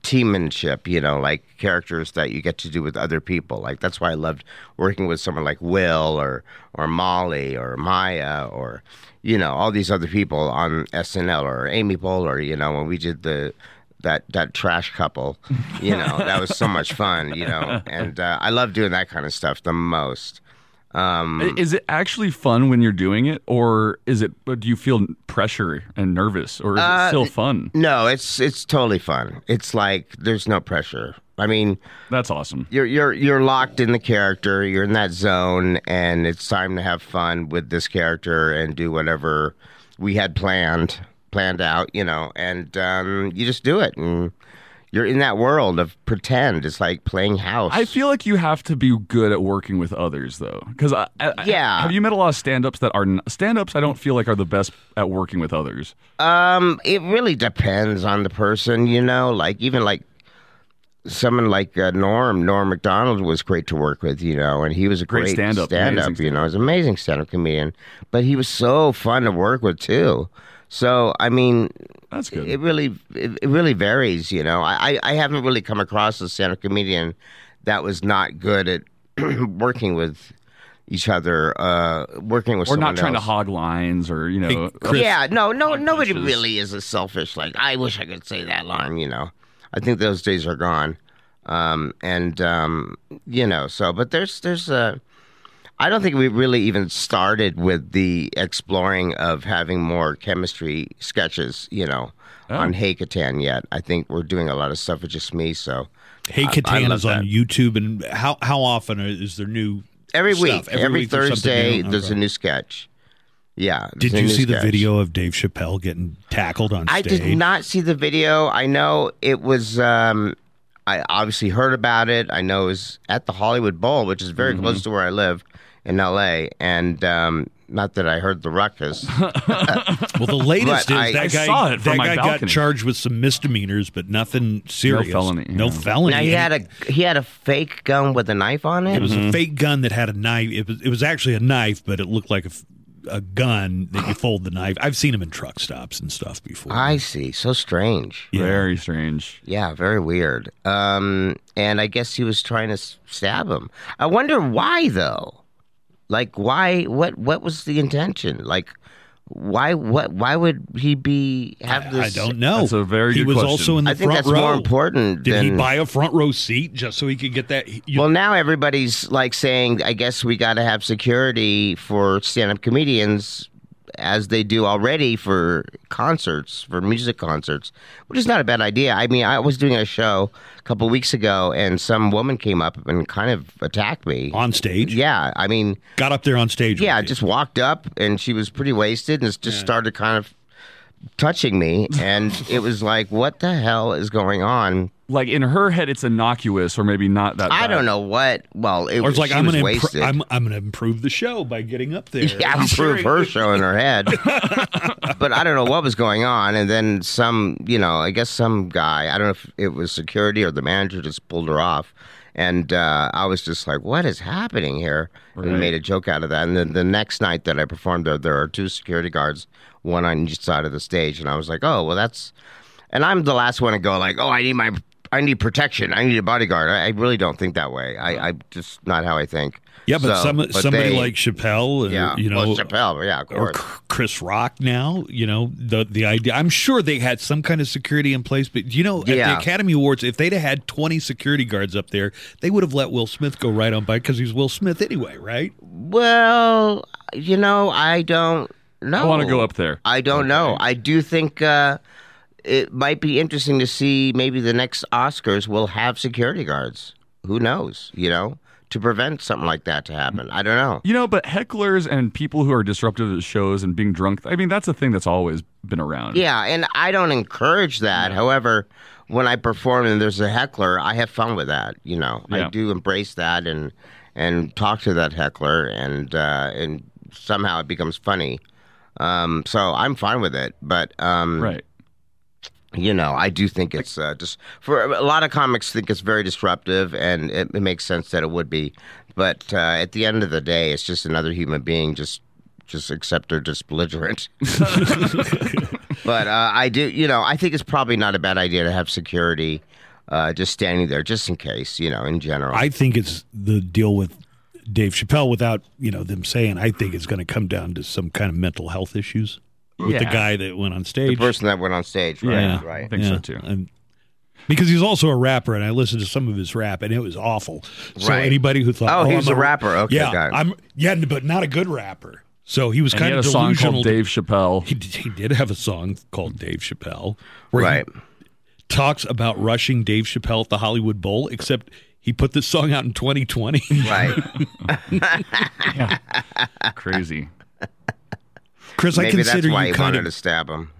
S10: teammanship, you know, like characters that you get to do with other people. Like that's why I loved working with someone like Will or or Molly or Maya or you know all these other people on SNL or Amy Poehler. You know when we did the that that trash couple, you know, that was so much fun, you know, and uh, I love doing that kind of stuff the most. Um,
S3: Is it actually fun when you're doing it, or is it? Do you feel pressure and nervous, or is
S10: Uh,
S3: it still fun?
S10: No, it's it's totally fun. It's like there's no pressure. I mean,
S3: that's awesome.
S10: You're you're you're locked in the character. You're in that zone, and it's time to have fun with this character and do whatever we had planned planned out. You know, and um, you just do it, and you're in that world of pretend. It's like playing house.
S3: I feel like you have to be good at working with others, though, because I, I,
S10: Yeah.
S3: have you met a lot of stand-ups that are stand-ups? I don't feel like are the best at working with others.
S10: Um, it really depends on the person, you know. Like even like someone like uh, Norm, Norm Macdonald was great to work with, you know, and he was a
S3: Great
S10: great,
S3: stand-up,
S10: stand-up,
S3: amazing
S10: you know, he's an amazing stand-up comedian. But he was so fun to work with too. So I mean,
S3: that's good.
S10: It really, it, it really varies, you know. I, I I haven't really come across a stand-up comedian that was not good at working with each other, uh, working with
S3: or
S10: someone
S3: not trying
S10: else. E,
S3: to hog lines, or you know,
S10: yeah, no, no, nobody
S3: punches.
S10: really is a selfish. Like, I wish I could say that line. You know, I think those days are gone. Um, and um, you know, so but there's there's a. I don't think we really even started with the exploring of having more chemistry sketches. You know,
S2: Oh.
S10: on Hey Catan yet. I think we're doing a lot of stuff with just me. So
S2: Hey
S10: I- I
S2: Catan
S10: love
S2: is on
S10: that.
S2: YouTube, and how how often are- is there new
S10: every
S2: stuff?
S10: week, every,
S2: week there's something
S10: Thursday.
S2: new?
S10: There's
S2: Okay.
S10: a new sketch. Yeah. there's
S2: Did
S10: a
S2: you
S10: new
S2: see the
S10: sketch.
S2: video of Dave Chappelle getting tackled on
S10: I
S2: stage?
S10: did not see the video. I know it was. Um, I obviously heard about it. I know it was at the Hollywood Bowl, which is very close to where I live in L.A. And um, not that I heard the ruckus.
S2: Well, the latest
S10: But
S2: is
S10: I-
S2: that
S10: I
S2: guy.
S10: saw it from
S2: that
S10: my
S2: guy got
S10: balcony.
S2: charged with some misdemeanors, but nothing serious.
S3: felony,
S2: No felony.
S10: Now he
S2: And
S10: had a he had a fake gun with a knife on it.
S2: It was a fake gun that had a knife. It was it was actually a knife, but it looked like a, f- a gun that you fold the knife. I've seen him in truck stops and stuff before.
S10: I see. So strange.
S3: Very strange.
S10: Yeah, very weird. Um, and I guess he was trying to s- stab him. I wonder why though. Like why? What? What was the intention? Like why? What? Why would he be have
S2: I
S10: this?
S2: don't know.
S3: That's a very
S2: he
S3: good
S2: was
S3: question.
S2: also in the
S10: I think
S2: front
S10: that's more
S2: row.
S10: important
S2: Did he
S10: than-
S2: buy a front row seat just so he could get that? You,
S10: well, now everybody's like saying, I guess we got to have security for stand up comedians as they do already for concerts, for music concerts, which is not a bad idea. I mean, I was doing a show a couple weeks ago and some woman came up and kind of attacked me
S2: on stage,
S10: Yeah. I mean,
S2: got up there on stage.
S10: yeah, just walked up and she was pretty wasted and just started kind of touching me. And it was like, what the hell is going on?
S3: Like in her head, it's innocuous, or maybe not that.
S10: I
S3: bad.
S10: don't know what. Well, it
S2: Or
S10: was
S2: it's like
S10: she
S2: I'm
S10: was
S2: gonna
S10: wasted.
S2: impro- I'm, I'm gonna improve the show by getting up there.
S10: Yeah,
S2: I'm sure
S10: improve
S2: he-
S10: her showing her head. but I don't know what was going on. And then some, you know, I guess some guy, I don't know if it was security or the manager just pulled her off. And uh, I was just like, what is happening here?
S3: Right.
S10: And made a joke out of that. And then the next night that I performed there, there are two security guards, one on each side of the stage. And I was like, oh, well, that's. And I'm the last one to go, like, oh, I need my. I need protection. I need a bodyguard. I, I really don't think that way. I, I just not how I think.
S2: Yeah, but,
S10: So-
S2: some,
S10: but
S2: somebody
S10: they-
S2: like Chappelle, or,
S10: yeah,
S2: you know,
S10: well, Chappelle, yeah, of
S2: or
S10: course.
S2: C- Chris Rock now, you know, the the idea. I'm sure they had some kind of security in place, but you know, at the
S10: Yeah.
S2: Academy Awards, if they'd have had 20 security guards up there, they would have let Will Smith go right on by because he's Will Smith anyway, right?
S10: Well, you know, I don't know.
S3: I want to go up there.
S10: I don't know. I do think uh, it might be interesting to see maybe the next Oscars will have security guards. Who knows? You know, to prevent something like that to happen. I don't know.
S3: You know, but hecklers and people who are disruptive at shows and being drunk, I mean, that's a thing that's always been around.
S10: Yeah, and I don't encourage that. However, when I perform and there's a heckler, I have fun with that. You know,
S3: Yeah.
S10: I do embrace that and and talk to that heckler, and uh, and somehow it becomes funny. Um, so I'm fine with it, but um,
S3: Right.
S10: You know, I do think it's uh, just for a lot of comics think it's very disruptive, and it, it makes sense that it would be. But uh, at the end of the day, it's just another human being, just just except they're just belligerent. but uh, I do, you know, I think it's probably not a bad idea to have security uh, just standing there, just in case, you know, in general.
S2: I think it's the deal with Dave Chappelle without you know them saying. I think it's going to come down to some kind of mental health issues with the
S10: Yeah.
S2: guy that went on
S10: the
S2: stage.
S10: person that went on stage, right?
S2: Yeah,
S10: right.
S2: yeah. And- because he's also a rapper, and I listened to some of his rap, and it was awful. So
S10: Right.
S2: anybody who thought,
S10: Oh,
S2: "Oh,
S10: he was
S2: I'm
S10: a rapper. Okay,
S2: yeah,
S10: got it.
S2: I'm yeah, but not a good rapper." So he was
S3: And he
S2: kind
S3: had
S2: of
S3: a song
S2: delusional.
S3: called Dave Chappelle.
S2: He, d- he did have a song called Dave Chappelle, where
S10: Right.
S2: he talks about rushing Dave Chappelle at the Hollywood Bowl, except he put this song out in 2020.
S10: Right.
S3: Crazy.
S2: Chris, I
S10: Maybe
S2: consider
S10: that's why
S2: you
S10: he
S2: kind
S10: wanted
S2: of
S10: to stab him.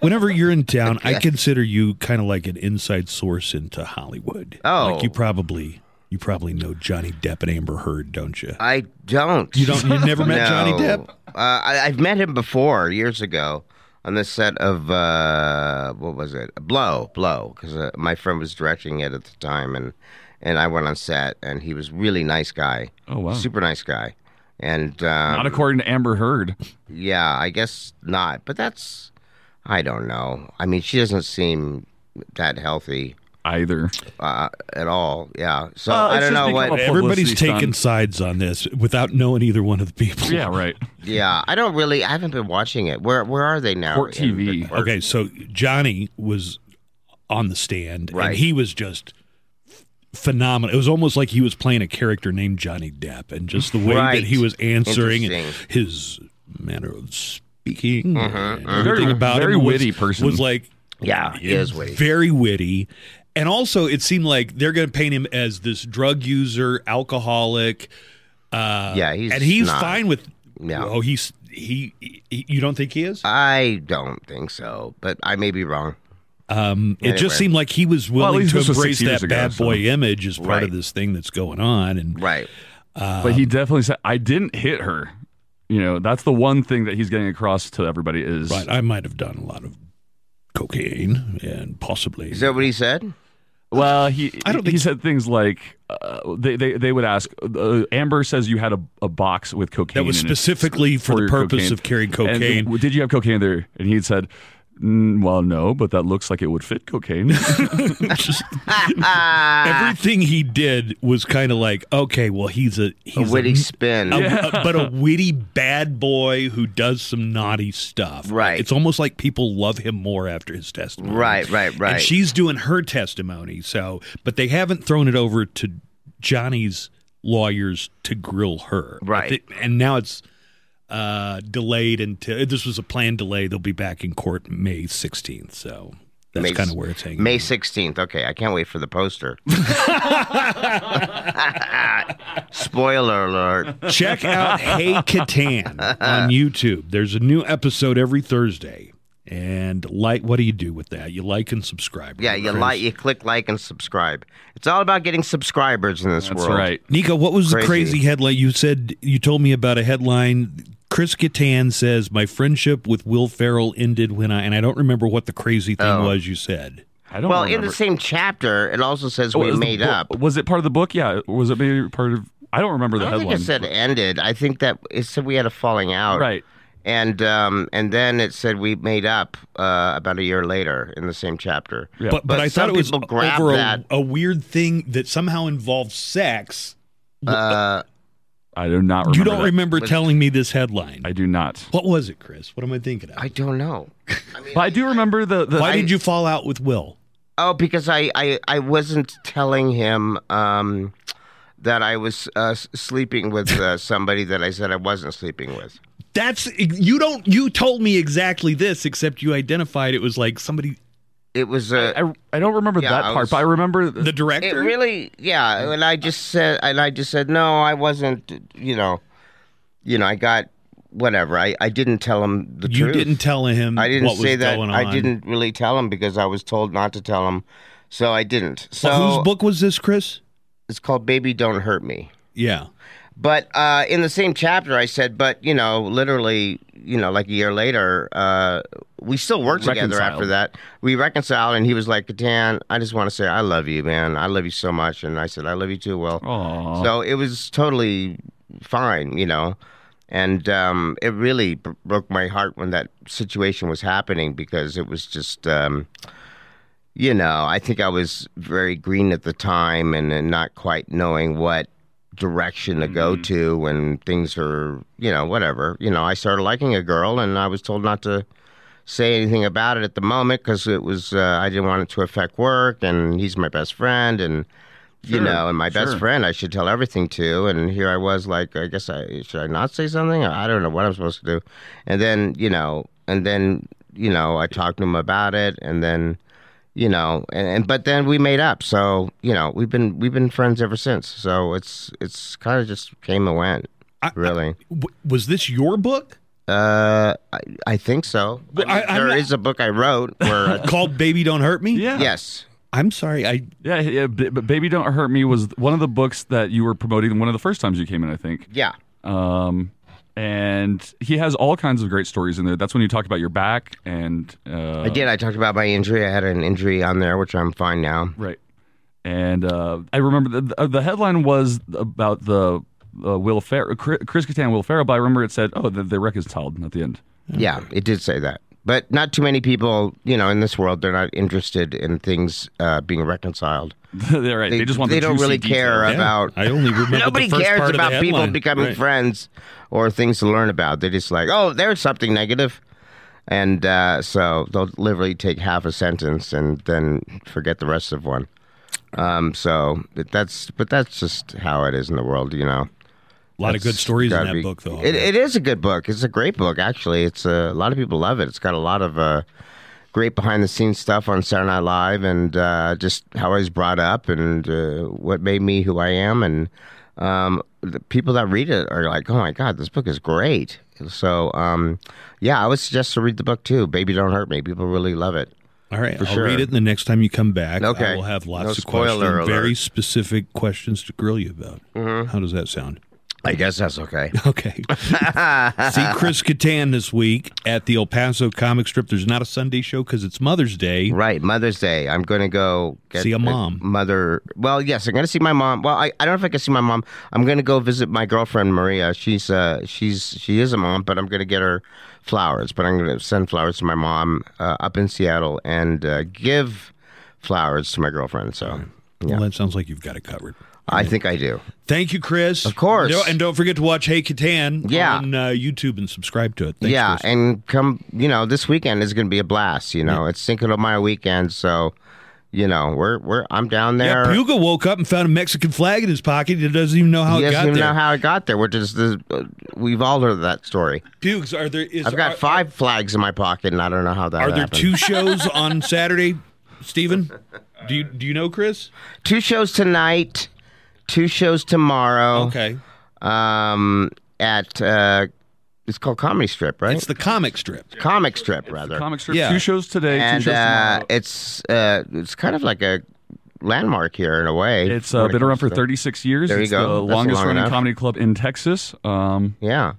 S2: Whenever you're in town, I
S10: Yeah.
S2: consider you kind of like an inside source into Hollywood.
S10: Oh.
S2: like you probably you probably know Johnny Depp and Amber Heard, don't you?
S10: I don't.
S2: You don't- you never met Johnny
S10: No.
S2: Depp?
S10: Uh, I, I've met him before years ago on the set of uh, what was it? Blow, Blow, because uh, my friend was directing it at the time, and and I went on set, and he was really nice guy.
S3: Oh, wow.
S10: super nice guy, and um,
S3: Not according to Amber Heard.
S10: yeah, I guess not. But that's I don't know. I mean, she doesn't seem that healthy
S3: Either.
S10: uh, at all. Yeah, so
S3: Well,
S10: I
S3: it's
S10: don't
S3: just
S10: know
S3: become
S10: what
S3: a
S2: Everybody's
S3: publicity
S2: taking sides on this without knowing either one of the people.
S3: Yeah, right.
S10: Yeah, I don't really. I haven't been watching it. Where where are they now?
S3: Court
S10: In-
S3: TV.
S2: Okay, so Johnny was on the stand,
S10: Right.
S2: and he was just phenomenal. It was almost like he was playing a character named Johnny Depp, and just the way
S10: Right.
S2: that he was answering and
S10: Interesting. Mm-hmm,
S2: his manner of speaking, and everything
S3: Very-
S2: about
S3: very
S2: him was-
S3: witty person.
S2: was like
S10: Yeah, he is witty.
S2: very witty. And also, it seemed like they're going to paint him as this drug user, alcoholic. Uh,
S10: Yeah, he's
S2: and he's
S10: not.
S2: fine with.
S10: No.
S2: Oh, he's he, he. You don't think he is?
S10: I don't think so, but I may be wrong.
S2: Um, it
S10: Anyway.
S2: just seemed like he was
S3: at
S2: willing
S3: least
S2: to
S3: this was
S2: embrace
S3: six years
S2: that
S3: ago,
S2: bad boy
S3: so-
S2: image as part
S10: Right.
S2: of this thing that's going on. And uh,
S10: Right.
S3: but he definitely said, I didn't hit her. You know, that's the one thing that he's getting across to everybody is
S2: right, I might have done a lot of cocaine and possibly.
S10: Is that what he said?
S3: Well, he
S2: I don't
S3: he
S2: think so.
S3: said things like uh, they, they they would ask uh, Amber says you had a, a box with cocaine
S2: That was
S3: in it
S2: specifically for the
S3: your
S2: purpose of carrying
S3: And,
S2: cocaine.
S3: "Well, did you have cocaine there? And he said, "Mm, "Well, no, but that looks like it would fit cocaine."
S2: Just-
S10: Ah.
S2: everything he did was kind of like okay, well he's a
S10: A
S2: he's
S10: witty spin.
S2: a- a- but a witty bad boy who does some naughty stuff.
S10: Right.
S2: It's almost like people love him more after his testimony.
S10: Right, right, right.
S2: And she's doing her testimony. So, but they haven't thrown it over to Johnny's lawyers to grill her. I
S10: Right.
S2: thi- and now it's uh delayed until this was a planned delay. They'll be back in court May 16th. So that's
S10: May-
S2: kind of where it's hanging.
S10: May 16th. Okay, I can't wait for the poster. Spoiler alert.
S2: Check out Hey Catan on YouTube. There's a new episode every Thursday. And like, what do you do with that? You like and subscribe.
S10: Yeah,
S2: right,
S10: you
S2: Chris?
S10: like, you click like and subscribe. It's all about getting subscribers in this
S3: That's
S10: world.
S3: right.
S2: Nico, what was the
S10: Crazy.
S2: crazy headline? You said you told me about a headline. Chris Kattan says my friendship with Will Ferrell ended when I and I don't remember what the crazy thing
S10: Oh.
S2: was you said.
S3: I don't
S10: Well, in
S3: remember.
S10: the same chapter, it also says
S3: Oh, it
S10: we
S3: was the
S10: made
S3: book-
S10: up.
S3: Was it part of the book? Yeah, was it maybe part of? I don't remember the
S10: I don't think
S3: headline.
S10: it said ended. I think that it said we had a falling out.
S3: Right.
S10: And um, and then it said we made up uh, about a year later in the same chapter.
S3: Yeah.
S2: But, but
S10: But
S2: I
S10: some
S2: thought it was
S10: people grab
S2: over a,
S10: that.
S2: a weird thing that somehow involved sex.
S10: Uh,
S3: I do not. remember
S2: you don't
S3: that.
S2: remember
S10: But-
S2: telling me this headline.
S3: I do not.
S2: what was it, Chris? What am I thinking of?
S10: I don't know. I mean,
S3: But I do remember the. the
S2: Why
S10: I-
S2: did you fall out with Will?
S10: Oh, because I, I, I wasn't telling him um, that I was uh, s- sleeping with uh, somebody that I said I wasn't sleeping with.
S2: That's you don't you told me exactly this except you identified it was like somebody
S10: It was a.
S11: I, I don't remember
S10: Yeah,
S11: that
S10: I
S11: part,
S10: was-
S11: but I remember
S2: the
S10: It really, yeah. And I just said, and I just said, no, I wasn't. You know, you know, I got whatever. I, I didn't tell him the
S2: You
S10: truth.
S2: didn't tell him
S10: I didn't
S2: what was
S10: say that.
S2: going
S10: I
S2: on.
S10: didn't really tell him because I was told not to tell him, so I didn't. So
S2: Well, whose book was this, Chris?
S10: It's called "Baby Don't Hurt Me."
S2: Yeah.
S10: But uh, in the same chapter, I said, but you know, literally, you know, like a year later, uh, we still worked together
S11: Reconciled.
S10: after that. We reconciled, and he was like, Dan, I just want to say I love you, man. I love you so much. And I said, I love you too, Will. So it was totally fine, you know. And um, it really b- broke my heart when that situation was happening because it was just. Um, you know, I think I was very green at the time and, and not quite knowing what direction to
S11: Mm-hmm.
S10: go to when things are, you know, whatever. You know, I started liking a girl and I was told not to say anything about it at the moment because it was, uh, I didn't want it to affect work and he's my best friend and, you
S11: Sure,
S10: know, and my best
S11: sure.
S10: friend I should tell everything to. And here I was like, I guess I, should I not say something? I don't know what I'm supposed to do. And then, you know, and then, you know, I talked to him about it and then, you know and, and but then we made up so you know we've been we've been friends ever since so it's it's kind of just came and went really
S2: W- was this your book?
S10: uh i, I think so I
S2: Well, I-
S10: mean,
S2: I'm
S10: there
S2: not-
S10: is a book i wrote where
S2: Called Baby Don't Hurt Me?
S11: Yeah.
S10: yes
S2: I'm sorry. I
S3: Yeah, yeah, B- but Baby Don't Hurt Me was one of the books that you were promoting one of the first times you came in, I think.
S10: yeah
S3: Um, and he has all kinds of great stories in there. That's when you talked about your back and uh,
S10: i did i talked about my injury i had an injury on there which i'm fine now
S3: Right. And uh, I remember the, the, the headline was about the uh, Will Fer- Chris Chris Kattan, Will Ferrell, but I remember it said, oh, the, the reconciled at the end.
S10: yeah it did say that but not too many people you know in this world they're not interested in things uh being reconciled
S3: They're right. They, just want the
S10: don't really
S3: juicy
S10: care
S3: details.
S10: about.
S2: I only remember
S10: Nobody
S2: the first
S10: cares
S2: part of the
S10: about people
S2: headline.
S10: becoming
S2: Right.
S10: friends or things to learn about. They're just like, oh, there's something negative, and uh, so they'll literally take half a sentence and then forget the rest of one. Um, so but that's but that's just how it is in the world, you know.
S2: A lot of good
S10: That's
S2: stories in
S10: gotta
S2: that
S10: be-
S2: book, though.
S10: It, it is a good book. It's a great book, actually. It's uh, a, a lot of people love it. It's got a lot of uh, great behind the scenes stuff on Saturday Night Live, and uh, just how I was brought up, and uh, what made me who I am, and um, the people that read it are like, "Oh my god, this book is great." So, um, yeah, I would suggest to read the book too. Baby, don't hurt me. People really love it.
S2: All right,
S10: for
S2: I'll
S10: sure.
S2: read it, and the next time you come back,
S10: Okay.
S2: I will have lots
S10: No
S2: of questions,
S10: spoiler alert. Mm-hmm.
S2: very specific questions to grill you about. How does that sound?
S10: I guess that's okay.
S2: Okay. See Chris Kattan this week at the El Paso Comic Strip. There's not a Sunday show because it's Mother's Day.
S10: Right, Mother's Day. I'm going to go get
S2: See a
S10: a
S2: mom.
S10: Mother. Well, yes, I'm going to see my mom. Well, I, I don't know if I can see my mom. I'm going to go visit my girlfriend Maria. She's uh she's she is a mom, but I'm going to get her flowers. But I'm going to send flowers to my mom uh, up in Seattle and uh, give flowers to my girlfriend. So
S2: Well, that sounds like you've got it covered.
S10: I think I do.
S2: Thank you, Chris. Of
S10: course.
S2: and don't forget to watch Hey Katan
S10: Yeah.
S2: on uh, YouTube and subscribe to it. Thanks,
S10: yeah,
S2: Chris.
S10: and come, you know, this weekend is going to be a blast. You know, it's Cinco de Mayo weekend, so you know we're we're I'm down there.
S2: Yeah, Puga woke up and found a Mexican flag in his pocket. He doesn't even know how
S10: he
S2: Oh, it
S10: doesn't
S2: got
S10: even
S2: there.
S10: know how it got there. Which is the uh, we've all heard that story.
S2: Pugs, are there? Is,
S10: I've got
S2: are-
S10: five flags in my pocket, and I don't know how that.
S2: Are there
S10: happened.
S2: two shows on Saturday, Stephen? Do you do you know Chris?
S10: Two shows tonight? Two shows tomorrow?
S2: Okay,
S10: Um, at uh, it's called Comedy Strip, right?
S2: it's the comic strip.
S10: comic Strip, rather.
S3: Comic strip,
S2: Yeah.
S3: two shows today,
S10: and
S3: two shows
S10: uh,
S3: tomorrow.
S10: it's uh, it's kind of like a landmark here in a way.
S3: It's uh,
S10: when it
S3: been around
S10: comes
S3: for
S10: to-
S3: 36 years.
S10: There you
S3: it's
S10: go.
S3: the
S10: That's
S3: longest
S10: long
S3: running
S10: enough.
S3: comedy club in Texas. Um,
S10: Yeah.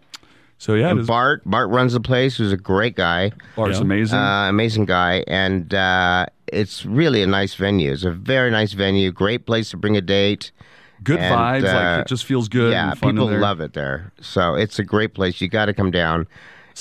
S3: so yeah, it
S10: And
S3: is,
S10: Bart Bart runs the place. Who's a great guy.
S3: Bart's amazing.
S10: Uh, amazing guy, and uh, it's really a nice venue. It's a very nice venue. Great place to bring a date.
S3: good
S10: and,
S3: vibes.
S10: uh,
S3: like it just feels good.
S10: yeah,
S3: and fun
S10: people
S3: in there.
S10: love it there. So it's a great place. You got to come down.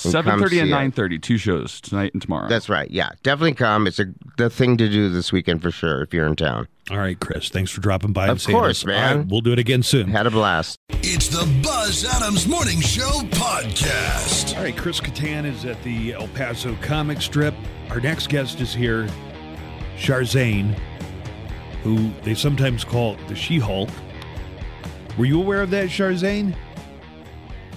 S10: and come
S3: 7:30 and
S10: see it.
S3: 9:30, two shows tonight and tomorrow.
S10: That's right. Yeah, definitely come. It's a the thing to do this weekend for sure if you're in town.
S2: All right, Chris. Thanks for dropping by. and
S10: Of
S2: saying
S10: course,
S2: this. All right,
S10: man.
S2: we'll do it again soon.
S10: Had a blast.
S1: It's the Buzz Adams Morning Show podcast.
S2: All right, Chris Kattan is at the El Paso Comic Strip. Our next guest is here, Charzane, who they sometimes call the She Hulk. Were you aware of that, Charzane?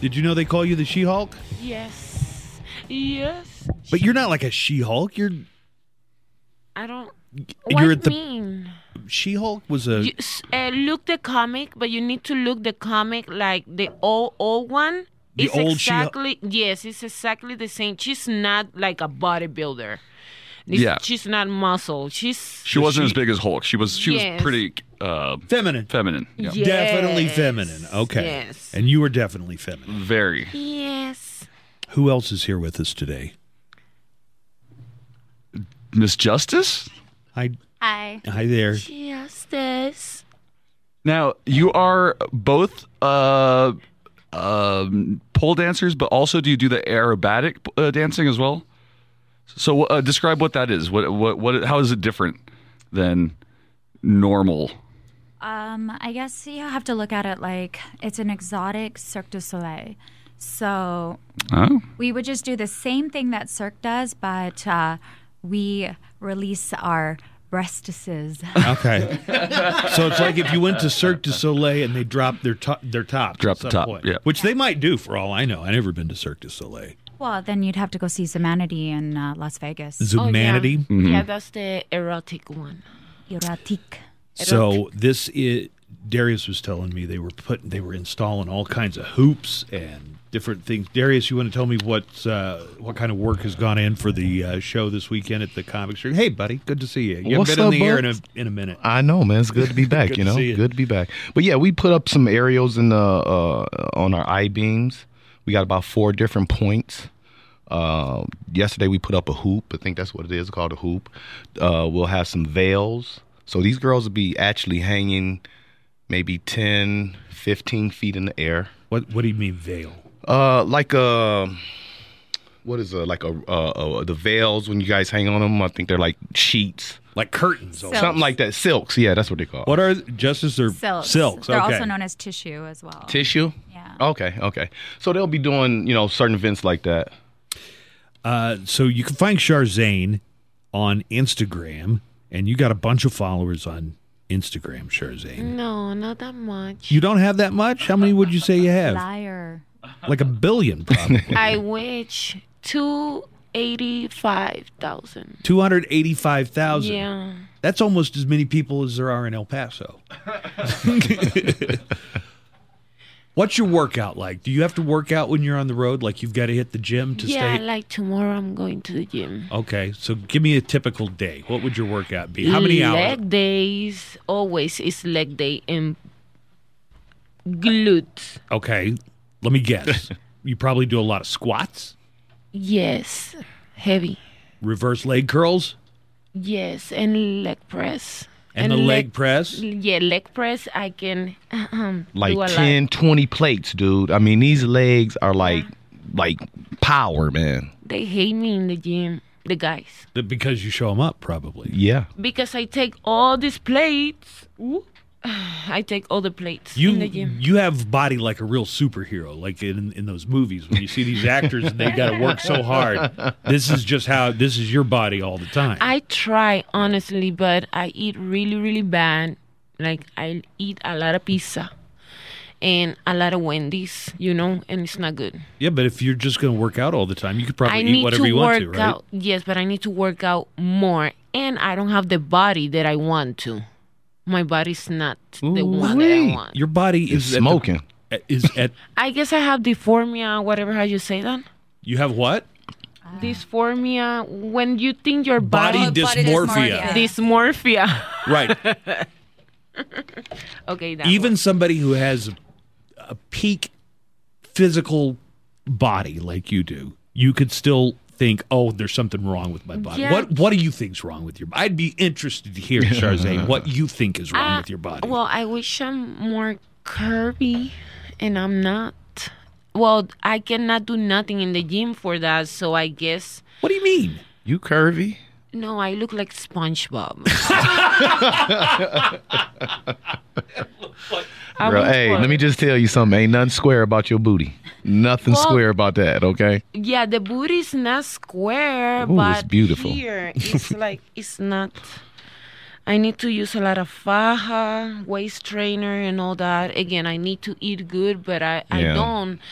S2: Did you know they call you the She Hulk?
S12: Yes. Yes.
S2: But you're not like a She Hulk. You're
S11: I don't.
S2: You're
S11: What
S2: at the-
S11: mean?
S2: She Hulk was a
S11: You, s- uh, look the comic, but you need to look the comic like the old old one.
S2: The
S11: it's
S2: old She-Hulk-
S11: exactly yes, it's exactly the same. She's not like a bodybuilder. This-
S3: Yeah.
S11: she's not muscle. She's
S3: She wasn't as big as Hulk. She was she
S11: Yes.
S3: was pretty uh,
S2: feminine.
S3: Feminine. Yeah.
S2: definitely
S11: Yes.
S2: feminine. Okay.
S11: Yes.
S2: And you were definitely feminine.
S3: Very.
S11: yes.
S2: Who else is here with us today?
S3: Miss Justice.
S2: Hi.
S11: Hi.
S2: Hi there.
S11: Justice.
S3: Now you are both uh, um, pole dancers, but also do you do the aerobatic uh, dancing as well? So uh, describe what that is. What what what? How is it different than normal?
S12: Um, I guess you have to look at it like it's an exotic Cirque du Soleil. So
S3: Oh.
S12: we would just do the same thing that Cirque does, but uh, we release our breastises.
S2: Okay. so it's like if you went to Cirque du Soleil and they dropped their top, their top,
S3: Drop
S2: at
S3: the
S2: some
S3: top,
S2: point,
S3: yeah.
S2: which they might do for all I know. I never been to Cirque du Soleil.
S12: Well, then you'd have to go see Zumanity in uh, Las Vegas.
S2: Zumanity?
S11: Oh, yeah.
S2: Mhm.
S11: Yeah, that's the erotic one.
S12: Erotic.
S2: So this is Darius was telling me they were putting they were installing all kinds of hoops and different things. Darius, you want to tell me what uh, what kind of work has gone in for the uh, show this weekend at the comic strip? Hey, buddy, good to see you. You
S13: What's
S2: haven't
S13: up,
S2: been in the air in a
S13: bud?
S2: in a minute.
S13: I know, man. It's good to be back.
S2: Good
S13: you
S2: to
S13: know,
S2: see you.
S13: good to be back. But yeah, we put up some aerials in the uh, on our i beams. We got about four different points. Uh, yesterday we put up a hoop. I think that's what it is called a hoop. Uh, we'll have some veils. So these girls will be actually hanging maybe 10, 15 feet in the air.
S2: What What do you mean veil?
S13: Uh, like a what is a like a uh, uh, the veils when you guys hang on them? I think they're like sheets,
S2: like curtains,
S12: Silks.
S13: something like that. Silks, yeah, that's what they call.
S2: What are justice or
S12: Silks. They're also known as tissue as well.
S13: tissue? Yeah. Okay, okay. So they'll be doing you know certain events like that.
S2: Uh, so you can find Sharzane on Instagram, and you got a bunch of followers on Instagram, Sharzane.
S11: No, not that much.
S2: You don't have that much. How many would you say you have?
S11: Liar.
S2: Like a billion, probably.
S11: I wish two eighty five thousand.
S2: Two hundred eighty-five thousand.
S11: Yeah.
S2: That's almost as many people as there are in El Paso. What's your workout like? Do you have to work out when you're on the road? Like you've got to hit the gym to
S11: Yeah,
S2: stay.
S11: like tomorrow I'm going to the gym.
S2: Okay, so give me a typical day. What would your workout be? How many hours?
S11: Leg days always is leg day and glutes.
S2: Okay, let me guess. you probably do a lot of squats,
S11: Yes, heavy.
S2: reverse leg curls,
S11: Yes, and leg press.
S2: and, the leg, press.
S11: Yeah, leg press. I can um,
S13: Like
S11: do a lot.
S13: 10, 20 plates, dude. I mean, these legs are like like power, man.
S11: They hate me in the gym, the guys,
S2: Th- Because you show them up, probably.
S13: Yeah.
S11: because I take all these plates. Ooh. I take all the plates
S2: You
S11: in the gym.
S2: you have body like a real superhero, like in in those movies when you see these actors and they got to work so hard. This is just how this is your body all the time.
S11: I try honestly, but I eat really, really bad. Like I eat a lot of pizza and a lot of Wendy's, you know, and it's not good.
S2: Yeah, but if you're just going to work out all the time, you could probably
S11: I
S2: eat whatever you want to, right?
S11: out. Yes, but I need to work out more, and I don't have the body that I want to. My body's not the one that I want.
S2: Your body is smoking. is at
S11: I guess I have dysphoria, whatever how you say that.
S2: you have what?
S11: Dysphoria when you think your
S2: Body
S11: body,
S2: Oh, body dysmorphia.
S11: dysmorphia.
S2: Right.
S11: okay, that
S2: even somebody who has a peak physical body like you do, you could still think, "Oh, there's something wrong with my body."
S11: Yeah.
S2: What What do you think's wrong with your? body? I'd be interested to hear, Sharzay, what you think is wrong
S11: Uh,
S2: with your body.
S11: Well, I wish I'm more curvy, and I'm not. Well, I cannot do nothing in the gym for that, so I guess.
S2: What do you mean?
S13: You curvy?
S11: No, I look like SpongeBob. I
S13: Bro,
S11: was
S13: hey, let
S11: one.
S13: me just tell you something. Ain't nothing square about your booty. Nothing
S11: Well-
S13: square about that, okay?
S11: Yeah, the booty's not square,
S13: Ooh,
S11: but
S13: it's beautiful.
S11: here it's like it's not. I need to use a lot of faja, waist trainer, and all that. Again, I need to eat good, but I, I
S13: Yeah.
S11: don't.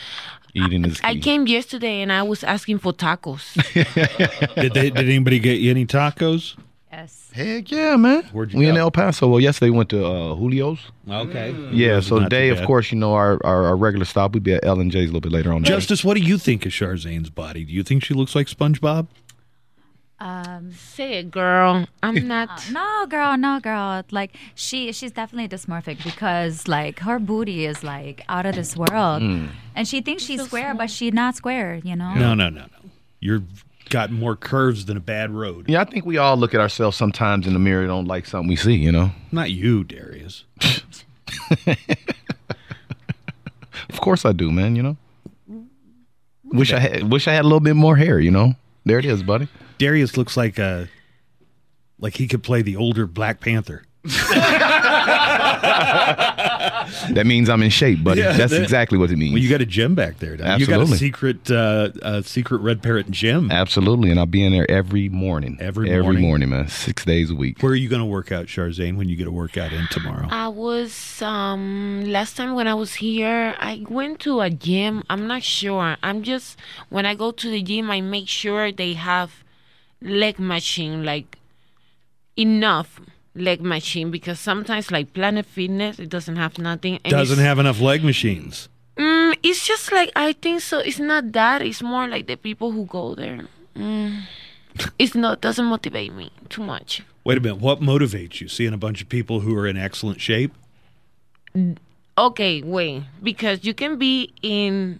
S13: Eating is
S11: I came yesterday and I was asking for tacos.
S2: did, they, did anybody get you any tacos?
S12: Yes.
S13: Heck yeah, man.
S2: Where'd you
S13: we
S2: go?
S13: in El Paso. Well, yesterday we went to uh, Julio's.
S2: Okay.
S13: Mm. Yeah,
S2: Those are
S13: so
S2: not
S13: today,
S2: too
S13: of
S2: bad.
S13: course, you know our, our, our regular stop. We'd be at L and J's a little bit later on. Just
S2: Justice, what do you think of Charzane's body? Do you think she looks like SpongeBob?
S12: Um, Uh,
S11: Say it, girl. I'm not.
S12: no, girl, no, girl. Like she, she's definitely dysmorphic because like her booty is like out of this
S11: Uh,
S12: world,
S2: Mm.
S12: and she thinks she's square, but she's not square. You know.
S2: No, no, no, no. You're got more curves than a bad road.
S13: yeah, I think we all look at ourselves sometimes in the mirror and don't like something we see. You know,
S2: Not you, Darius.
S13: of course I do, man. You know, wish I had wish I had a little bit more hair. You know, there it is, buddy.
S2: Darius looks like a like he could play the older Black Panther.
S13: That means I'm in shape, buddy.
S2: Yeah,
S13: That's
S2: that-
S13: exactly what it means.
S2: Well, you got a gem back there. Don't you? You got a
S13: Absolutely.
S2: secret, uh, uh, secret red parrot gem.
S13: Absolutely, and I'll be in there every morning.
S2: Every
S13: every
S2: morning.
S13: morning, man. Six days a week.
S2: Where are you going to work out, Charzane? When you get a workout in tomorrow?
S11: I was um last time when I was here, I went to a gym. I'm not sure. I'm just when I go to the gym, I make sure they have leg machine like enough leg machine because sometimes like Planet Fitness it doesn't have nothing. and it's-
S2: Doesn't have enough leg machines.
S11: Mm, it's just like I think so. It's not that. It's more like the people who go there. Mm. It's not doesn't motivate me too much.
S2: Wait a minute. What motivates you? Seeing a bunch of people who are in excellent shape.
S11: Okay, wait. Because you can be in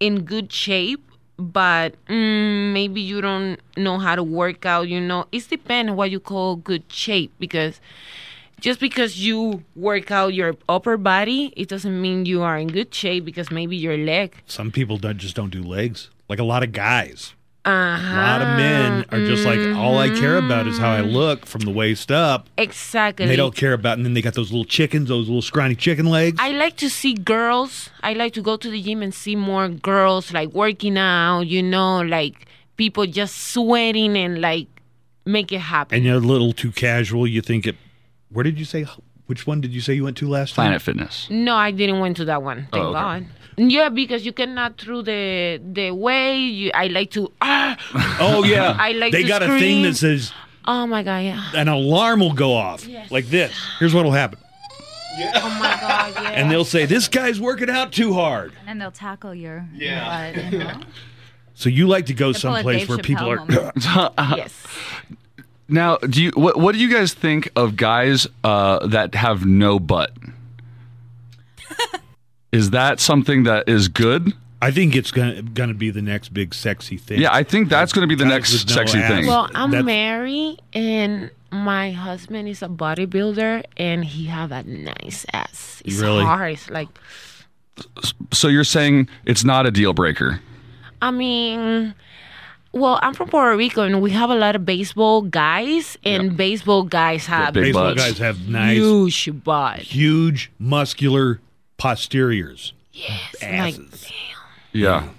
S11: in good shape, but mm, maybe you don't know how to work out. You know, it's depend what you call good shape. Because just because you work out your upper body, it doesn't mean you are in good shape. Because maybe your leg.
S2: Some people don't, just don't do legs. Like a lot of guys.
S11: Uh-huh.
S2: A lot of men
S11: Ah,
S2: are just like all I care about is how
S11: mm-hmm.
S2: I look from the waist up.
S11: Exactly.
S2: And they don't care about, and then they got those little chickens, those little scrawny chicken legs.
S11: I like to see girls. I like to go to the gym and see more girls like working out, you know, like people just sweating and like make it happen.
S2: and you're a little too casual. You think it. Where did you say? Which one did you say you went to last time?
S3: Planet Fitness.
S11: No, I didn't went to that one. Thank
S2: Oh, okay.
S11: God. Yeah, because you cannot through the the way. You, I like to. Ah,
S2: Oh yeah,
S11: I like
S2: they
S11: to
S2: got a thing
S11: scream.
S2: that says
S11: Oh my God! Yeah.
S2: an alarm will go off like this. Here's what'll happen,
S11: Oh my God! Yeah.
S2: and they'll say this guy's working out too hard.
S12: And then they'll tackle your yeah. butt, you know?
S2: So you like to go
S12: They call it
S2: someplace
S12: Dave
S2: where people are.
S12: Chappelle yes.
S3: Now, do you what, what do you guys think of guys uh, that have no butt? is that something that is good?
S2: I think it's gonna gonna be the next big sexy thing.
S3: Yeah, I think that's going to be the
S2: Guys
S3: next
S2: with no
S3: sexy
S2: ass.
S3: thing.
S11: Well, I'm
S2: That's-
S11: married, and my husband is a bodybuilder, and he have a nice ass. It's
S3: Really?
S11: hard. It's like
S3: so you're saying it's not a deal breaker.
S11: I mean, well, I'm from Puerto Rico, and we have a lot of baseball guys, and baseball guys have
S2: baseball guys have nice,
S11: huge butt,
S2: huge muscular posteriors.
S11: Yes,
S2: asses.
S3: yeah.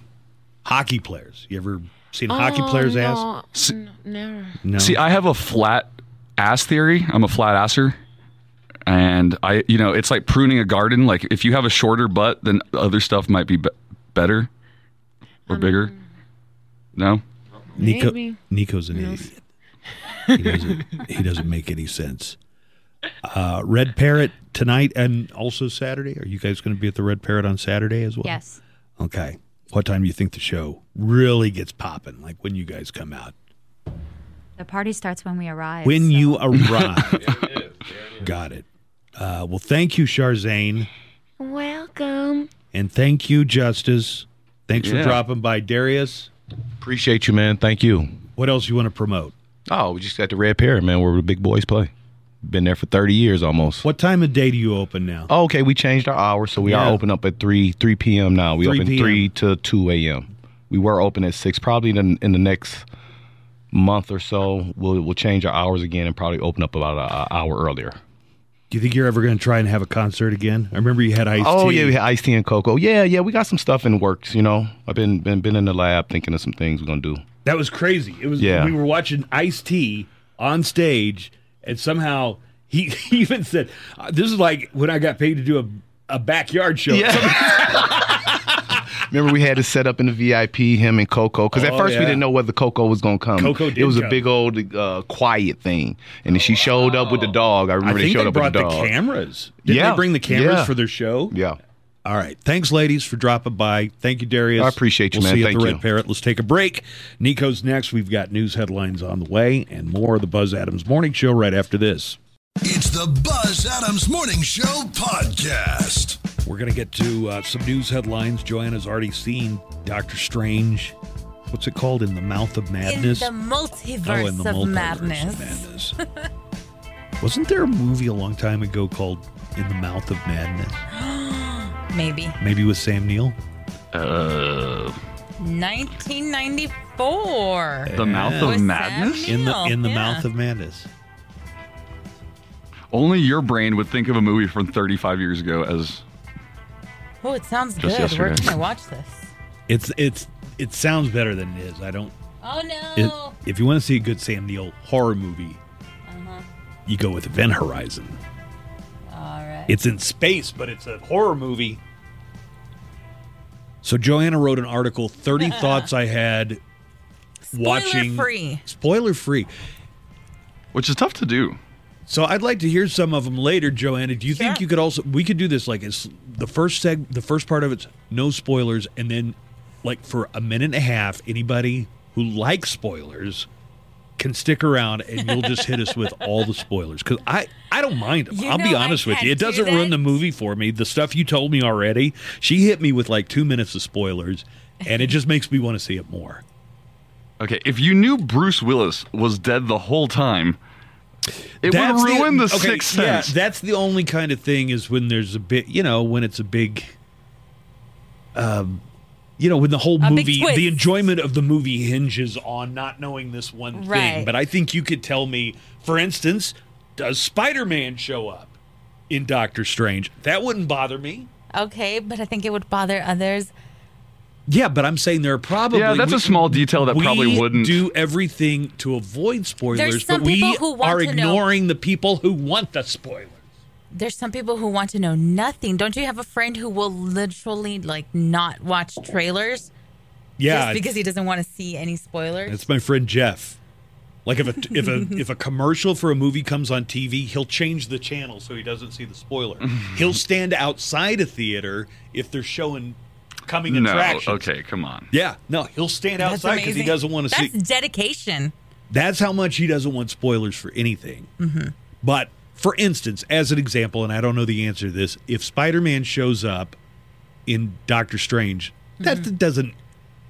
S2: Hockey players. You ever seen a
S11: Oh,
S2: hockey player's ass?
S11: no, n- never.
S2: No.
S3: See, I have a flat ass theory. I'm a flat asser. And I, you know, it's like pruning a garden. Like if you have a shorter butt, then other stuff might be, be- better
S4: Um,
S3: or bigger. No?
S2: Nico,
S11: Maybe.
S2: Nico's an
S11: No.
S2: idiot. He doesn't, he doesn't make any sense. Uh, Red Parrot tonight and also Saturday. Are you guys going to be at the Red Parrot on Saturday as well?
S12: Yes.
S2: Okay. What time do you think the show really gets popping? Like when you guys come out?
S12: The party starts when we arrive.
S2: when you arrive. Got it. Uh, well, thank you, Charzane.
S11: Welcome.
S2: And thank you, Justice. Thanks
S13: Yeah.
S2: for dropping by, Darius.
S13: Appreciate you, man. Thank you.
S2: What else you want to promote?
S13: Oh, we just got the Red Parrot, man, where the big boys play. Been there for thirty years almost.
S2: What time of day do you open now?
S13: Oh, okay, we changed our hours, so we
S2: Yeah.
S13: are open up at three three p.m. now. We
S2: 3
S13: open
S2: p.m..
S13: three to two a.m. We were open at six. Probably in, in the next month or so, we'll we'll change our hours again and probably open up about an hour earlier.
S2: Do you think you're ever going to try and have a concert again? I remember you had Ice.
S13: oh yeah, we had Ice Tea and Cocoa. Yeah, yeah, we got some stuff in works. You know, I've been been been in the lab thinking of some things we're gonna do.
S2: That was crazy. It was
S13: Yeah.
S2: we were watching Ice T on stage, and somehow he, he even said, uh, "This is like when I got paid to do a, a backyard show."
S13: Remember, we had it set up in the VIP, him and Coco, because at
S2: Oh,
S13: first
S2: yeah.
S13: we didn't know whether Coco was going to come.
S2: Coco did
S13: Um, It was
S2: come.
S13: a big old uh, quiet thing, and then she showed up with the dog. I
S2: I
S13: remember
S2: think
S13: they
S2: they,
S13: showed up
S2: brought
S13: with the
S2: the,
S13: dog.
S2: cameras. Did
S13: Yeah.
S2: they bring the cameras
S13: Yeah.
S2: for their show?
S13: Yeah.
S2: All right. Thanks, ladies, for dropping by. Thank you, Darius.
S13: I appreciate you,
S2: we'll
S13: man.
S2: See you
S13: Thank
S2: at the
S13: you.
S2: Red Parrot. Let's take a break. Nico's next. We've got news headlines on the way and more of the Buzz Adams Morning Show right after this.
S1: It's the Buzz Adams Morning Show podcast.
S2: We're going to get to uh, some news headlines. Joanna's already seen Doctor Strange. What's it called? In the Mouth of Madness?
S4: In the multiverse
S2: Oh, in the
S4: of
S2: multiverse of
S4: madness.
S2: Wasn't there a movie a long time ago called In the Mouth of Madness?
S4: Maybe.
S2: Maybe with Sam Neill?
S3: Uh,
S4: 1994.
S3: The Mouth of
S4: With Sam
S3: Madness?
S2: In the
S4: Neill,
S2: in the
S4: yeah.
S2: mouth of madness.
S3: Only your brain would think of a movie from 35 years ago as
S4: Oh, it sounds good.
S3: Just
S4: Where
S3: yesterday.
S4: can I watch this?
S2: It's it's it sounds better than it is. I don't.
S4: Oh,
S2: It,
S4: no.
S2: if you want to see a good Sam Neill horror movie,
S4: Uh-huh.
S2: you go with Event Horizon.
S4: All right.
S2: It's in space, but it's a horror movie. So Joanna wrote an article, 30 thoughts I had watching
S4: Spoiler-free.
S2: spoiler free.
S3: Which is tough to do.
S2: So I'd like to hear some of them later, Joanna. Do you think you could also we could do this like it's the first seg the first part of it's no spoilers and then like for a minute and a half anybody who likes spoilers can stick around and you'll just hit us with all the spoilers cuz I I don't mind them.
S6: You
S2: I'll be
S6: know I
S2: honest with
S6: can't
S2: you. It
S6: do
S2: doesn't
S6: that.
S2: ruin the movie for me. The stuff you told me already, she hit me with like 2 minutes of spoilers and it just makes me want to see it more.
S3: Okay, if you knew Bruce Willis was dead the whole time, it would ruin the,
S2: okay,
S3: sixth
S2: yeah,
S3: sense.
S2: that's the only kind of thing is when there's a bit, you know, when it's a big, um, you know, when the whole
S6: A big
S2: movie,
S6: twist.
S2: the enjoyment of the movie hinges on not knowing this one
S6: Right.
S2: thing. But I think you could tell me, for instance, does Spider-Man show up in Doctor Strange? That wouldn't bother me.
S4: Okay, but I think it would bother others.
S2: Yeah, but I'm saying there are probably
S3: Yeah, that's a small detail that
S2: we
S3: probably wouldn't.
S2: do everything to avoid spoilers,
S4: some
S2: but we
S4: people who want
S2: are
S4: to know-
S2: ignoring the people who want the spoiler.
S4: There's some people who want to know nothing. Don't you have a friend who will literally like not watch trailers?
S2: Yeah,
S4: Just because he doesn't want to see any spoilers.
S2: That's my friend Jeff. Like if a if a if a commercial for a movie comes on TV, he'll change the channel so he doesn't see the spoiler. he'll stand outside a theater if they're showing coming
S3: no,
S2: attractions.
S3: okay, come on.
S2: Yeah, no, he'll stand
S4: That's
S2: outside because he
S4: amazing.
S2: doesn't want to see.
S4: That's dedication.
S2: That's how much he doesn't want spoilers for anything.
S4: Mm-hmm.
S2: But for instance, as an example, and I don't know the answer to this, if Spider Man shows up in Doctor Strange, that doesn't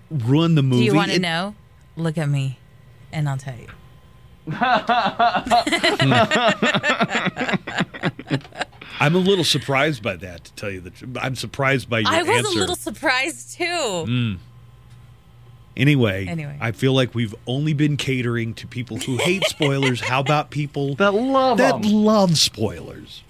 S2: ruin the movie.
S4: Mm-hmm. Do you want to
S2: It-
S4: know? Look at me, and I'll tell you.
S2: I'm a little surprised by that, to tell you the truth. I'm surprised by your
S4: I was
S2: answer.
S4: a little surprised too.
S2: Mm. Anyway,
S4: Anyway.
S2: I feel like we've only been catering to people who hate spoilers. How about people
S3: that love
S2: that love spoilers?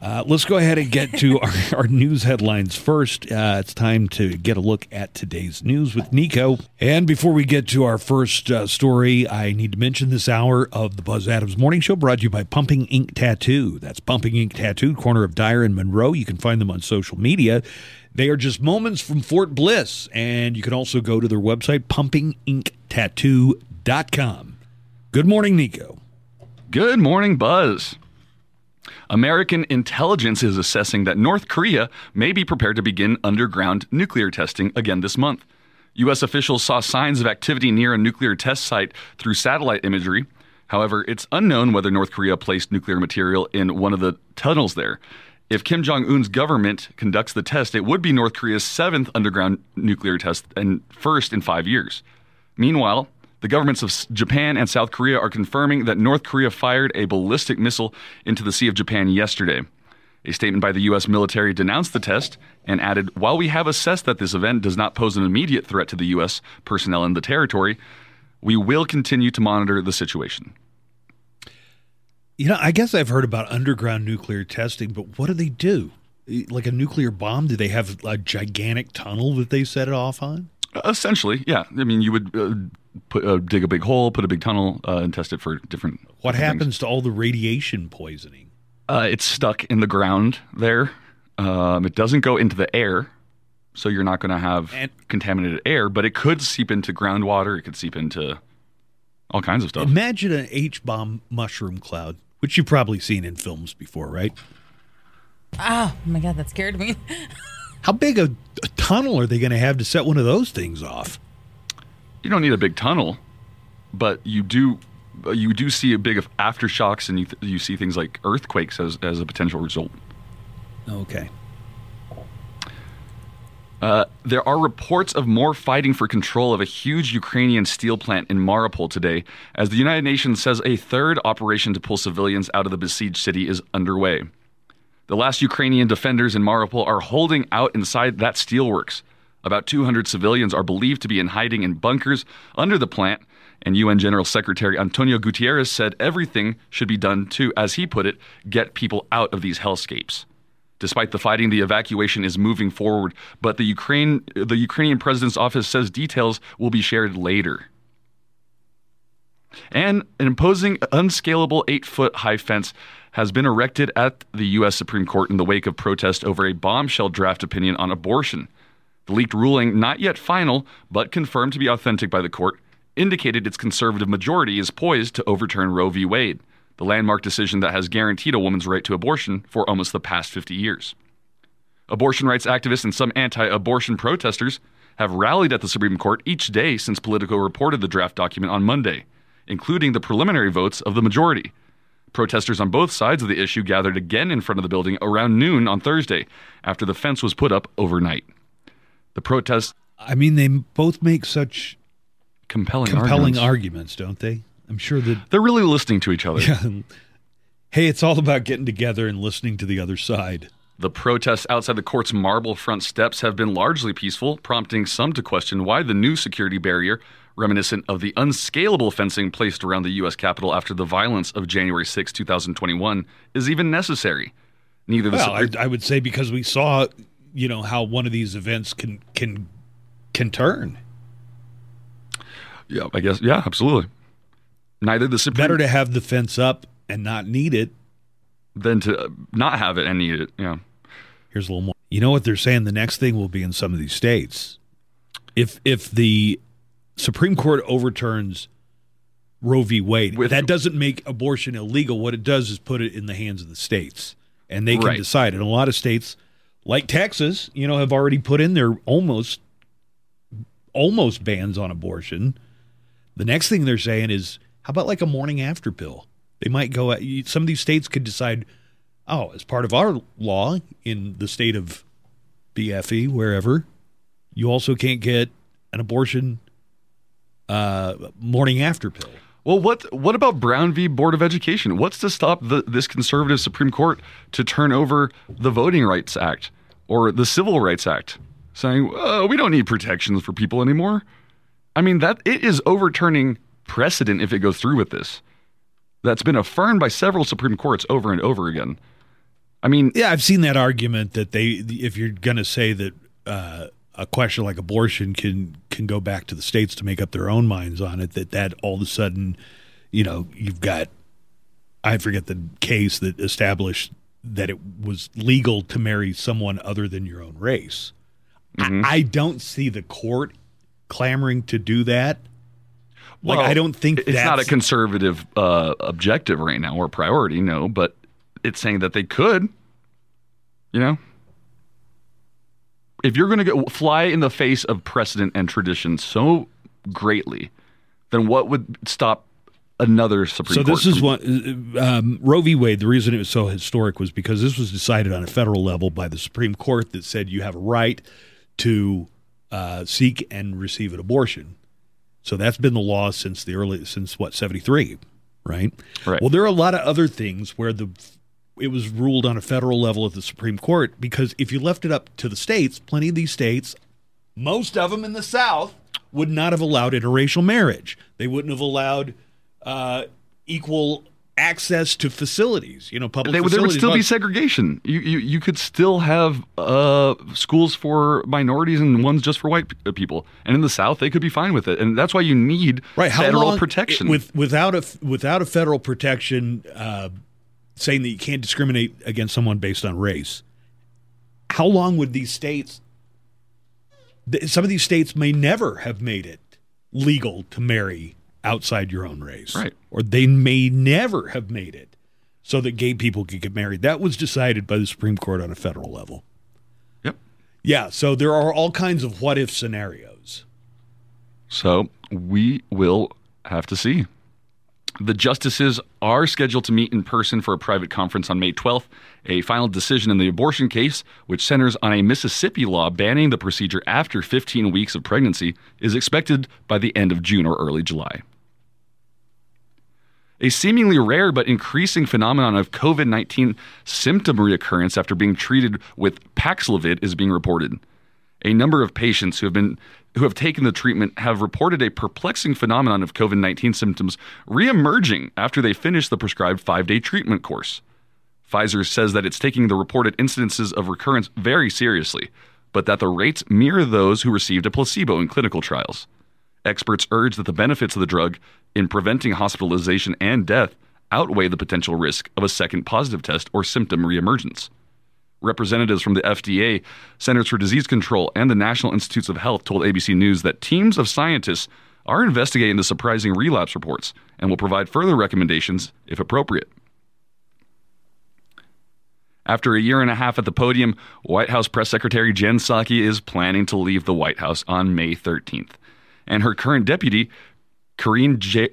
S2: Uh, let's go ahead and get to our, our news headlines first. Uh, it's time to get a look at today's news with Nico. And before we get to our first uh, story, I need to mention this hour of the Buzz Adams Morning Show brought to you by Pumping Ink Tattoo. That's Pumping Ink Tattoo, corner of Dyer and Monroe. You can find them on social media. They are just moments from Fort Bliss. And you can also go to their website, pumpinginktattoo.com. Good morning, Nico.
S3: Good morning, Buzz. American intelligence is assessing that North Korea may be prepared to begin underground nuclear testing again this month. U.S. officials saw signs of activity near a nuclear test site through satellite imagery. However, it's unknown whether North Korea placed nuclear material in one of the tunnels there. If Kim Jong un's government conducts the test, it would be North Korea's seventh underground nuclear test and first in five years. Meanwhile, the governments of S- Japan and South Korea are confirming that North Korea fired a ballistic missile into the Sea of Japan yesterday. A statement by the U.S. military denounced the test and added While we have assessed that this event does not pose an immediate threat to the U.S. personnel in the territory, we will continue to monitor the situation.
S2: You know, I guess I've heard about underground nuclear testing, but what do they do? E, Like a nuclear bomb, do they have a gigantic tunnel that they set it off on?
S3: Essentially, yeah. I mean, you would uh, put, uh, dig a big hole, put a big tunnel, uh, and test it for different.
S2: What
S3: different
S2: happens to all the radiation poisoning?
S3: Uh, it's stuck in the ground there. Um, it doesn't go into the air. so you're not going to have contaminated air, but it could seep into groundwater. It could seep into all kinds of stuff.
S2: Imagine an H bomb mushroom cloud, which you've probably seen in films before, right?
S4: Oh my god, that scared me.
S2: How big a, a tunnel are they going to have to set one of those things off?
S3: You don't need a big tunnel, but you do you do see a big of aftershocks, and you th- you see things like earthquakes as as a potential result.
S2: Okay.
S3: Uh, there are reports of more fighting for control of a huge Ukrainian steel plant in Mariupol today, as the United Nations says a third operation to pull civilians out of the besieged city is underway. The last Ukrainian defenders in Mariupol are holding out inside that steelworks. About 200 civilians are believed to be in hiding in bunkers under the plant, and UN General Secretary Antonio Gutierrez said everything should be done to, as he put it, get people out of these hellscapes. Despite the fighting, the evacuation is moving forward, but the Ukraine the Ukrainian president's office says details will be shared later. And an imposing unscalable 8-foot high fence has been erected at the US Supreme Court in the wake of protest over a bombshell draft opinion on abortion. The leaked ruling, not yet final, but confirmed to be authentic by the court, indicated its conservative majority is poised to overturn Roe v. Wade, the landmark decision that has guaranteed a woman's right to abortion for almost the past 50 years. Abortion rights activists and some anti abortion protesters have rallied at the Supreme Court each day since Politico reported the draft document on Monday, including the preliminary votes of the majority. Protesters on both sides of the issue gathered again in front of the building around noon on Thursday after the fence was put up overnight. The protests
S2: I mean, they both make such
S3: compelling
S2: compelling
S3: arguments.
S2: arguments, don't they? I'm sure that
S3: They're really listening to each other.
S2: Yeah. Hey, it's all about getting together and listening to the other side.
S3: The protests outside the court's marble front steps have been largely peaceful, prompting some to question why the new security barrier, reminiscent of the unscalable fencing placed around the U.S. Capitol after the violence of January 6, 2021, is even necessary. Neither the
S2: Well, I,
S3: Supreme-
S2: I would say because we saw, you know, how one of these events can can can turn.
S3: yeah, I guess, yeah, absolutely. Neither the Supreme
S2: Better to have the fence up and not need it.
S3: than to uh, not have it and need it. Yeah.
S2: Here's a little more. You know what they're saying? The next thing will be in some of these states. If if the Supreme Court overturns Roe v. Wade, that doesn't make abortion illegal. What it does is put it in the hands of the states, and they can
S3: Right.
S2: decide. And a lot of states, like Texas, you know, have already put in their almost almost bans on abortion. The next thing they're saying is, how about like a morning after pill? They might go. At, you- some of these states could decide, oh, as part of our law in the state of BFE, wherever, you also can't get an abortion uh, morning after pill.
S3: Well, what what about Brown v. Board of Education? What's to stop the, this conservative Supreme Court to turn over the Voting Rights Act or the Civil Rights Act, saying uh, we don't need protections for people anymore? I mean that it is overturning precedent if it goes through with this. That's been affirmed by several Supreme Courts over and over again. I mean,
S2: yeah, I've seen that argument that they, if you're going to say that uh, a question like abortion can can go back to the states to make up their own minds on it, that that all of a sudden, you know, you've got, I forget the case that established that it was legal to marry someone other than your own race.
S3: Mm-hmm.
S2: I, I don't see the court clamoring to do that. Like
S3: Well,
S2: I don't think
S3: it- it's not a
S2: that's-
S3: conservative uh, objective right now or priority. No, but it's saying that they could. You know, if you're going to fly in the face of precedent and tradition so greatly, then what would stop another Supreme
S2: so
S3: Court?
S2: this is
S3: from-
S2: what um, Roe v. Wade. The reason it was so historic was because this was decided on a federal level by the Supreme Court that said you have a right to uh, seek and receive an abortion. So that's been the law since the early since what seventy three, right? Right. Well, there are a lot of other things where the it was ruled on a federal level at the Supreme Court because if you left it up to the states, plenty of these states, most of them in the South, would not have allowed interracial marriage. They wouldn't have allowed uh, equal access to facilities. You know, public.
S3: They- there would
S2: facilities.
S3: still be
S2: But-
S3: segregation. You, you you could still have uh, schools for minorities and ones just for white p- people. And in the South, they could be fine with it. And that's why you need
S2: right, how
S3: federal
S2: long-
S3: protection.
S2: it- with without a without a federal protection uh, saying that you can't discriminate against someone based on race. How long would these states th- some of these states may never have made it legal to marry outside your own race.
S3: Right.
S2: Or they may never have made it so that gay people could get married. That was decided by the Supreme Court on a federal level.
S3: Yep.
S2: Yeah. So there are all kinds of what if scenarios.
S3: So we will have to see. The justices are scheduled to meet in person for a private conference on May 12th. A final decision in the abortion case, which centers on a Mississippi law banning the procedure after 15 weeks of pregnancy, is expected by the end of June or early July. A seemingly rare but increasing phenomenon of COVID 19 symptom reoccurrence after being treated with Paxlovid is being reported. A number of patients who have been who have taken the treatment have reported a perplexing phenomenon of COVID-19 symptoms reemerging after they finish the prescribed 5-day treatment course. Pfizer says that it's taking the reported incidences of recurrence very seriously, but that the rates mirror those who received a placebo in clinical trials. Experts urge that the benefits of the drug in preventing hospitalization and death outweigh the potential risk of a second positive test or symptom reemergence. Representatives from the FDA, Centers for Disease Control, and the National Institutes of Health told ABC News that teams of scientists are investigating the surprising relapse reports and will provide further recommendations if appropriate. After a year and a half at the podium, White House Press Secretary Jen Psaki is planning to leave the White House on May 13th, and her current deputy, Karine Je-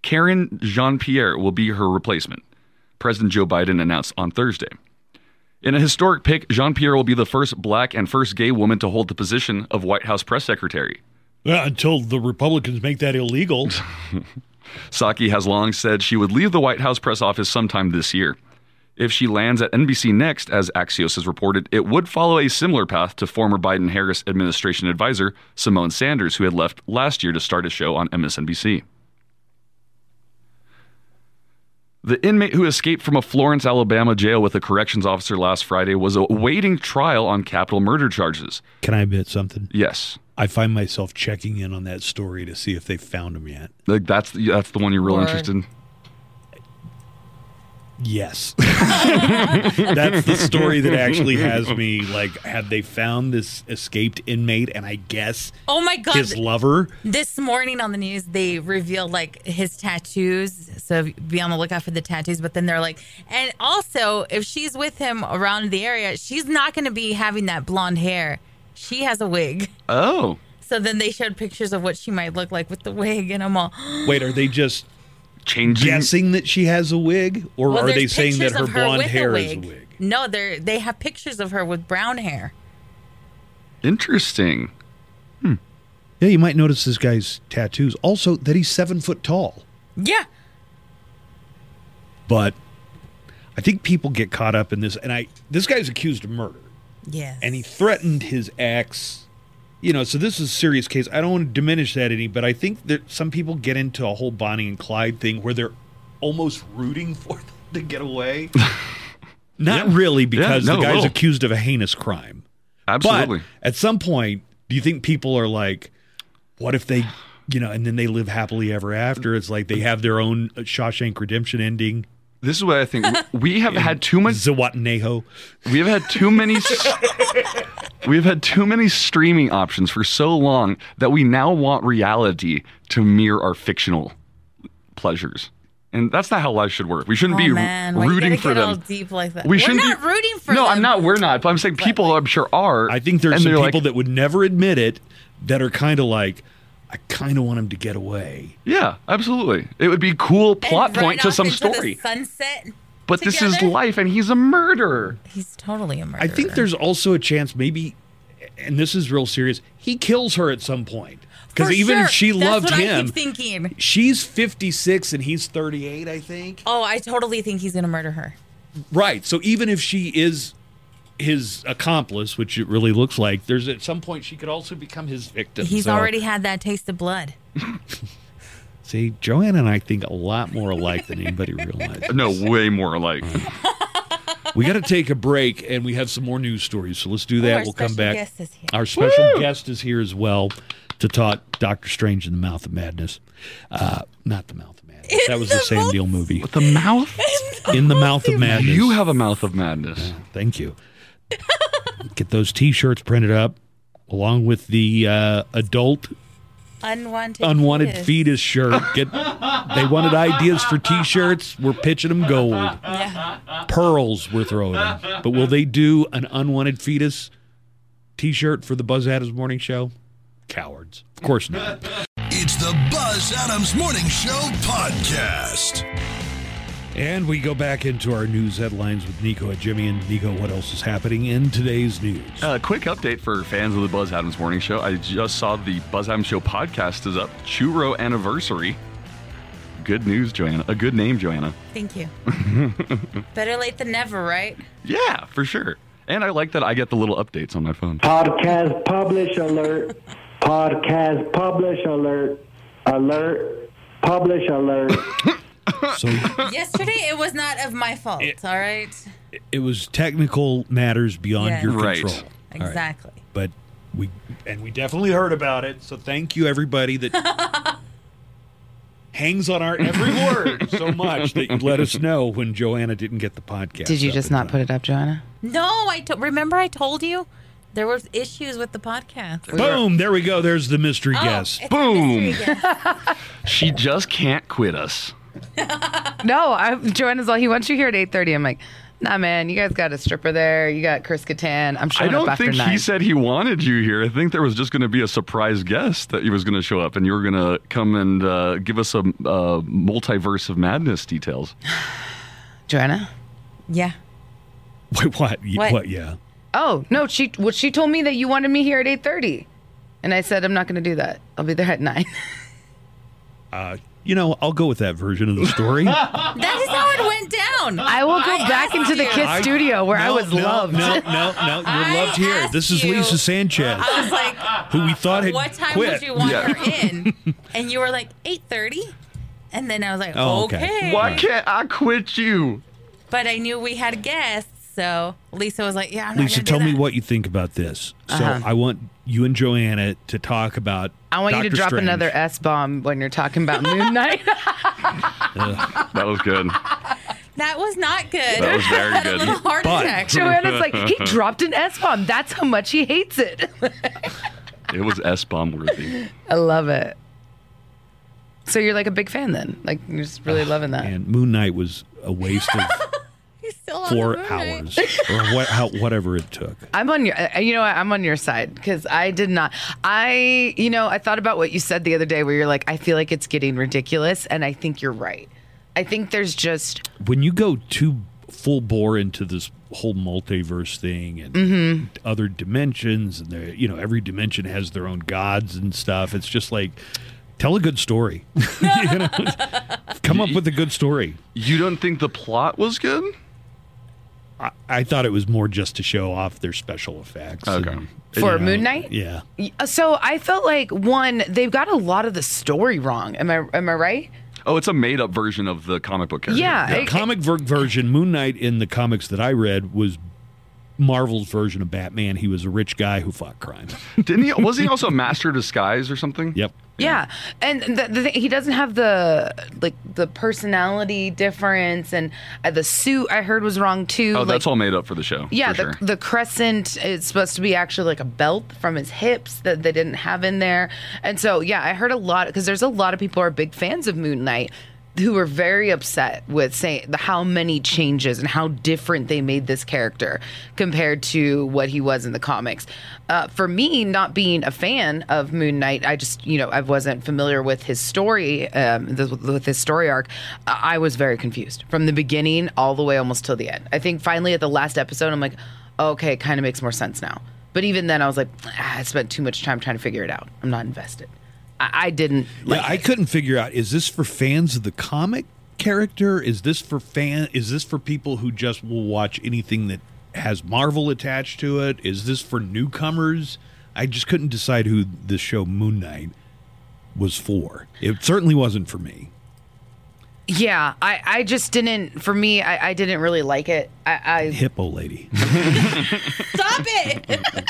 S3: Karen Jean Pierre, will be her replacement. President Joe Biden announced on Thursday. In a historic pick, Jean Pierre will be the first black and first gay woman to hold the position of White House press secretary.
S2: Yeah, Uh, until the Republicans make that illegal.
S3: Saki has long said she would leave the White House press office sometime this year. If she lands at NBC next, as Axios has reported, it would follow a similar path to former Biden Harris administration advisor Simone Sanders, who had left last year to start a show on MSNBC. The inmate who escaped from a Florence, Alabama jail with a corrections officer last Friday was awaiting trial on capital murder charges.
S2: Can I admit something?
S3: Yes.
S2: I find myself checking in on that story to see if they found him yet.
S3: Like that's that's the one you're real
S2: Or-
S3: interested in.
S2: Yes. That's the story that actually has me like, have they found this escaped inmate? And I guess
S4: Oh my God.
S2: his lover.
S4: This morning on the news, they revealed like his tattoos. So be on the lookout for the tattoos. But then they're like, and also, if she's with him around the area, she's not going to be having that blonde hair. She has a wig.
S3: Oh.
S4: So then they showed pictures of what she might look like with the wig, and I'm all. oh
S2: Wait, are they just
S3: changing
S2: guessing that she has a wig? Or
S4: Well,
S2: are they
S4: there's
S2: saying that
S4: pictures
S2: her
S4: of
S2: blonde
S4: with
S2: hair is a wig?
S4: No, they they have pictures of her with brown hair.
S3: Interesting.
S2: Yeah, you might notice this guy's tattoos. Also, that he's seven foot tall.
S4: Yeah.
S2: But I think people get caught up in this. And I, this guy's accused of murder.
S4: Yes.
S2: and he threatened his ex. You know, so this is a serious case. I don't want to diminish that any, but I think that some people get into a whole Bonnie and Clyde thing where they're almost rooting for them to get away. Not really, because
S3: no,
S2: the guy's
S3: well.
S2: accused of a heinous crime.
S3: Absolutely.
S2: But at some point, do you think people are like, what if they, you know, and then they live happily ever after? It's like they have their own Shawshank Redemption ending.
S3: This is what I think. We have had too much
S2: Zawatneho.
S3: We have had too many. s- we have had too many streaming options for so long that we now want reality to mirror our fictional pleasures, and that's not how life should work. We shouldn't
S4: oh
S3: be
S4: man, why you
S3: rooting
S4: gotta
S3: for
S4: get all
S3: them.
S4: deep like that.
S3: We
S4: are
S3: shouldn't
S4: not
S3: be,
S4: rooting for
S3: no,
S4: them.
S3: I'm not. We're not. But I'm saying people, I'm sure, are.
S2: I think there's
S3: and
S2: some
S3: they're
S2: people
S3: like,
S2: that would never admit it that are kind of like, I kind of want him to get away.
S3: Yeah, absolutely. It would be cool
S4: And
S3: plot
S4: run
S3: point to
S4: off
S3: some
S4: into
S3: story.
S4: The sunset.
S3: But this is
S4: together?
S3: life, and he's a murderer.
S4: He's totally a murderer.
S2: I think there's also a chance, maybe, and this is real serious. He kills her at some point because
S4: For
S2: even
S4: sure.
S2: if she
S4: That's
S2: loved
S4: what I
S2: him,
S4: keep thinking.
S2: she's 56 and he's 38, I think.
S4: Oh, I totally think he's gonna murder her.
S2: Right. So even if she is his accomplice, which it really looks like, there's at some point she could also become his victim.
S4: He's
S2: So-
S4: already had that taste of blood.
S2: See, Joanne and I think a lot more alike than anybody realizes. Mm.
S3: No, way more alike.
S2: We got to take a break, and we have some more news stories. So let's do
S4: Oh,
S2: that.
S4: our
S2: we'll come
S4: special
S2: back.
S4: guest is here.
S2: Our special
S4: Woo!
S2: guest is here as well to talk Doctor Strange in the Mouth of Madness. Uh, not the Mouth of Madness. that was the, Sam Deal movie.
S3: With the mouth?
S2: in the Mouth of Madness.
S3: You have a mouth of madness.
S2: Thank you. Get those T-shirts printed up. along with the uh, adult
S4: Unwanted.
S2: unwanted
S4: fetus.
S2: fetus shirt. Get they wanted ideas for t-shirts. We're pitching them gold. Pearls we're throwing them. But will they do an unwanted fetus t-shirt for the Buzz Adams Morning Show? Cowards. Of course not.
S1: It's the Buzz Adams Morning Show podcast.
S2: And we go back into our news headlines with Nico and Jimmy. And Nico, what else is happening in today's news?
S3: Uh, quick update for fans of the Buzz Adams Morning Show. I just saw the Buzz Adams Show podcast is up. Churro anniversary. Good news, Joanna. A good name, Joanna.
S4: Thank you. Better late than never, right?
S3: yeah, for sure. And I like that I get the little updates on my phone.
S7: Podcast publish alert. Podcast publish alert. Alert. Publish alert.
S2: So
S4: Yesterday, it was not of my fault. all right.
S2: it was technical matters beyond
S4: Yes.
S2: your
S4: Right.
S2: control. All right.
S4: Exactly.
S2: But we and we definitely heard about it. So thank you everybody that hangs on our every word so much that you let us know when Joanna didn't get the podcast.
S14: Did you
S2: up
S14: just
S2: in
S14: not
S2: time.
S14: put it up, Joanna?
S4: No, I to- remember I told you there was issues with the podcast.
S2: Boom! There we go. There's the mystery
S4: Oh,
S2: guess.
S4: it's
S3: Boom! she just can't quit us.
S14: No, I, Joanna's all he wants you here at eight thirty. I'm like, nah, man, you guys got a stripper there. You got Chris Kattan. I'm
S3: I
S14: showing up
S3: don't
S14: after
S3: think
S14: nine.
S3: he said he wanted you here. I think there was just going to be a surprise guest that he was going to show up, and you were going to come and uh, give us a uh, multiverse of madness details.
S14: Joanna.
S4: Yeah.
S2: Wait, what? Y-
S14: What?
S2: what? Yeah.
S14: Oh no, she well, she told me that you wanted me here at eight thirty, and I said I'm not going to do that. I'll be there at nine.
S2: Uh, you know, I'll go with that version of the story.
S4: That is how it went down.
S14: I will go
S4: I asked
S14: back into the
S4: you.
S14: Kiss studio where I
S2: No,
S14: was
S2: no,
S14: loved.
S2: No, no, no, you're loved here. This is Lisa Sanchez,
S4: I was like,
S2: who we thought had
S4: uh, what time
S2: quit.
S4: would you want her in? And you were like, 8.30? And then I was like,
S2: Oh,
S4: okay.
S2: okay.
S3: Why can't I quit you?
S4: But I knew we had guests, so Lisa was like, yeah, I'm
S2: Lisa,
S4: not gonna
S2: tell
S4: do
S2: me what you think about this. So
S14: Uh-huh.
S2: I want you and Joanna to talk about.
S14: I want you to
S2: Dr.
S14: drop
S2: Strange.
S14: another S bomb when you're talking about Moon Knight.
S2: Uh,
S3: Ugh, that was good.
S4: that. That was not good.
S3: That was very
S4: I had
S3: good.
S4: A little heart
S3: But-
S4: attack.
S14: Joanna's like, he dropped an S bomb. That's how much he hates it.
S3: It was S bomb worthy.
S14: I love it. So you're like a big fan then? Like you're just really loving that.
S2: And Moon Knight was a waste of four hours or what, how, whatever it took.
S14: I'm on your, uh, you know, what? I'm on your side because I did not. I, you know, I thought about what you said the other day, where you're like, I feel like it's getting ridiculous, and I think you're right. I think there's just,
S2: When you go too full bore into this whole multiverse thing and
S14: Mhm.
S2: other dimensions, and there, you know, every dimension has their own gods and stuff. It's just like tell a good story. You know? Come up with a good story.
S3: You don't think the plot was good?
S2: I, I thought it was more just to show off their special effects.
S3: Okay.
S14: For Moon Knight?
S2: Yeah.
S14: y- uh, so I felt like one, they've got a lot of the story wrong. Am I, am I right?
S3: Oh, it's a made up version of the comic book character.
S14: Yeah,
S2: The comic ver- version, Moon Knight in the comics that I read was Marvel's version of Batman. He was a rich guy who fought crime.
S3: Didn't he? Was he also a master of disguise or something?
S2: Yep.
S14: Yeah, and the, the thing, he doesn't have the like the personality difference, and uh, the suit I heard was wrong too.
S3: Oh,
S14: like,
S3: that's all made up for the show.
S14: Yeah, the,
S3: for sure.
S14: the crescent is supposed to be actually like a belt from his hips that they didn't have in there. And so, yeah, I heard a lot because there's a lot of people who are big fans of Moon Knight who were very upset with saying the, how many changes and how different they made this character compared to what he was in the comics. Uh, for me, not being a fan of Moon Knight, I just, you know, I wasn't familiar with his story, um, the, with his story arc. I I was very confused from the beginning all the way almost till the end. I think finally at the last episode, I'm like, okay, it kind of makes more sense now. But even then, I was like, ah, I spent too much time trying to figure it out. I'm not invested. I, I didn't.
S2: Like, I couldn't figure out is this for fans of the comic character? Is this for fan? Is this for people who just will watch anything that has Marvel attached to it? Is this for newcomers? I just couldn't decide who the show Moon Knight was for. It certainly wasn't for me.
S14: Yeah, I, I just didn't. For me, I, I didn't really like it. I,
S2: Hippo lady.
S14: I stop it.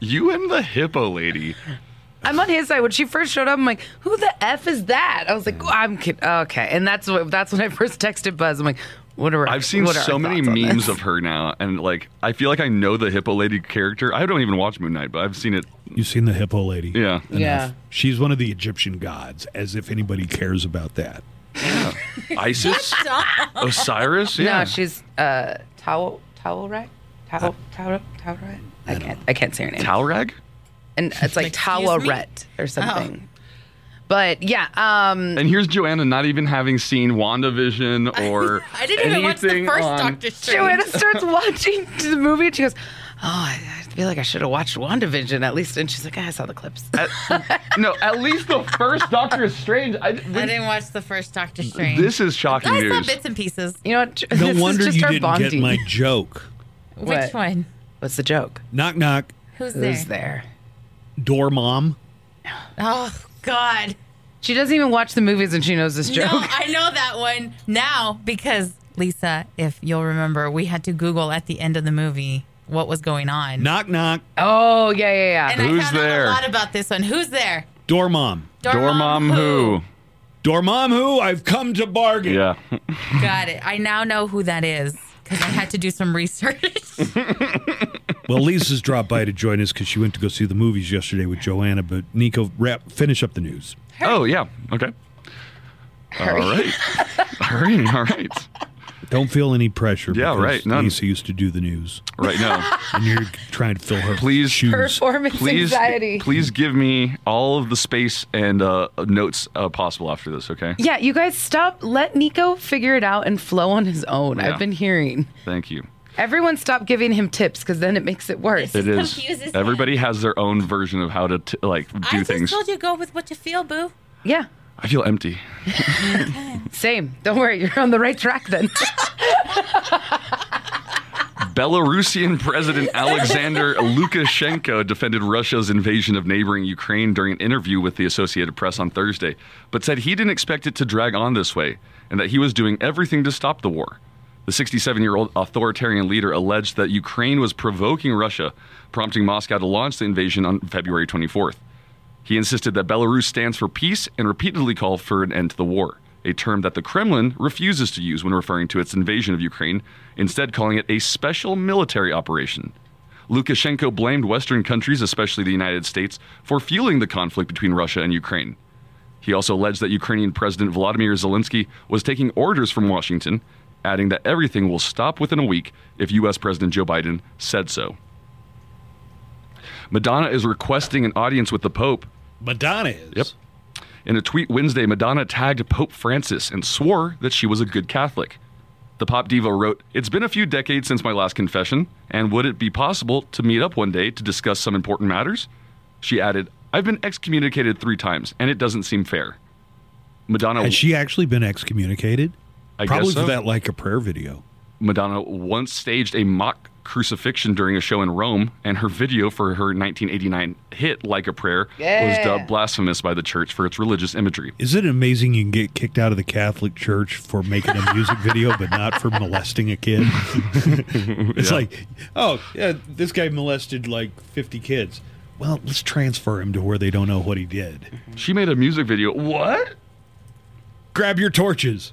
S3: You and the hippo lady.
S14: I'm on his side. When she first showed up, I'm like, "Who the f is that?" I was like, "I'm kid- okay." And that's what that's when I first texted Buzz. I'm like, What are
S3: I've seen
S14: what are our
S3: so many
S14: thoughts on
S3: memes
S14: this?
S3: of her now, and like I feel like I know the hippo lady character. I don't even watch Moon Knight, but I've seen it.
S2: You've seen the hippo lady.
S3: Yeah.
S2: Enough.
S3: Yeah.
S2: She's one of the Egyptian gods, as if anybody cares about that.
S3: ISIS, Osiris. Yeah.
S14: No, she's uh, Towel Towel Rag, Towel
S3: Uh,
S14: Towel Towel Rag. I can't I can't say her name.
S3: Talrag.
S14: And it's like Tawaret
S4: Oh.
S14: or something. But yeah, um,
S3: And here's Joanna not even having seen WandaVision or
S14: I
S3: anything on-
S14: Joanna starts watching the movie and she goes, "Oh, I, I feel like I should have watched WandaVision at least." And she's like, "Ah, "I saw the clips."
S3: no, at least the first Doctor Strange. I,
S4: I didn't watch the first Doctor Strange.
S3: This is shocking
S4: I saw
S3: news.
S4: bits and pieces.
S14: You know what?
S2: No wonder you didn't get my joke.
S4: Which one?
S14: What's the joke?
S2: Knock knock.
S4: Who's Who's
S14: there?
S2: Door mom.
S4: Oh God.
S14: She doesn't even watch the movies and she knows this joke.
S4: No, I know that one now because Lisa, if you'll remember, we had to Google at the end of the movie what was going on.
S2: Knock knock.
S14: Oh yeah yeah yeah.
S4: And I found out a lot about this one. Who's there?
S2: Door mom.
S4: Door Door mom mom who?
S2: Door mom who? I've come to bargain.
S3: Yeah.
S4: Got it. I now know who that is because I had to do some research.
S2: well, Lisa's dropped by to join us because she went to go see the movies yesterday with Joanna. But Nico, wrap finish up the news.
S3: Oh yeah. Okay. All right. all right. All right.
S2: Don't feel any pressure.
S3: Yeah,
S2: because
S3: right, none.
S2: Lisa used to do the news.
S3: Right now.
S2: and you're trying to fill her
S3: Please,
S2: shoes.
S14: Performance
S3: please,
S14: anxiety.
S3: please give me all of the space and uh, notes uh, possible after this. Okay.
S14: Yeah, you guys stop. Let Nico figure it out and flow on his own.
S3: Yeah.
S14: I've been hearing.
S3: Thank you.
S14: Everyone stop giving him tips because then it makes it worse.
S3: It is. Everybody has their own version of how to t- like do
S4: I
S3: things.
S4: just told you go with what you feel, boo.
S14: Yeah.
S3: I feel empty.
S14: Same. Don't worry, you're on the right track then.
S3: Belarusian President Alexander Lukashenko defended Russia's invasion of neighboring Ukraine during an interview with the Associated Press on Thursday, but said he didn't expect it to drag on this way and that he was doing everything to stop the war. The 67 year old authoritarian leader alleged that Ukraine was provoking Russia, prompting Moscow to launch the invasion on February 24th. He insisted that Belarus stands for peace and repeatedly called for an end to the war, a term that the Kremlin refuses to use when referring to its invasion of Ukraine, instead, calling it a special military operation. Lukashenko blamed Western countries, especially the United States, for fueling the conflict between Russia and Ukraine. He also alleged that Ukrainian President Volodymyr Zelensky was taking orders from Washington, adding that everything will stop within a week if U.S. President Joe Biden said so. Madonna is requesting an audience with the Pope.
S2: Madonna is.
S3: Yep. In a tweet Wednesday, Madonna tagged Pope Francis and swore that she was a good Catholic. The pop diva wrote, It's been a few decades since my last confession, and would it be possible to meet up one day to discuss some important matters? She added, I've been excommunicated three times, and it doesn't seem fair. Madonna
S2: Has she actually been excommunicated?
S3: I guess
S2: Probably
S3: so.
S2: for that like a prayer video.
S3: Madonna once staged a mock crucifixion during a show in Rome, and her video for her 1989 hit "Like a Prayer" was
S2: Yeah.
S3: dubbed blasphemous by the church for its religious imagery.
S2: Is it amazing you can get kicked out of the Catholic Church for making a music video, but not for molesting a kid? it's
S3: Yeah.
S2: like, oh yeah, this guy molested like fifty kids. Well, let's transfer him to where they don't know what he did.
S3: She made a music video. What?
S2: Grab your torches.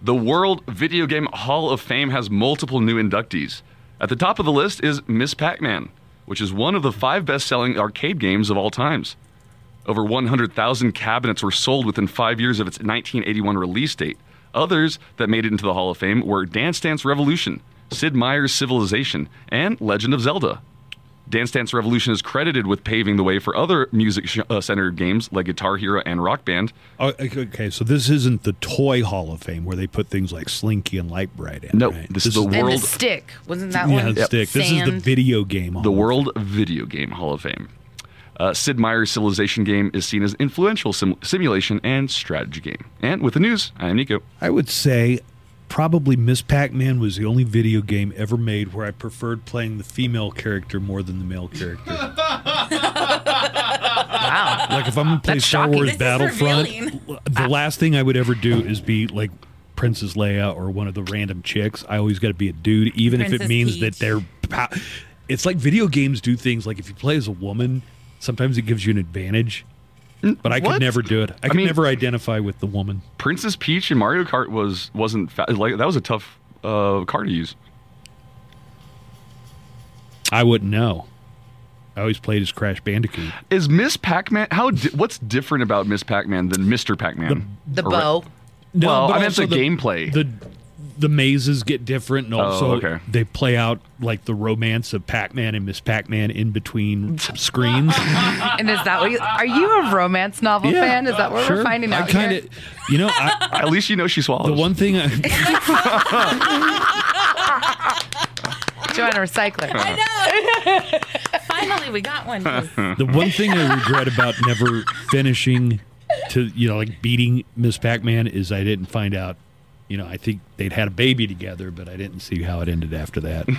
S3: The World Video Game Hall of Fame has multiple new inductees. At the top of the list is Miss Pac-Man, which is one of the five best-selling arcade games of all times. Over 100,000 cabinets were sold within five years of its 1981 release date. Others that made it into the Hall of Fame were Dance Dance Revolution, Sid Meier's Civilization, and Legend of Zelda. Dance Dance Revolution is credited with paving the way for other music-centered games like Guitar Hero and Rock Band.
S2: Oh, okay, okay, so this isn't the Toy Hall of Fame where they put things like Slinky and Lightbright in.
S3: No,
S2: right?
S3: this is the
S14: and
S3: World-
S14: the stick wasn't that
S2: yeah,
S14: one?
S2: stick. This is the
S14: Sand.
S2: video game. Hall
S3: the
S2: of
S3: World Video Game Hall of Fame. Uh, Sid Meier's Civilization game is seen as influential sim- simulation and strategy game. And with the news, I am Nico.
S2: I would say probably Miss Pac-Man was the only video game ever made where I preferred playing the female character more than the male character.
S14: wow.
S2: Like if I'm gonna play
S14: That's
S2: Star
S14: shocking.
S2: Wars
S14: This is revealing.
S2: Battlefront, the last thing I would ever do is be like Princess Leia or one of the random chicks. I always got to be a dude, even if it
S6: Princess
S2: means
S6: Peach.
S2: that they're. pow- It's like video games do things. Like if you play as a woman, sometimes it gives you an advantage. But I could
S3: What?
S2: never do it. I
S3: I
S2: could
S3: mean-
S2: never identify with the woman.
S3: Princess Peach in Mario Kart was wasn't fa- like that was a tough uh, car to use.
S2: I wouldn't know. I always played as Crash Bandicoot.
S3: Is Miss Pac-Man how di- what's different about Miss Pac-Man than Mr. Pac-Man?
S14: The
S3: Or what-
S14: bow.
S2: No,
S3: well,
S2: but
S3: I mean it's
S2: also
S3: the,
S2: the-
S3: gameplay.
S2: The the mazes get different, and
S3: Oh,
S2: also
S3: okay.
S2: they play out like the romance of Pac-Man and Miss Pac-Man in between screens.
S14: and is that what you are you a romance novel
S2: Yeah,
S14: fan? Is that what
S2: sure.
S14: we're finding
S2: I
S14: out?
S2: kinda-
S14: here?
S2: you know, I,
S3: at least you know she swallows.
S2: The one thing I,
S14: Joanna Recycler.
S4: I know. Finally, we got one.
S2: the one thing I regret about never finishing to you know like beating Miss Pac-Man is I didn't find out. You know, I think they'd had a baby together, but I didn't see how it ended after that. Do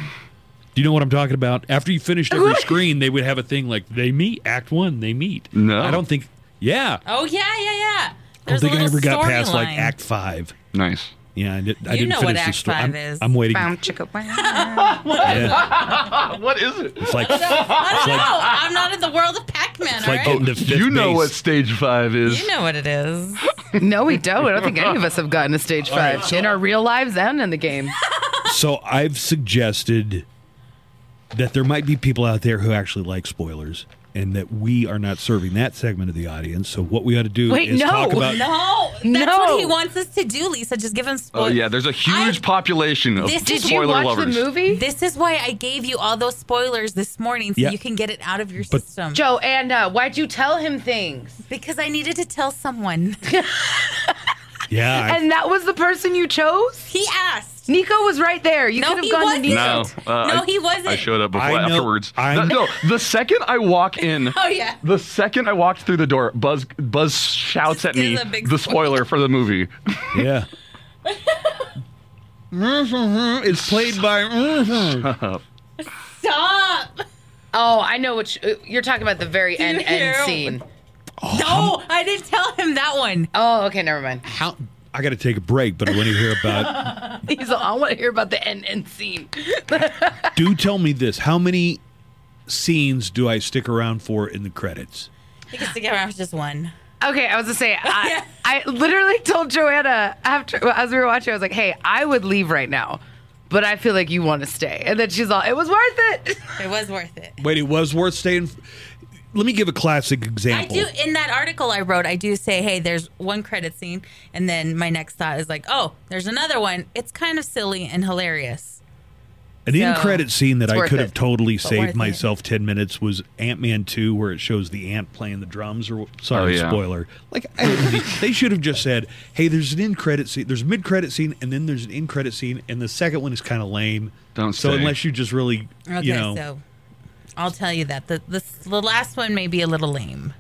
S2: you know what I'm talking about? After you finished every screen, they would have a thing like they meet, Act One, they meet. No, I don't think. Yeah,
S4: Oh yeah, yeah, yeah.
S2: I don't
S4: There's
S2: think
S4: a
S2: I
S4: little
S2: ever got past
S4: storyline.
S2: like Act Five.
S3: Nice.
S2: Yeah, I, did, I
S4: You
S2: didn't
S4: know
S2: finish
S4: what
S2: the
S4: Act
S2: story.
S4: Five
S2: I'm,
S4: is.
S2: I'm waiting.
S4: Bam,
S3: what is it?
S2: It's like
S4: I don't
S2: it's like-
S4: know. I'm not in the world of Pac-Man.
S2: It's
S4: all right?
S2: like getting to fifth
S3: you know
S2: base.
S3: what stage five is.
S4: You know what it is.
S14: no, we don't. I don't think any of us have gotten to stage
S2: All right,
S14: five in our real lives and in the game.
S2: so I've suggested that there might be people out there who actually like spoilers and that we are not serving that segment of the audience. So what we ought to do is talk about
S4: no. That's
S14: No.
S4: what he wants us to do, Lisa. Just give him
S3: Oh
S4: spoilers.
S3: yeah, there's a huge population of
S4: This is-
S3: spoiler lovers.
S14: movie?
S4: This is why I gave you all those spoilers this morning so
S3: Yeah.
S4: you can get it out of your system.
S14: Joanna, uh, why'd you tell him things?
S4: Because I needed to tell someone.
S2: Yeah.
S14: and that was the person you chose?
S4: He asked.
S14: Nico was right there. You
S4: No,
S14: could
S4: he
S14: have gone to
S4: wasn't.
S14: Nico.
S3: No, uh,
S4: No,
S3: I-
S4: he wasn't.
S3: I showed up before
S2: I know-
S3: afterwards.
S2: I
S3: The-
S2: know-
S3: no, the second I walk in,
S4: Oh, yeah.
S3: the second I walked through the door, Buzz Buzz shouts at me
S4: gives a big
S3: the spoiler for the movie.
S2: Yeah.
S3: Mm-hmm.
S2: it's played by mm-hmm.
S4: Stop.
S14: Oh, I know what you, you're talking about. The very
S4: Did
S14: end
S4: you hear
S14: end
S4: him?
S14: scene.
S4: No, I didn't tell him that one.
S14: Oh, okay, never mind.
S2: How I got to take a break, but I want to hear about
S14: He's all, I want to hear about the end end scene.
S2: do tell me this. How many scenes do I stick around for in the credits?
S4: He gets to get around for just one.
S14: Okay, I was gonna say, I, I literally told Joanna after as we were watching, I was like, "Hey, I would leave right now, but I feel like you want to stay." And then she's all, "It was worth it."
S4: It was worth it.
S2: Wait, it was worth staying Let me give a classic
S4: I
S2: example.
S4: do in that article I wrote. I do say, "Hey, there's one credit scene," and then my next thought is like, "Oh, there's another one." It's kind of silly and hilarious.
S2: An in
S4: So,
S2: credit scene that
S4: it's
S2: I
S4: worth
S2: could
S4: it,
S2: have totally
S4: but
S2: saved
S4: worth
S2: myself 10 minutes was Ant Man 2, where it shows the ant playing the drums. Or Sorry,
S3: Oh, yeah.
S2: spoiler. Like, I didn't need- they should have just said, hey, there's an in credit scene, there's a mid credit scene, and then there's an in credit scene, and the second one is kind of lame.
S3: Don't
S2: So,
S3: say.
S2: unless you just really,
S4: Okay,
S2: you know.
S4: so I'll tell you that the, the the last one may be a little lame.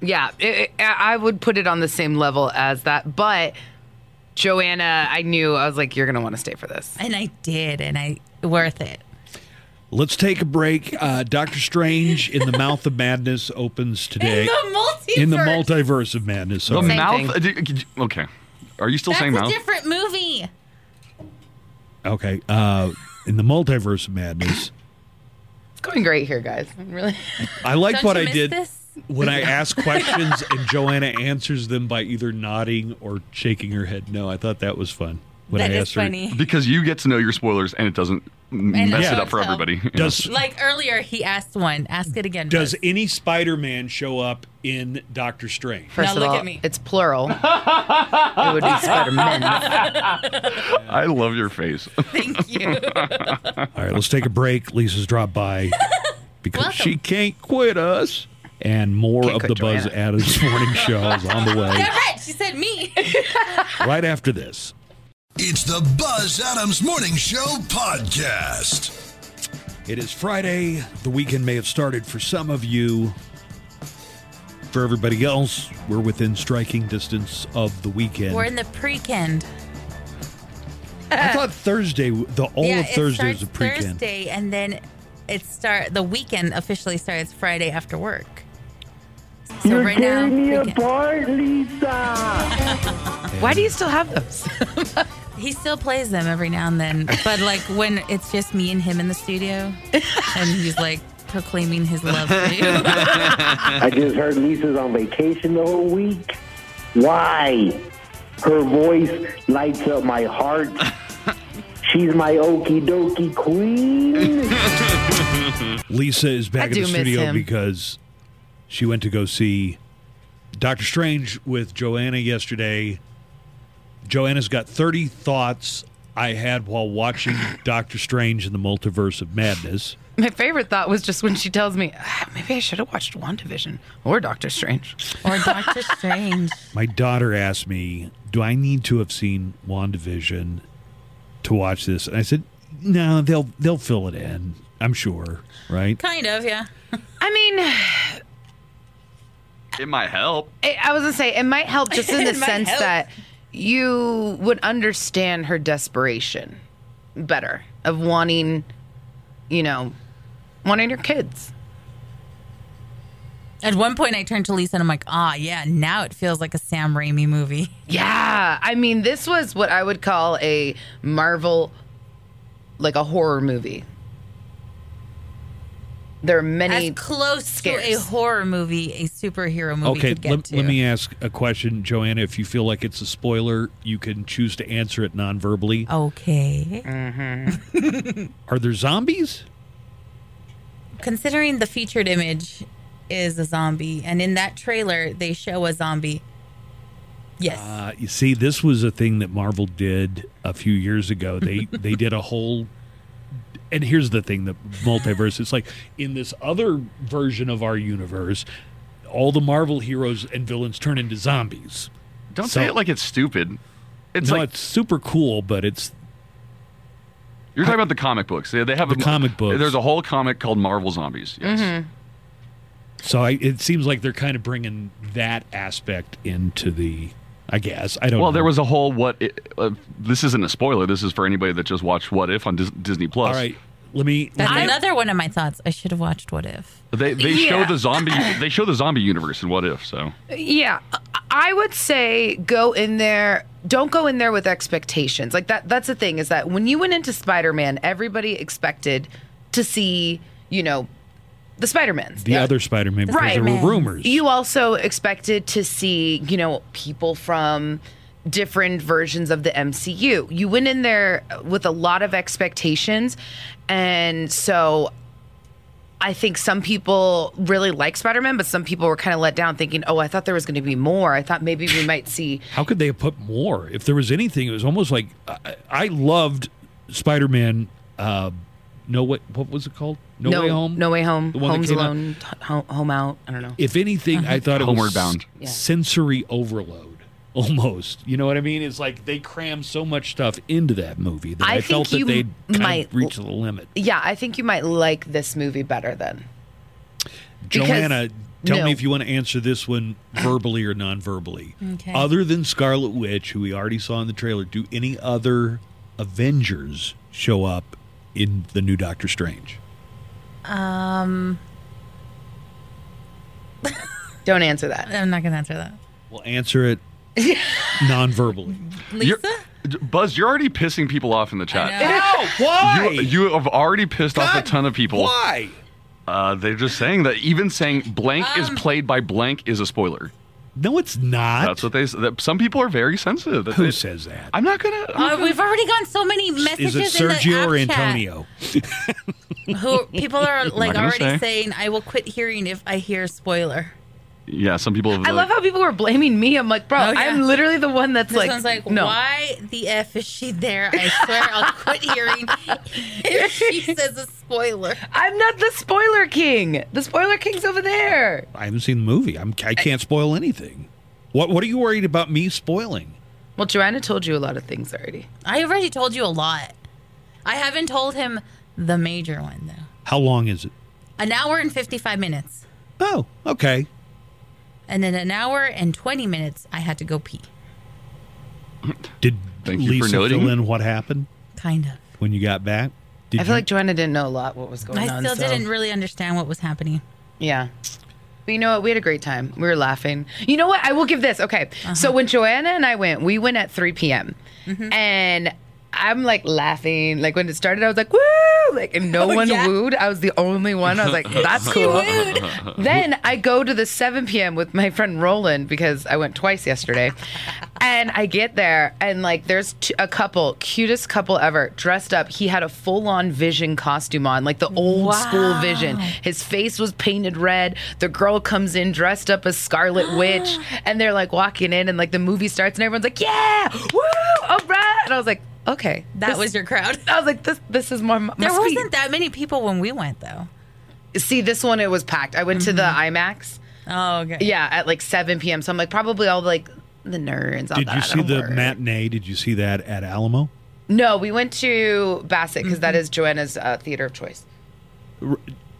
S14: Yeah, it, it, I I would put it on the same level as that, but Joanna, I knew I was like, "You're gonna want to stay for this."
S4: And I did, and I worth it.
S2: Let's take a break. Uh, Doctor Strange in the Mouth of Madness opens today.
S4: multiverse.
S2: In the multiverse of madness.
S3: the
S2: sorry.
S3: mouth. did- Okay, are you still
S4: That's a
S3: saying mouth?
S4: different movie.
S2: Okay. Uh, in the multiverse of madness.
S14: It's going great here, guys. I'm really.
S2: I like
S14: Don't
S2: what
S14: you
S2: I
S14: miss
S2: did
S14: this?
S2: when I ask questions and Joanna answers them by either nodding or shaking her head. No, I thought that was fun. When
S4: That
S2: I
S4: is
S2: asked her-
S4: funny.
S3: Because you get to know your spoilers, and it doesn't m-
S4: And
S3: mess it
S2: also-
S3: up for everybody. you know?
S4: like earlier, he asked one. Ask it again.
S2: Does any Spider-Man show up in Doctor Strange?
S14: First of
S4: look
S14: all,
S4: at me.
S14: it's plural. it would be Spider-Man.
S3: I love your face.
S4: Thank you.
S2: All right, let's take a break. Lisa's dropped by because she can't quit us. And more
S14: Can't
S2: of the
S14: quit
S2: Buzz
S14: Joanna.
S2: Adams morning show is on the way
S4: Yeah, right. She said me.
S2: right after this.
S1: It's the Buzz Adams Morning Show podcast.
S2: It is Friday. The weekend may have started for some of you. For everybody else, we're within striking distance of the weekend.
S4: We're in the pre-kend.
S2: I thought Thursday, the all
S4: yeah,
S2: of
S4: it
S2: Thursday is
S4: starts
S2: a pre-kend.
S4: Thursday, and then it start the weekend officially starts Friday after work. So
S7: You're
S4: right now,
S7: tearing me
S4: pre-kend.
S7: apart, Lisa.
S14: Why do you still have those?
S4: he still plays them every now and then, but like when it's just me and him in the studio, and he's like, proclaiming his love for you.
S7: I just heard Lisa's on vacation the whole week. Why? Her voice lights up my heart. She's my okie dokie queen.
S2: Lisa is
S7: I
S2: back in
S7: do
S2: the
S7: miss
S2: studio
S7: him.
S2: because she went to go see Doctor Strange with Joanna yesterday. Joanna's got 30 thoughts I had while watching Doctor Strange in the Multiverse of Madness.
S14: My favorite thought was just when she tells me, "Ah, maybe I should have watched WandaVision or Doctor Strange.
S4: Or Doctor Strange.
S2: My daughter asked me, Do I need to have seen WandaVision to watch this? And I said, No, they'll they'll fill it in, I'm sure, right?
S4: Kind of, yeah.
S14: I mean,
S3: It might help.
S14: It, I was gonna say it might help just in the
S3: It might
S14: sense
S3: help.
S14: that you would understand her desperation better of wanting, you know, wanting your kids.
S4: At one point, I turned to Lisa and I'm like, ah, yeah, now it feels like a Sam Raimi movie.
S14: Yeah, Ah, I mean, this was what I would call a Marvel, like a horror movie. There are many
S4: As close to a
S14: scares.
S4: horror movie, a superhero movie
S2: Okay,
S4: could get
S2: let,
S4: to.
S2: let me ask a question, Joanna. If you feel like it's a spoiler, you can choose to answer it non verbally.
S4: Oh, Okay.
S14: Mm-hmm.
S2: Are there zombies?
S4: Considering the featured image is a zombie, and in that trailer, they show a zombie. Yes.
S2: Uh, you see, this was a thing that Marvel did a few years ago. They they did a whole. And here's the thing: the multiverse. It's like in this other version of our universe, all the Marvel heroes and villains turn into zombies.
S3: Don't say it like it's stupid. It's
S2: no,
S3: like-
S2: it's super cool, but it's
S3: You're talking about the comic books. They, they have
S2: The
S3: a,
S2: comic books.
S3: There's a whole comic called Marvel Zombies. Yeah.
S2: so. I, it seems like they're kind of bringing that aspect into the. I guess I don't.
S3: Well,
S2: know.
S3: there was a whole what. i uh, this isn't a spoiler. This is for anybody that just watched What If on Dis- Disney Plus. All right,
S2: let me.
S4: That's another one of my thoughts. I should have watched What If.
S3: They they
S14: Yeah.
S3: show the zombie. They show the zombie universe in What If. So
S14: Yeah, I- I would say go in there. Don't go in there with expectations. Like that. That's the thing is that when you went into Spider Man, everybody expected to see you know the Spider Mans.
S2: the other Spider-Man because there were rumors.
S14: You also expected to see, you know, people from different versions of the MCU. You went in there with a lot of expectations. And so I think some people really like Spider Man, but some people were kind of let down thinking, oh, I thought there was going to be more. I thought maybe we might see.
S2: How could they have put more? If there was anything, it was almost like I, I loved Spider-Man. Uh, no, what what was it called? No, way home.
S14: No Way Home.
S2: The one that
S14: Home's
S2: came out.
S14: Alone. T- Home, home Out. I don't know.
S2: If anything, I thought it
S3: Homeward
S2: was
S3: Bound.
S14: Uh-huh. Yeah.
S2: sensory overload. Almost, you know what I mean? It's like they crammed so much stuff into that movie that
S14: I
S2: I,
S14: think
S2: felt that
S14: you
S2: they
S14: might-
S2: might reach the limit.
S14: Uh, Yeah, I think you might like this movie better then. Because-
S2: Joanna, tell
S14: No.
S2: me if you want to answer this one verbally or non-verbally.
S14: Okay.
S2: Other than Scarlet Witch, who we already saw in the trailer, do any other Avengers show up in the new Doctor Strange?
S4: Um,
S14: Don't answer that.
S4: I'm not going to answer that.
S2: We'll answer it non-verbally.
S4: Lisa?
S3: Buzz, you're already pissing people off in the chat.
S2: No,
S3: You, you have already pissed off a ton of people.
S2: Why?
S3: Uh, they're just saying that even saying blank
S4: Um,
S3: is played by blank is a spoiler.
S2: No, it's not.
S3: That's what they. s- That some people are very sensitive. That
S2: Who
S3: they-
S2: says that?
S3: I'm not gonna.
S4: Uh, we've already gotten so many messages
S2: Is it Sergio or
S4: in the app chat
S2: Antonio?
S4: Who people are like
S3: gonna
S4: already
S3: say.
S4: saying, "I will quit hearing if I hear spoiler."
S3: Yeah, some people. Have
S14: I love how people were blaming me. I'm like, bro, I'm literally the one that's
S4: Oh, This
S14: like,
S4: one's like,
S14: no.
S4: "Why the f is she there?" I swear, I'll quit hearing if she says a spoiler.
S14: I'm not the spoiler king. The spoiler king's over there.
S2: I haven't seen the movie. I'm, I can't spoil anything. What What are you worried about me spoiling?
S14: Well, Joanna told you a lot of things already.
S4: I already told you a lot. I haven't told him the major one though.
S2: How long is it?
S4: An hour and fifty-five minutes,
S2: Oh, okay.
S4: and then an hour and twenty minutes. I had to go pee.
S2: Did
S3: Thank you for
S2: Lisa
S3: noting.
S2: fill in what happened
S4: Kind of.
S2: when you got back? Did
S14: I feel
S2: you-
S14: like Joanna didn't know a lot what was going
S4: I
S14: on.
S4: still
S14: so-
S4: didn't really understand what was happening.
S14: Yeah. But you know what? We had a great time. We were laughing. You know
S4: Uh-huh. Mm-hmm.
S14: what? I will give this. Okay. So when Joanna and I went, we went at 3 p.m. And I'm like laughing. Like when it started, I was like, woo! Like, and no
S15: Oh,
S14: one
S15: yeah.
S14: wooed. I was the only one. I was like, that's
S15: She
S14: cool.
S15: wooed.
S14: then I go to the 7 p.m. with my friend Roland because I went twice yesterday. And I get there, and like, there's t- a couple, cutest couple ever, dressed up. He had a full on vision costume on, like the old school vision. His face was painted red. The girl comes in dressed up as Scarlet Witch, and they're like walking in, and like the movie starts, and everyone's like, yeah, woo, all right. And I was like, okay.
S4: That was your crowd.
S14: I was like, this this is more. my
S4: There
S14: speed.
S4: wasn't that many people when we went though. Mm-hmm.
S14: See, this one it was packed. I went to the IMAX.
S4: Oh, okay.
S14: Yeah, at like 7 p.m. So I'm like, probably all like the nerds. All
S2: Did
S14: that. I
S2: you see
S14: don't
S2: the
S14: work.
S2: matinee? Did you see that at Alamo?
S14: No, we went to Bassett because
S4: Mm-hmm.
S14: is Joanna's uh, theater of choice.
S2: R-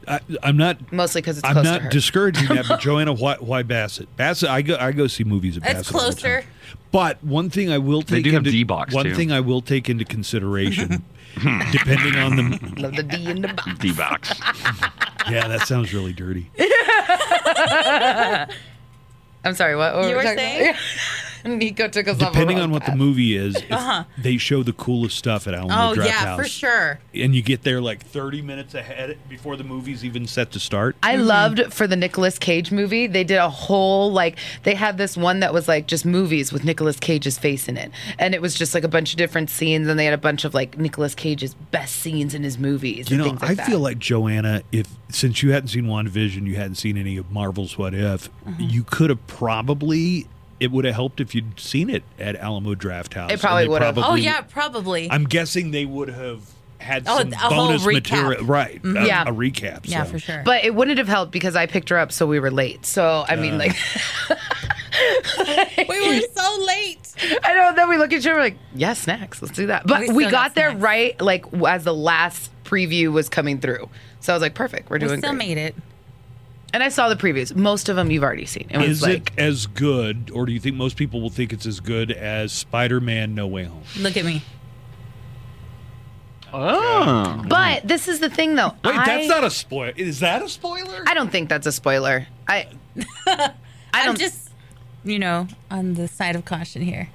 S2: I, am not.
S14: Mostly because it's
S2: I'm
S14: close to
S2: not
S14: her.
S2: discouraging that, but Joanna, why, why Bassett? Bassett, I go, I go see movies at Bassett.
S4: It's
S2: all the time.
S4: closer.
S2: But one thing I will
S3: They
S2: take
S3: do have
S2: into,
S3: D-Box,
S2: one
S3: too.
S2: thing I will take into consideration, depending on the
S14: Love the D in the box.
S3: D box.
S2: yeah, that sounds really dirty.
S14: I'm sorry, what, what
S4: You were
S14: we talking
S4: saying?
S14: About? Nico took us off.
S2: Depending on what the movie is, it's-
S4: Uh-huh.
S2: they show the coolest stuff at Alamo
S4: Oh
S2: Draft
S4: yeah,
S2: House.
S4: for sure.
S2: And you get there like 30 minutes ahead before the movie's even set to start.
S14: I
S4: Mm-hmm.
S14: loved for the Nicolas Cage movie. They did a whole like they had this one that was like just movies with Nicolas Cage's face in it, and it was just like a bunch of different scenes, and they had a bunch of like Nicolas Cage's best scenes in his movies.
S2: You
S14: and
S2: know,
S14: things
S2: I
S14: like that.
S2: feel like Joanna, if since you hadn't seen WandaVision, you hadn't seen any of Marvel's What If,
S14: Uh-huh.
S2: you could have probably it would have helped if youuld seen it at Alamo Draft House.
S4: It
S2: and they
S4: Oh
S2: probably-
S4: yeah, probably.
S2: I'm guessing they would have had
S4: Oh,
S2: some
S4: a whole
S2: bonus
S4: recap.
S2: material, right?
S14: Mhm.
S2: a-
S14: Yeah.
S2: a, recap. so.
S4: sure.
S14: But it wouldn't have helped because I picked her up, so we were late. So I mean,
S2: Uh.
S14: like
S4: we were so late.
S14: I know. Then we look at each other we're like, yeah, snacks. Let's do that. But
S4: We
S14: we,
S4: still got
S14: got there right, like w- as the last preview was coming through. So I was like, perfect. We're
S4: We
S14: doing.
S4: still
S14: great.
S4: made it.
S14: And I saw the previews. Most of them you've already seen. It was
S2: Is
S14: like,
S2: it as good, or do you think most people will think it's as good as Spider-Man: No Way Home?
S4: Look at me.
S2: Oh,
S14: But this is the thing, though.
S2: wait,
S14: I,
S2: that's not a spoiler. Is that a spoiler?
S14: I don't think that's a spoiler. I. I
S4: I'm just, you know, on the side of caution here.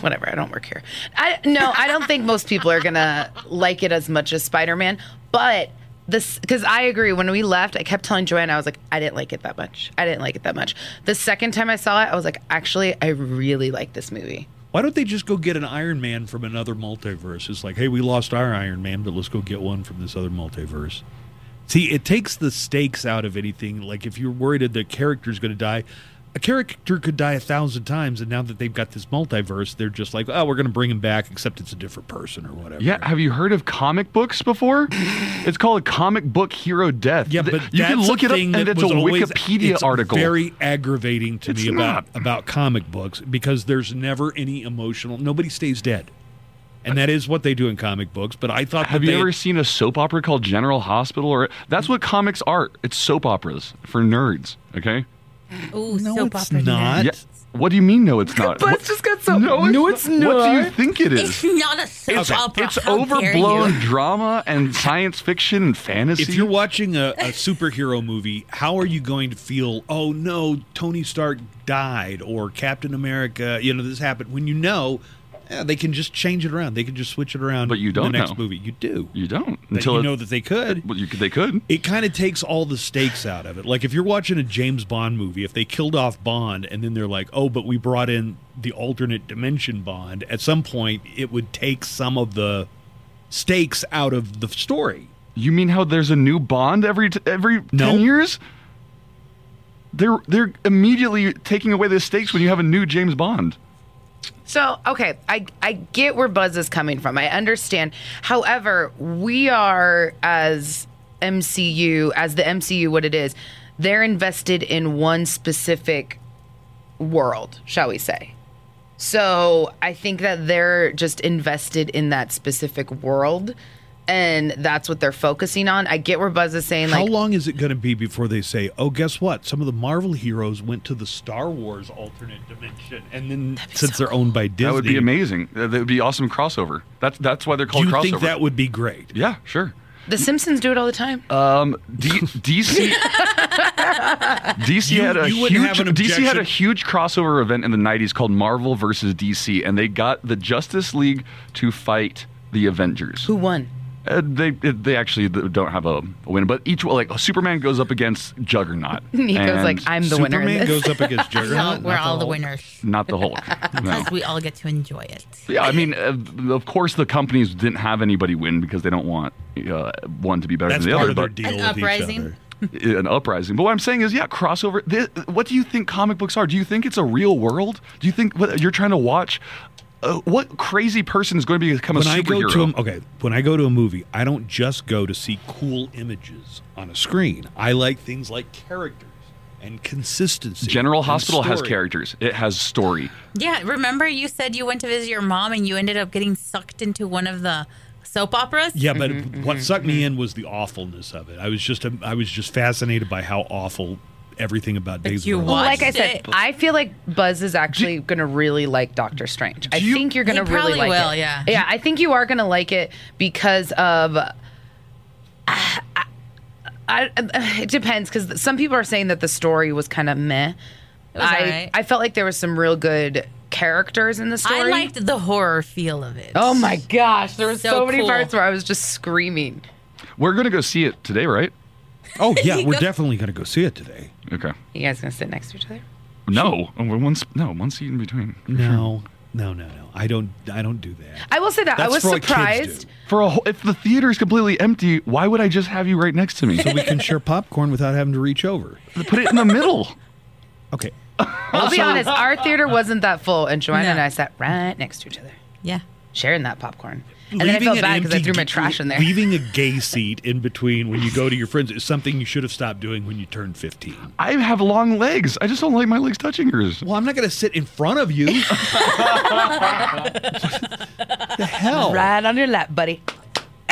S14: Whatever. I don't work here. I no. I don't think most people are gonna like it as much as Spider Man. But this, because I agree. When we left, I kept telling Joanne, I was like, I didn't like it that much. I didn't like it that much. The second time I saw it, I was like, actually, I really like this movie.
S2: Why don't they just go get an Iron Man from another multiverse? It's like, hey, we lost our Iron Man, but let's go get one from this other multiverse. See, it takes the stakes out of anything. Like, if you're worried that the character's going to die, a character could die a thousand times, and now that they've got this multiverse, they're just like, oh, we're going to bring him back, except it's a different person or whatever.
S3: Yeah, have you heard of comic books before? It's called Comic Book Hero Death.
S2: Yeah,
S3: Th-
S2: but
S3: you can
S2: that's
S3: look
S2: a
S3: it up, and
S2: thing that
S3: it's a
S2: was always-
S3: Wikipedia
S2: it's
S3: article.
S2: Very aggravating to
S3: It's
S2: me about about comic books because there's never any emotional. Nobody stays dead, and that is what they do in comic books. But I thought
S3: Have
S2: that
S3: you
S2: they-
S3: ever seen a soap opera called General Hospital? Or that's what comics are. It's soap operas for nerds. Okay.
S4: Ooh, soap
S2: it's
S4: opera.
S2: not.
S3: Yeah. What do you mean? No, it's not. What-
S14: just got so
S3: no, it's, not. What do you think it
S4: It's
S3: is?
S4: not a soap
S3: It's,
S4: opera.
S3: it's
S4: How dare you.
S3: overblown drama and science fiction and fantasy.
S2: If you're watching a, a superhero movie, how are you going to feel? Oh no, Tony Stark died, or Captain America. You know this happened. When you know, eh, they can just change it around. They can just switch it around.
S3: but you
S2: in
S3: don't
S2: the next
S3: know.
S2: movie. You do.
S3: You don't
S2: That
S3: until
S2: you
S3: it-
S2: know that they could.
S3: Well, you, could- they could.
S2: It kind of takes all the stakes out of it. Like if you're watching a James Bond movie, if they killed off Bond and then they're like, "Oh, but we brought in the alternate dimension Bond," at some point it would take some of the stakes out of the story.
S3: You mean how there's a new Bond every t- every ten years? They're they're immediately taking away the stakes when you have a new James Bond.
S14: So, okay, I, I get where Buzz is coming from. I understand. However, we are, as MCU, as the MCU, what it is, they're invested in one specific world, shall we say. So I think that they're just invested in that specific world. And that's what they're focusing on. I get where Buzz is saying,
S2: How
S14: like,
S2: long is it going to be before they say, "Oh, guess what? Some of the Marvel heroes went to the Star Wars alternate dimension," and then since they're owned by Disney,
S3: That would be amazing. That that would be awesome crossover. That's that's why they're
S2: Do
S3: called
S2: you
S3: crossover.
S2: think that would be great?
S3: yeah, sure.
S14: the Simpsons do it all the time.
S3: Um, D- DC DC
S2: You-
S3: had a
S2: you wouldn't
S3: huge
S2: have an
S3: DC had
S2: objection.
S3: a huge crossover event in the '90s called Marvel versus DC, and they got the Justice League to fight the Avengers.
S14: Who won?
S3: Uh, they they actually don't have a, a winner, but each like Superman goes up against Juggernaut.
S14: Nico's
S3: and-
S14: like, I'm the winner in Superman this. goes up against
S4: Juggernaut? we're all the winners.
S3: Not the Hulk. No.
S4: because we all get to enjoy it.
S3: Yeah, I mean, uh, of course the companies didn't have anybody win because they don't want uh, one to be better
S2: That's
S3: than the
S2: part
S3: other.
S2: of their
S3: but
S2: deal
S4: An with each uprising. other.
S3: an uprising. But what I'm saying is, yeah, crossover. This, what do you think comic books are? Do you think it's a real world? Do you think what, you're trying to watch? Uh, what crazy person is going to become
S2: when
S3: a
S2: I
S3: superhero?
S2: go to a, oh. okay, when I go to a movie, I don't just go to see cool images on a screen. I like things like characters and consistency.
S3: General
S2: and
S3: Hospital has
S2: story.
S3: characters. It has story.
S4: Yeah, remember you said you went to visit your mom and you ended up getting sucked into one of the soap operas?
S2: Yeah, but
S14: Mm-hmm,
S2: what sucked me in was the awfulness of it. I was just I was just fascinated by how awful everything about Days
S14: You
S2: of Our
S14: well,
S2: Lives
S14: like I said, I feel like Buzz is actually going to really like Doctor Strange. I think you're going to
S4: He
S14: really
S4: probably
S14: like
S4: will,
S14: it.
S4: yeah.
S14: yeah. I think you are going to like it because of. I, I, it depends because some people are saying that the story was kind of meh.
S4: It was
S14: I
S4: alright.
S14: I felt like there was some real good characters in the story.
S4: I liked the horror feel of it.
S14: Oh my gosh, there was
S4: So
S14: so, many
S4: cool.
S14: parts where I was just screaming.
S3: We're going to go see it today, right?
S2: Oh yeah,
S14: You
S2: we're
S14: go-
S2: definitely going to go see it today.
S3: Okay.
S14: You guys gonna sit next to each other?
S3: No, oh, we're one sp- no one seat in between.
S2: No, no, no, no. I don't. I don't do that.
S14: I will say that I
S3: That's
S14: was
S3: for what kids do.
S14: surprised.
S3: For a whole, if the theater is completely empty, why would I just have you right next to me?
S2: So we can share popcorn without having to reach over.
S3: Put it in the middle.
S2: Okay.
S14: I'll be
S2: Also-
S14: honest, our theater wasn't that full, and Joanna and I sat right next to each other.
S4: Yeah.
S14: Sharing that popcorn. And then I felt
S2: an
S14: bad because I
S2: empty
S14: threw my
S2: ga-
S14: trash in there.
S2: Leaving a gay seat in between when you go to your friends is something you should have stopped doing when you turned 15.
S3: I have long legs. I just don't like my legs touching yours.
S2: Well, I'm not going to sit in front of you. the hell?
S14: Right on your lap, buddy.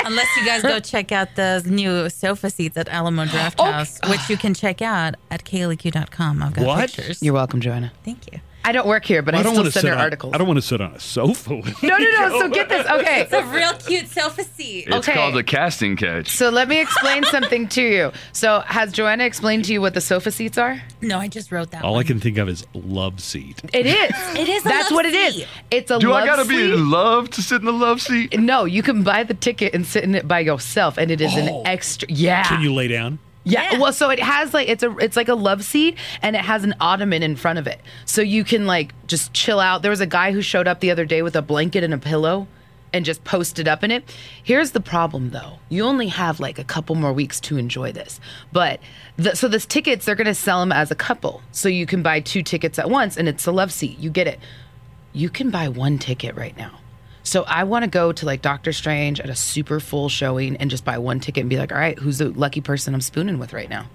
S4: Unless you guys go check out the new sofa seats at Alamo Draft
S14: Oh,
S4: House, which you can check out at E klq.com. I've got
S2: What?
S4: pictures.
S14: You're welcome, Joanna.
S4: Thank you.
S14: I don't work here, but I,
S2: I don't
S14: still
S2: want to
S14: send
S2: sit
S14: her
S2: on,
S14: articles.
S2: I don't want to sit on a sofa. with-
S14: No, no, no. So get this. Okay.
S4: It's a real cute sofa seat.
S3: It's called the casting catch.
S14: So let me explain something to you. So has Joanna explained to you what the sofa seats are?
S4: No, I just wrote that.
S2: All I can think of is love seat.
S14: It is.
S4: It is a
S14: That's
S4: love
S14: what it is.
S4: seat.
S14: It's a
S3: Do
S14: love
S3: I gotta be
S14: seat.
S3: in love to sit in the love seat?
S14: No, you can buy the ticket and sit in it by yourself, and it is
S2: Oh.
S14: an extra. Yeah.
S2: Can you lay down?
S14: Yeah. Well, so it has like it's a it's like a love seat and it has an ottoman in front of it. So you can like just chill out. There was a guy who showed up the other day with a blanket and a pillow and just posted up in it. Here's the problem though. You only have like a couple more weeks to enjoy this. But the, so this tickets they're going to sell them as a couple. So you can buy two tickets at once and it's a love seat. You get it. You can buy one ticket right now. So I want to go to like Doctor Strange at a super full showing and just buy one ticket and be like, all right, who's the lucky person I'm spooning with right now?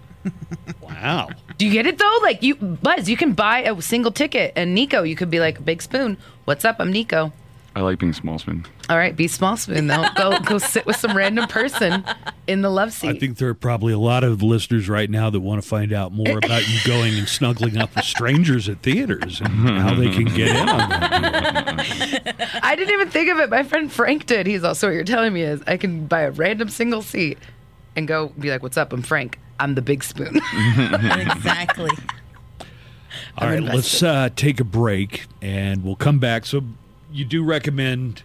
S2: Wow.
S14: Do you get it though? Like you, Buzz, you can buy a single ticket, and Nico, you could be like Big Spoon. What's up? I'm Nico.
S3: I like being small spoon.
S14: All right, be small spoon though. go go sit with some random person in the love
S2: I
S14: seat.
S2: think there are probably a lot of listeners right now that want to find out more about you going and snuggling up with strangers at theaters and how they can get in on that.
S14: I didn't even think of it. My friend Frank did. He's also what you're telling me is I can buy a random single seat and go be like, "What's up? I'm Frank. I'm the Big Spoon."
S4: exactly.
S2: All right, let's uh, take a break and we'll come back. So, you do recommend?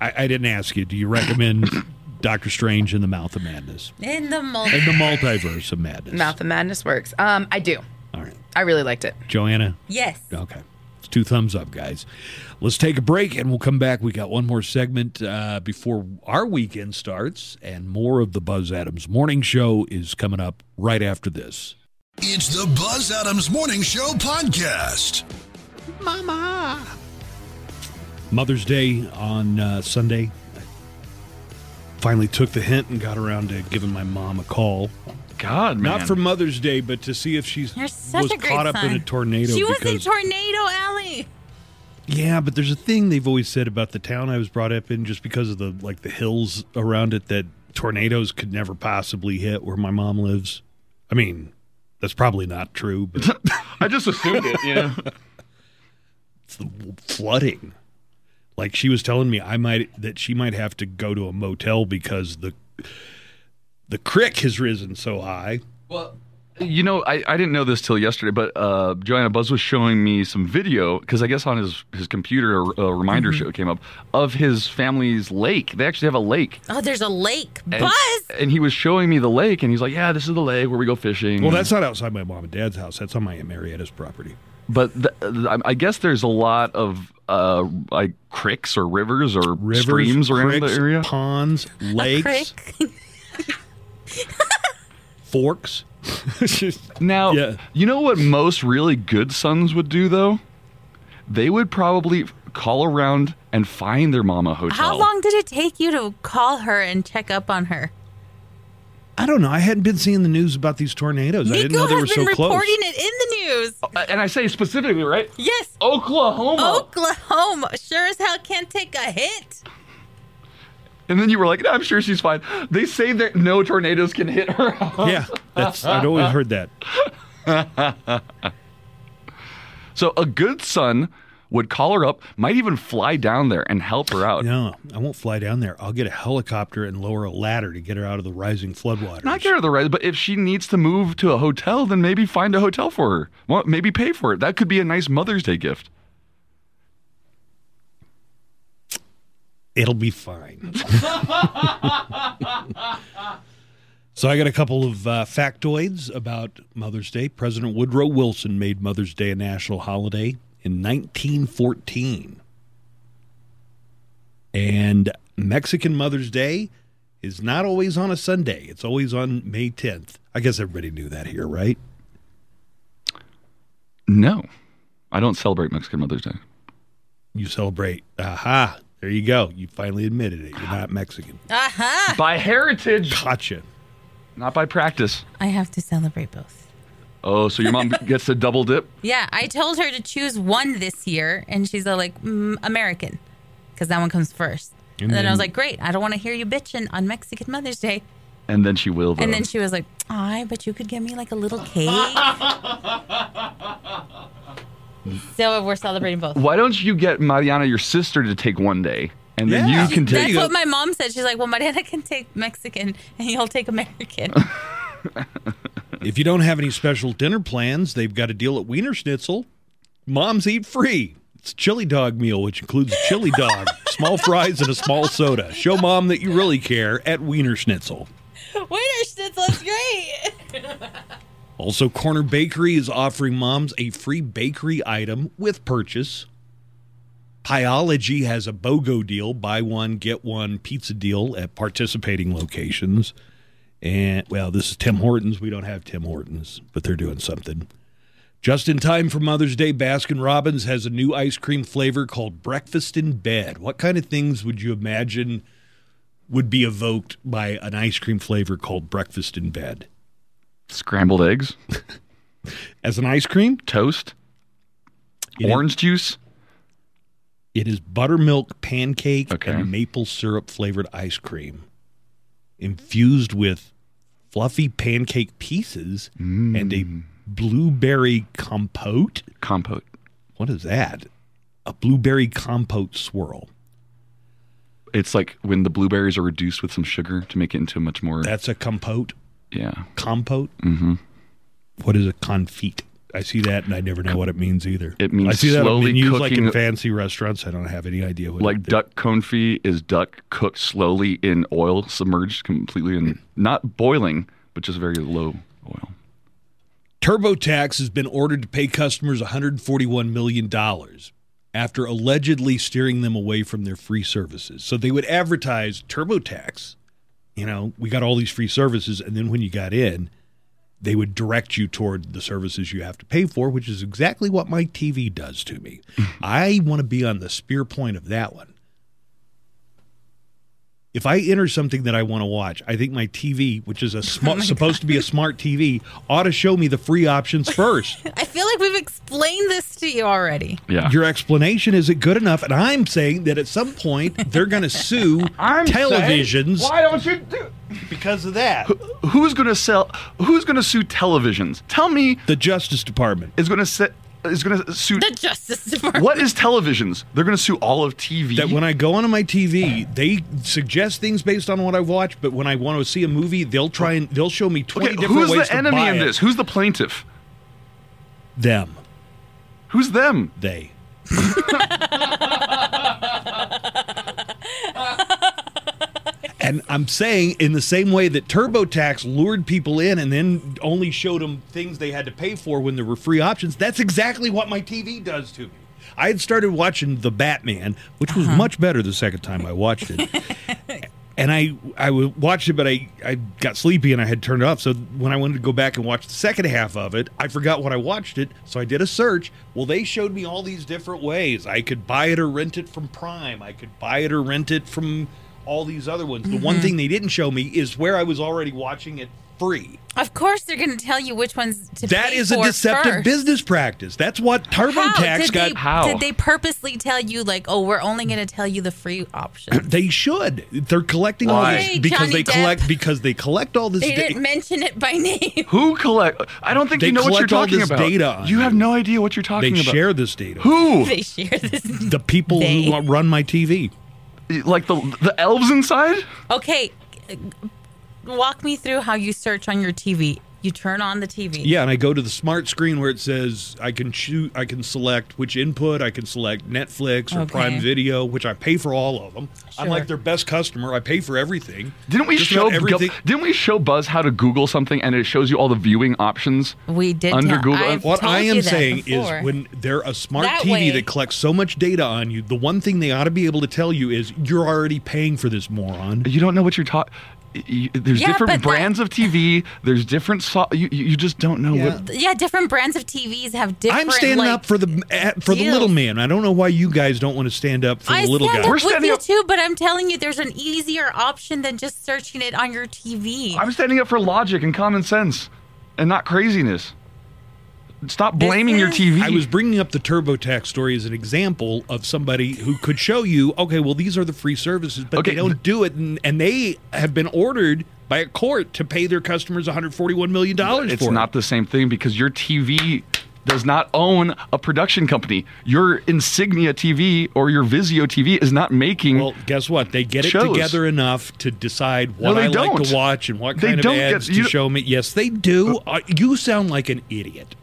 S2: I, I didn't ask you. Do you recommend Doctor Strange in the Mouth of Madness
S4: In the multi.
S2: and the Multiverse of Madness?
S14: Mouth of Madness works. Um, I do.
S2: All right,
S14: I really liked it.
S2: Joanna.
S4: Yes.
S2: Okay, it's two thumbs up, guys. Let's take a break and we'll come back. We got one more segment uh, before our weekend starts, and more of the Buzz Adams Morning Show is coming up right after this.
S1: It's the Buzz Adams Morning Show podcast.
S2: Mama. Mother's Day on uh, Sunday. I finally took the hint and got around to giving my mom a call.
S3: God, man.
S2: Not for Mother's Day, but to see if she's
S4: You're such
S2: was
S4: a great
S2: caught up
S4: son.
S2: in a tornado.
S4: She was
S2: because,
S4: in Tornado Alley.
S2: yeah, but there's a thing they've always said about the town I was brought up in, just because of the like the hills around it that tornadoes could never possibly hit where my mom lives. I mean, that's probably not true, but
S3: I just assumed it. You know,
S2: it's the w- flooding. Like she was telling me, I might that she might have to go to a motel because the the creek has risen so high.
S3: Well, You know, I, I didn't know this till yesterday, but uh, Joanna Buzz was showing me some video because I guess on his, his computer a, a reminder
S4: Mhm.
S3: show came up of his family's lake. They actually have a lake.
S4: Oh, there's a lake.
S3: And,
S4: Buzz!
S3: and he was showing me the lake, and he's like, "Yeah, this is the lake where we go fishing."
S2: Well, that's not outside my mom and dad's house. That's on my Marietta's property.
S3: But th- th- I- I guess there's a lot of uh, like creeks or rivers or
S2: Rivers,
S3: streams around
S2: cricks,
S3: the area.
S2: ponds, lakes, forks.
S3: now, you know what most really good sons would do though? They would probably call around and find their mama hotel.
S4: How long did it take you to call her and check up on her?
S2: I don't know. I hadn't been seeing the news about these tornadoes. I didn't
S4: Nico
S2: know they
S4: has
S2: were so
S4: been
S2: close.
S4: reporting it in the news.
S3: Uh, And I say specifically, right?
S4: Yes.
S3: Oklahoma.
S4: Oklahoma. Sure as hell can't take a hit.
S3: And then you were like, "No, I'm sure she's fine. They say that no tornadoes can hit her house.
S2: Yeah, that's, I'd always heard that.
S3: so a good son would call her up, might even fly down there and help her out.
S2: No, I won't fly down there. I'll get a helicopter and lower a ladder to get her out of the rising floodwater.
S3: Not get her the right, but if she needs to move to a hotel, then maybe find a hotel for her. Well, maybe pay for it. That could be a nice Mother's Day gift.
S2: It'll be fine. So I got a couple of uh, factoids about Mother's Day. President Woodrow Wilson made Mother's Day a national holiday in 1914. And Mexican Mother's Day is not always on a Sunday. It's always on May 10th. I guess everybody knew that here, right?
S3: No, I don't celebrate Mexican Mother's Day.
S2: You celebrate. Aha. There you go. You finally admitted it. You're not Mexican.
S4: Aha.
S3: By heritage.
S2: Gotcha.
S3: Not by practice.
S4: I have to celebrate both.
S3: Oh, so your mom gets to double dip?
S4: Yeah, I told her to choose one this year, and she's all like, mm, American, because that one comes first. And,
S3: And
S4: then, I
S3: then-
S4: was like, great, I don't want to hear you bitching on Mexican Mother's Day.
S3: And then she will. Though.
S4: And then she was like, I bet you could get me like a little cake. so we're celebrating both.
S3: Why don't you get Mariana, your sister, to take one day, and then you can
S4: That's
S3: take.
S4: what my mom said. She's like, well, Mariana can take Mexican, and you'll take American.
S2: If you don't have any special dinner plans, they've got a deal at Wiener Schnitzel. Moms eat free. It's a chili dog meal, which includes a chili dog, small fries, and a small soda. Show mom that you really care at Wiener Schnitzel.
S4: Wiener Schnitzel is great.
S2: Also, Corner Bakery is offering moms a free bakery item with purchase. Pyology has a BOGO deal, buy one, get one pizza deal at participating locations. And, well, this is Tim Hortons. We don't have Tim Hortons, but they're doing something. Just in time for Mother's Day, Baskin Robbins has a new ice cream flavor called Breakfast in Bed. What kind of things would you imagine would be evoked by an ice cream flavor called Breakfast in Bed?
S3: Scrambled eggs.
S2: As an ice cream?
S3: Toast. Orange juice.
S2: It is buttermilk pancake
S3: Okay.
S2: and maple syrup flavored ice cream infused with fluffy pancake pieces and a blueberry compote.
S3: Mm. Compote.
S2: What is that? A blueberry compote swirl.
S3: It's like when the blueberries are reduced with some sugar to make it into much more.
S2: That's a compote.
S3: yeah.
S2: Compote.
S3: Mm-hmm.
S2: What is a confit? I see that and I never know what it means either.
S3: It means
S2: I see that on
S3: slowly
S2: menus like in
S3: cooking-
S2: fancy restaurants. I don't have any idea what.
S3: Like duck confit is duck cooked slowly in oil, submerged completely in not boiling, but just very low oil.
S2: TurboTax has been ordered to pay customers $141 million after allegedly steering them away from their free services. So they would advertise TurboTax, you know, we got all these free services. And then when you got in, they would direct you toward the services you have to pay for, which is exactly what my TV does to me.
S3: Mm-hmm.
S2: I want to be on the spear point of that one. If I enter something that I want to watch, I think my TV, which is a
S3: Oh
S2: smart, supposed to be a smart TV, ought to show me the free options first.
S4: I feel like we've explained this to you already.
S3: Yeah.
S2: Your explanation isn't good enough, and I'm saying that at some point they're going to sue televisions.
S3: don't you do?
S2: Because of that.
S3: Who's going to sell? Who's going to sue televisions? Tell me.
S2: The Justice Department
S3: is going to set. is going to sue.
S4: The Justice Department.
S3: What is televisions? They're going to sue all of TV.
S2: That when I go onto my TV, they suggest things based on what I've watched, but when I want to see a movie, they'll try and they'll show me twenty
S3: Okay,
S2: different
S3: who's
S2: ways
S3: the
S2: to
S3: enemy
S2: buy
S3: in
S2: it.
S3: this? Who's the plaintiff?
S2: Them.
S3: Who's them?
S2: They. And I'm saying in the same way that TurboTax lured people in and then only showed them things they had to pay for when there were free options, that's exactly what my TV does to me. I had started watching The Batman, which was much better the second time I watched it. and I I w- watched it, but I, I got sleepy and I had turned it off. So when I wanted to go back and watch the second half of it, I forgot what I watched it. So I did a search. Well, they showed me all these different ways I could buy it or rent it from Prime. I could buy it or rent it from all these other ones. The one
S4: Mhm.
S2: thing they didn't show me is where I was already watching it free.
S4: Of course, they're going to tell you which ones to
S2: That
S4: pay
S2: is a
S4: for
S2: deceptive
S4: first.
S2: business practice. That's what
S4: How?
S2: TurboTax
S4: Did
S2: got.
S4: they, Did they purposely tell you like, oh, we're only going to tell you the free option?
S2: They should. They're collecting all
S4: Why?
S2: this
S4: Hey,
S2: because
S4: Johnny
S2: they
S4: Depp.
S2: collect because they collect all this.
S4: They
S2: da-
S4: didn't mention it by name.
S3: Who collect? I don't think
S2: They
S3: you know what you're
S2: collect all
S3: talking
S2: this
S3: about.
S2: data on
S3: You have no idea what you're talking
S2: they
S3: about.
S2: share this data.
S3: Who?
S4: They share this.
S2: The people who wa- run my TV.
S3: Like the the elves inside?
S4: Okay, uh, walk me through how you search on your TV. You turn on the TV.
S2: Yeah, and I go to the smart screen where it says I can choose, I can select which input, I can select Netflix or
S4: Okay.
S2: Prime Video, which I pay for all of them. I'm
S3: Sure.
S2: like their best customer. I pay for everything.
S3: Didn't we
S2: Just
S3: show
S2: about everything?
S3: Gu- Didn't we show Buzz how to Google something and it shows you all the viewing options?
S4: We did
S3: under
S4: tell-
S3: Google.
S4: I've
S2: what
S4: told
S2: I
S4: you
S2: am
S4: that
S2: saying
S4: before.
S2: is when they're a smart
S4: That
S2: TV
S4: way-
S2: that collects so much data on you, the one thing they ought to be able to tell you is you're already paying for this moron.
S3: You don't know what you're talking. There's
S4: Yeah,
S3: different
S4: but that-
S3: brands of TV. There's different. So- you you you just don't know what.
S4: Yeah, different brands of TVs have different.
S2: I'm standing
S4: like,
S2: up for the eh, for the
S4: deals.
S2: little man. I don't know why you guys don't want to stand up for
S4: I
S2: the little
S4: stand
S2: guy.
S4: up with you too, but I'm telling you, there's an easier option than just searching it on your TV.
S3: I'm standing up for logic and common sense, and not craziness. Stop blaming your TV.
S2: I was bringing up the TurboTax story as an example of somebody who could show you, okay, well, these are the free services, but they don't do it, and, and they have been ordered by a court to pay their customers 141 million dollars
S3: It's
S2: for
S3: not the same thing because your TV does not own a production company. Your Insignia TV or your Vizio TV is not making. Well,
S2: guess what? They get it. Get it
S3: shows.
S2: together enough to decide
S3: No,
S2: what
S3: they
S2: I like
S3: don't.
S2: to watch and what
S3: They
S2: kind
S3: don't
S2: of
S3: get-
S2: ads
S3: you- Oh.
S2: to show me. Yes, they do. Uh, you sound like an idiot,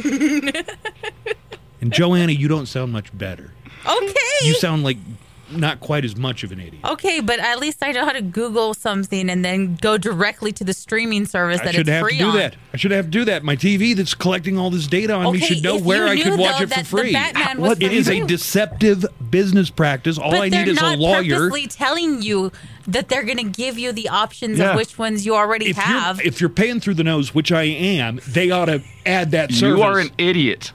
S2: and Joanna, you don't sound much better.
S4: okay.
S2: You sound like not quite as much of an idiot.
S4: Okay, but at least I know how to Google something and then go directly to the streaming service
S2: I
S4: that
S2: should
S4: it's
S2: have
S4: free
S2: to do
S4: on.
S2: that. I should have to do that. My TV that's collecting all this data on me
S4: Okay,
S2: should know
S4: if
S2: where
S4: you
S2: I
S4: knew,
S2: could watch
S4: though,
S2: it for
S4: that the
S2: free.
S4: Batman was
S2: it is
S4: free.
S2: a deceptive business practice. All
S4: but
S2: I
S4: they're
S2: need is
S4: not
S2: a lawyer.
S4: purposely telling you that they're going to give you the options
S2: Yeah.
S4: of which ones you already
S2: If you're,
S4: have.
S2: if you're paying through the nose, which I am, they ought to add that service.
S3: You are an idiot.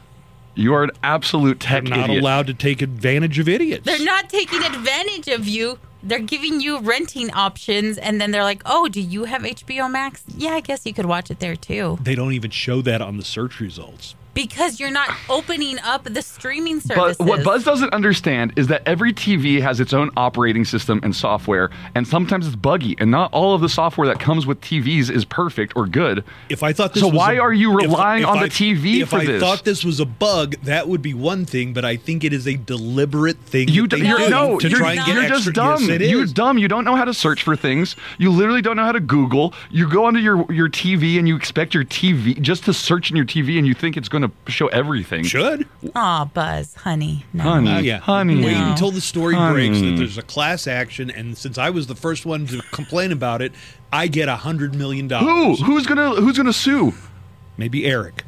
S3: You are an absolute tech
S2: not
S3: idiot.
S2: allowed to take advantage of idiots.
S4: They're not taking advantage of you. They're giving you renting options, and then they're like, "Oh, do you have HBO Max? Yeah, I guess you could watch it there too."
S2: They don't even show that on the search results.
S4: Because you're not opening up the streaming
S3: But
S4: services.
S3: what Buzz doesn't understand is that every TV has its own operating system and software, and sometimes it's buggy, and not all of the software that comes with TVs is perfect or good.
S2: If I thought this
S3: so,
S2: was
S3: why
S2: a-
S3: are you
S2: if-
S3: relying
S2: if
S3: on
S2: I-
S3: the TV
S2: if
S3: for
S2: I
S3: this?
S2: thought this was a bug, that would be one thing, but I think it is a deliberate thing.
S3: You
S2: that
S3: d-
S2: they
S3: you're,
S2: do
S3: no,
S2: to
S3: you're,
S2: try and get
S3: you're just
S2: extra-
S3: dumb.
S2: Yes, it
S3: you're
S2: is.
S3: dumb. You don't know how to search for things. You literally don't know how to Google. You go onto your, your TV and you expect your TV just to search in your TV and you think it's going to show everything.
S2: Should.
S4: Aw, Buzz, honey, no.
S3: Honey,
S2: Oh, yeah.
S3: honey.
S2: Wait
S3: No.
S2: until the story
S3: Honey.
S2: breaks that there's a class action, and since I was the first one to complain about it, I get a hundred million
S3: Who?
S2: dollars.
S3: Who's gonna Who's gonna sue?
S2: Oh, Maybe Eric.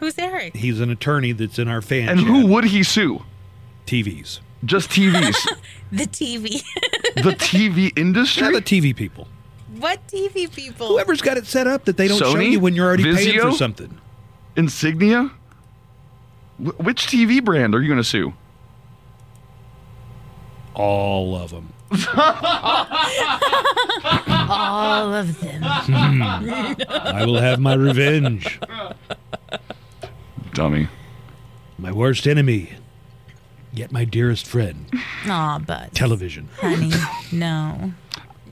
S4: Who's Eric?
S2: He's an attorney that's in our fan.
S3: And who would he sue?
S2: TVs.
S3: Just TVs.
S4: The TV.
S3: the TV industry.
S2: the TV people.
S4: what TV people?
S2: Whoever's got it set up that they don't show
S3: Sony?
S2: you when you're already paying for
S3: Vizio?
S2: something.
S3: Insignia. Wh- which TV brand are you gonna sue?
S2: All of them.
S4: All of them.
S2: Hmm. I will have my revenge.
S3: Dummy.
S2: My worst enemy, yet my dearest friend.
S4: Aw, Buzz,
S2: Television.
S4: honey, no.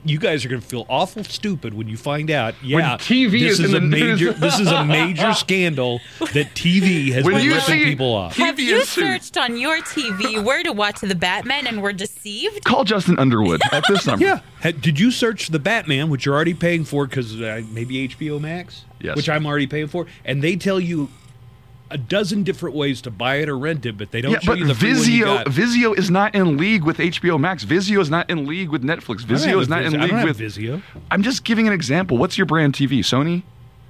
S2: you guys are going to feel awful stupid when you find out. Yeah,
S3: TV
S2: this
S3: is in
S2: a
S3: the news.
S2: major. This is a major scandal that TV has
S3: When
S2: been
S3: you
S2: ripping
S3: see
S2: people off.
S4: Have you searched on your TV where to watch the Batman and were deceived?
S3: Call Justin Underwood at this number.
S2: Yeah. Had, did you search the Batman, which you're already paying for, because uh, maybe HBO Max,
S3: Yes.
S2: which I'm already paying for, and they tell you a dozen different ways to buy it or rent it, but they don't
S3: yeah,
S2: show
S3: but
S2: you the free one you
S3: Vizio
S2: got.
S3: Vizio is not in league with HBO Max. Vizio is not in league with Netflix.
S2: I don't have
S3: Vizio is
S2: a
S3: not in
S2: Vizio- I don't
S3: league with
S2: have Vizio.
S3: I'm just giving an example. What's your brand TV? Sony?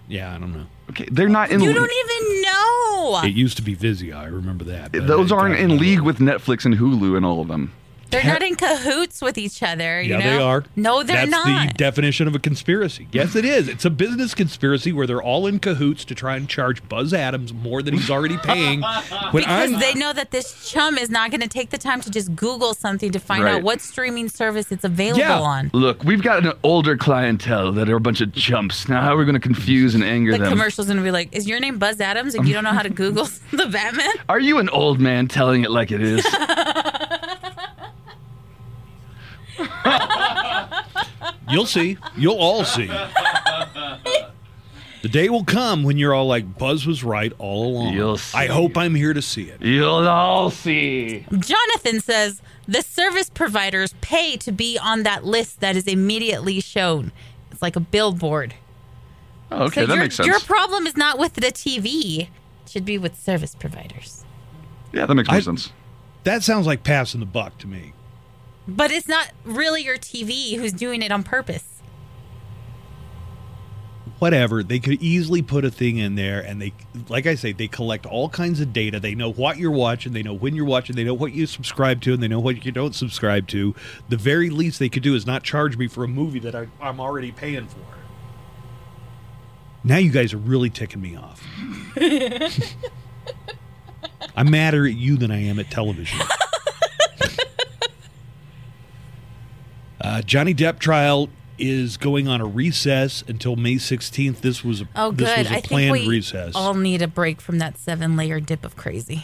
S2: Yeah, I don't know.
S3: Okay, they're not in
S4: You
S3: league.
S4: don't even know.
S2: It used to be Vizio. I remember that. but
S3: Those
S2: I
S3: aren't
S2: don't
S3: in
S2: know.
S3: league with Netflix and Hulu and all of them.
S4: They're not in cahoots with each other. You
S2: Yeah,
S4: know?
S2: they are.
S4: No, they're
S2: That's
S4: not.
S2: the definition of a conspiracy. Yes, it is. It's a business conspiracy where they're all in cahoots to try and charge Buzz Adams more than he's already paying. when
S4: because
S2: I'm,
S4: they know that this chum is not going to take the time to just Google something to find
S3: Right.
S4: out what streaming service it's available on.
S3: Look, we've got an older clientele that are a bunch of chumps. Now, how are we going to confuse and anger
S4: The
S3: them?
S4: commercial's going to be like, "Is your name Buzz Adams?" And you don't know how to Google the Batman.
S3: Are you an old man telling it like it is?
S2: you'll see. You'll all see. The day will come when you're all like, Buzz was right all along.
S3: You'll
S2: I hope I'm here to see it.
S3: You'll all see.
S4: Jonathan says the service providers pay to be on that list that is immediately shown. It's like a billboard.
S3: Oh, okay,
S4: So
S3: that
S4: your,
S3: makes sense.
S4: Your problem is not with the TV; it should be with service providers.
S3: yeah, that makes more
S2: I-
S3: sense.
S2: That sounds like passing the buck to me.
S4: But it's not really your TV who's doing it on purpose.
S2: whatever they could easily put a thing in there and they like i say they collect all kinds of data they know what you're watching they know when you're watching they know what you subscribe to and they know what you don't subscribe to the very least they could do is not charge me for a movie that I, i'm already paying for now you guys are really ticking me off i'm madder at you than i am at television uh, johnny depp trial is going on a recess until May 16th. This was a,
S4: Oh,
S2: this
S4: good.
S2: was a
S4: I
S2: planned
S4: think we
S2: recess.
S4: all need a break from that seven-layer dip of crazy.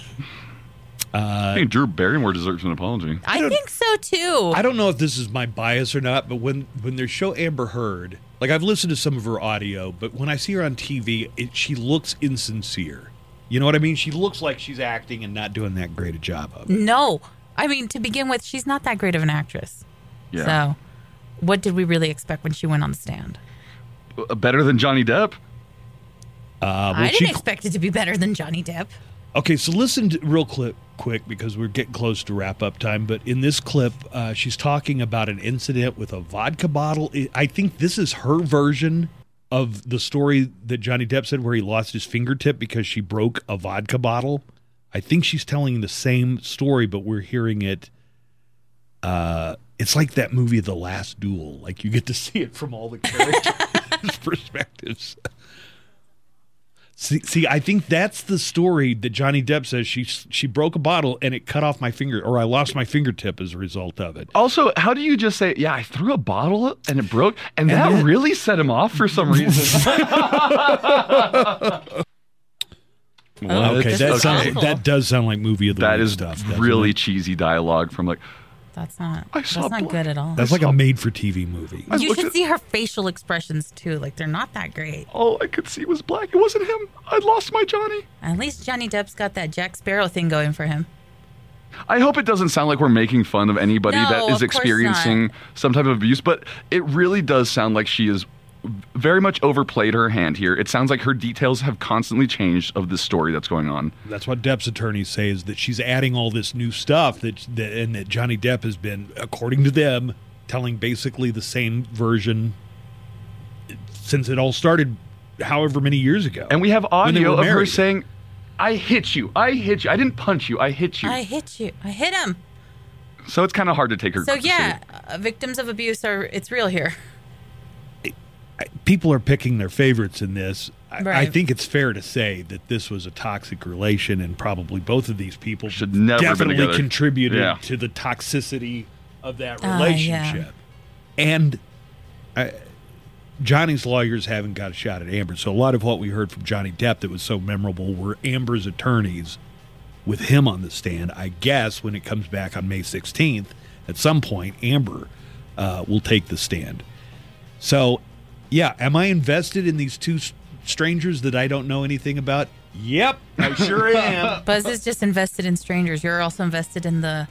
S2: Uh,
S3: I think Drew Barrymore deserves an apology.
S4: I, think so too.
S2: I don't know if this is my bias or not, but when when their show Amber Heard, like I've listened to some of her audio, but when I see her on TV, it, she looks insincere. You know what I mean? She looks like she's acting and not doing that great a job of. it.
S4: No, I mean to begin with, she's not that great of an actress.
S3: Yeah.
S4: So, what did we really expect when she went on the stand?
S3: Uh, Better than Johnny Depp?
S2: Uh,
S4: I
S2: well,
S4: didn't
S2: she-
S4: expect it to be better than Johnny Depp.
S2: Okay, so listen to, real quick, quick because we're getting close to wrap up time. But in this clip, uh, she's talking about an incident with a vodka bottle. I- I think this is her version of the story that Johnny Depp said, where he lost his fingertip because she broke a vodka bottle. I think she's telling the same story, but we're hearing it. Uh, it's like that movie, The Last Duel. Like you get to see it from all the characters' perspectives. See, see, I think that's the story that Johnny Depp says she she broke a bottle and it cut off my finger, or I lost my fingertip as a result of it.
S3: Also, how do you just say, yeah, I threw a bottle up and it broke? And, that really set him off for some reason.
S2: Well, okay, that sounds that does sound like movie of the
S3: That
S2: week
S3: is
S2: stuff.
S3: really cheesy dialogue from like,
S4: That's not. That's
S3: saw
S4: not good at all.
S2: That's like a made-for-TV movie.
S4: you should see her facial expressions too. Like they're not that great.
S3: all I could see was black. It wasn't him. I lost my Johnny.
S4: At least Johnny Depp's got that Jack Sparrow thing going for him.
S3: I hope it doesn't sound like we're making fun of anybody
S4: No,
S3: that
S4: of
S3: is
S4: course
S3: experiencing some type of abuse, but it really does sound like she is very much overplayed her hand here. It sounds like her details have constantly changed of this story that's going on.
S2: That's what Depp's attorneys say is that she's adding all this new stuff that, that and that Johnny Depp has been, according to them, telling basically the same version since it all started, however many years ago.
S3: And we have
S2: when they
S3: audio
S2: were
S3: of her
S2: married.
S3: saying, I hit you. I hit you. I didn't punch you. I hit you.
S4: I hit you. I hit him.
S3: so it's kind of hard to take her.
S4: So yeah, uh, victims of abuse are. It's real here.
S2: people are picking their favorites in this. I, I
S4: Right.
S2: think it's fair to say that this was a toxic relation, and probably both of these people should
S3: never been
S2: definitely
S3: together.
S2: contributed
S3: Yeah.
S2: to the toxicity of that
S4: Ah, yeah.
S2: relationship. And I, Johnny's lawyers haven't got a shot at Amber, so a lot of what we heard from Johnny Depp that was so memorable were Amber's attorneys with him on the stand. I guess when it comes back on May 16th, at some point, Amber uh, will take the stand. So, yeah, am I invested in these two s- strangers that I don't know anything about? Yep, I sure am.
S4: Um, Buzz is just invested in strangers. You're also invested in the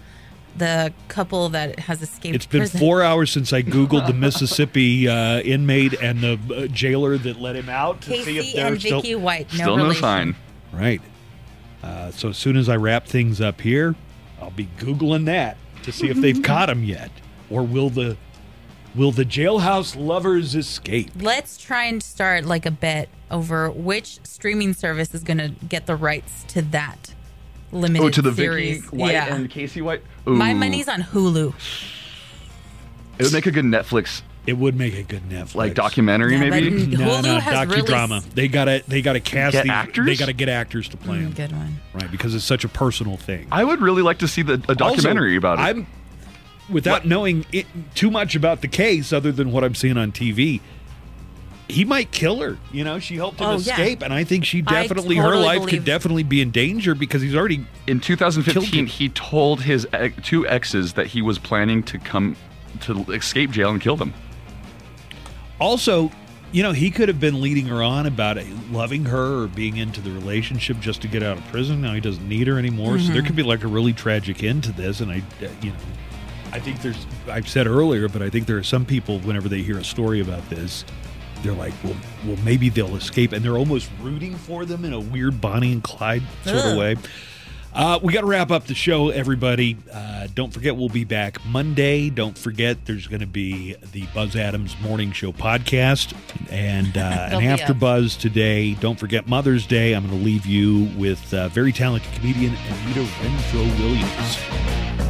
S4: the couple that has escaped.
S2: It's been
S4: prison.
S2: four hours since I Googled the Mississippi uh, inmate and the uh, jailer that let him out to see if
S4: Casey
S2: they're
S4: and
S2: still
S4: Vicky White. No
S2: Still no
S4: relation.
S2: sign. Right. Uh, so as soon as I wrap things up here, I'll be googling that to see if they've caught him yet, or will the will the jailhouse lovers escape?
S4: Let's try and start like a bet over which streaming service is going to get the rights to that limited
S3: oh, to the
S4: series.
S3: Vicky White
S4: yeah.
S3: and Casey White.
S4: My
S3: Ooh.
S4: money's on Hulu.
S3: It would make a good Netflix.
S2: It would make a good Netflix
S3: like documentary,
S4: Yeah,
S3: maybe.
S4: but
S2: No,
S4: Hulu
S2: no,
S4: has really
S2: docudrama. They gotta they gotta cast
S3: Get
S2: the
S3: actors?
S2: They gotta get actors to play
S4: Mm,
S2: him.
S4: good one.
S2: Right, because it's such a personal thing.
S3: I would really like to see the a documentary
S2: Also,
S3: about it.
S2: I'm without knowing it, too much about the case, other than what I'm seeing on TV. He might kill her. You know, she helped him
S3: Oh, yeah.
S2: escape, and I think she
S3: I
S2: definitely her
S3: totally
S2: life
S3: believe-
S2: could definitely be in danger because he's already
S3: in
S2: killed
S3: 2015, he told his ex- two exes that he was planning to come to escape jail and kill them.
S2: Also, you know, he could have been leading her on about it, loving her or being into the relationship just to get out of prison. Now he doesn't need her anymore. So there
S6: Mhm.
S2: could be like a really tragic end to this. And I, uh, you know, I think there's, I've said earlier, but I think there are some people, whenever they hear a story about this, they're like, well, well, maybe they'll escape. And they're almost rooting for them in a weird Bonnie and Clyde sort of
S6: Ugh.
S2: way. Uh, we got to wrap up the show, everybody. Uh, don't forget, we'll be back Monday. Don't forget, there's going to be the Buzz Adams Morning Show podcast and uh,
S6: They'll
S2: an
S6: be
S2: after
S6: up.
S2: buzz today. Don't forget Mother's Day. I'm going to leave you with uh, very talented comedian Anita Renfro Williams.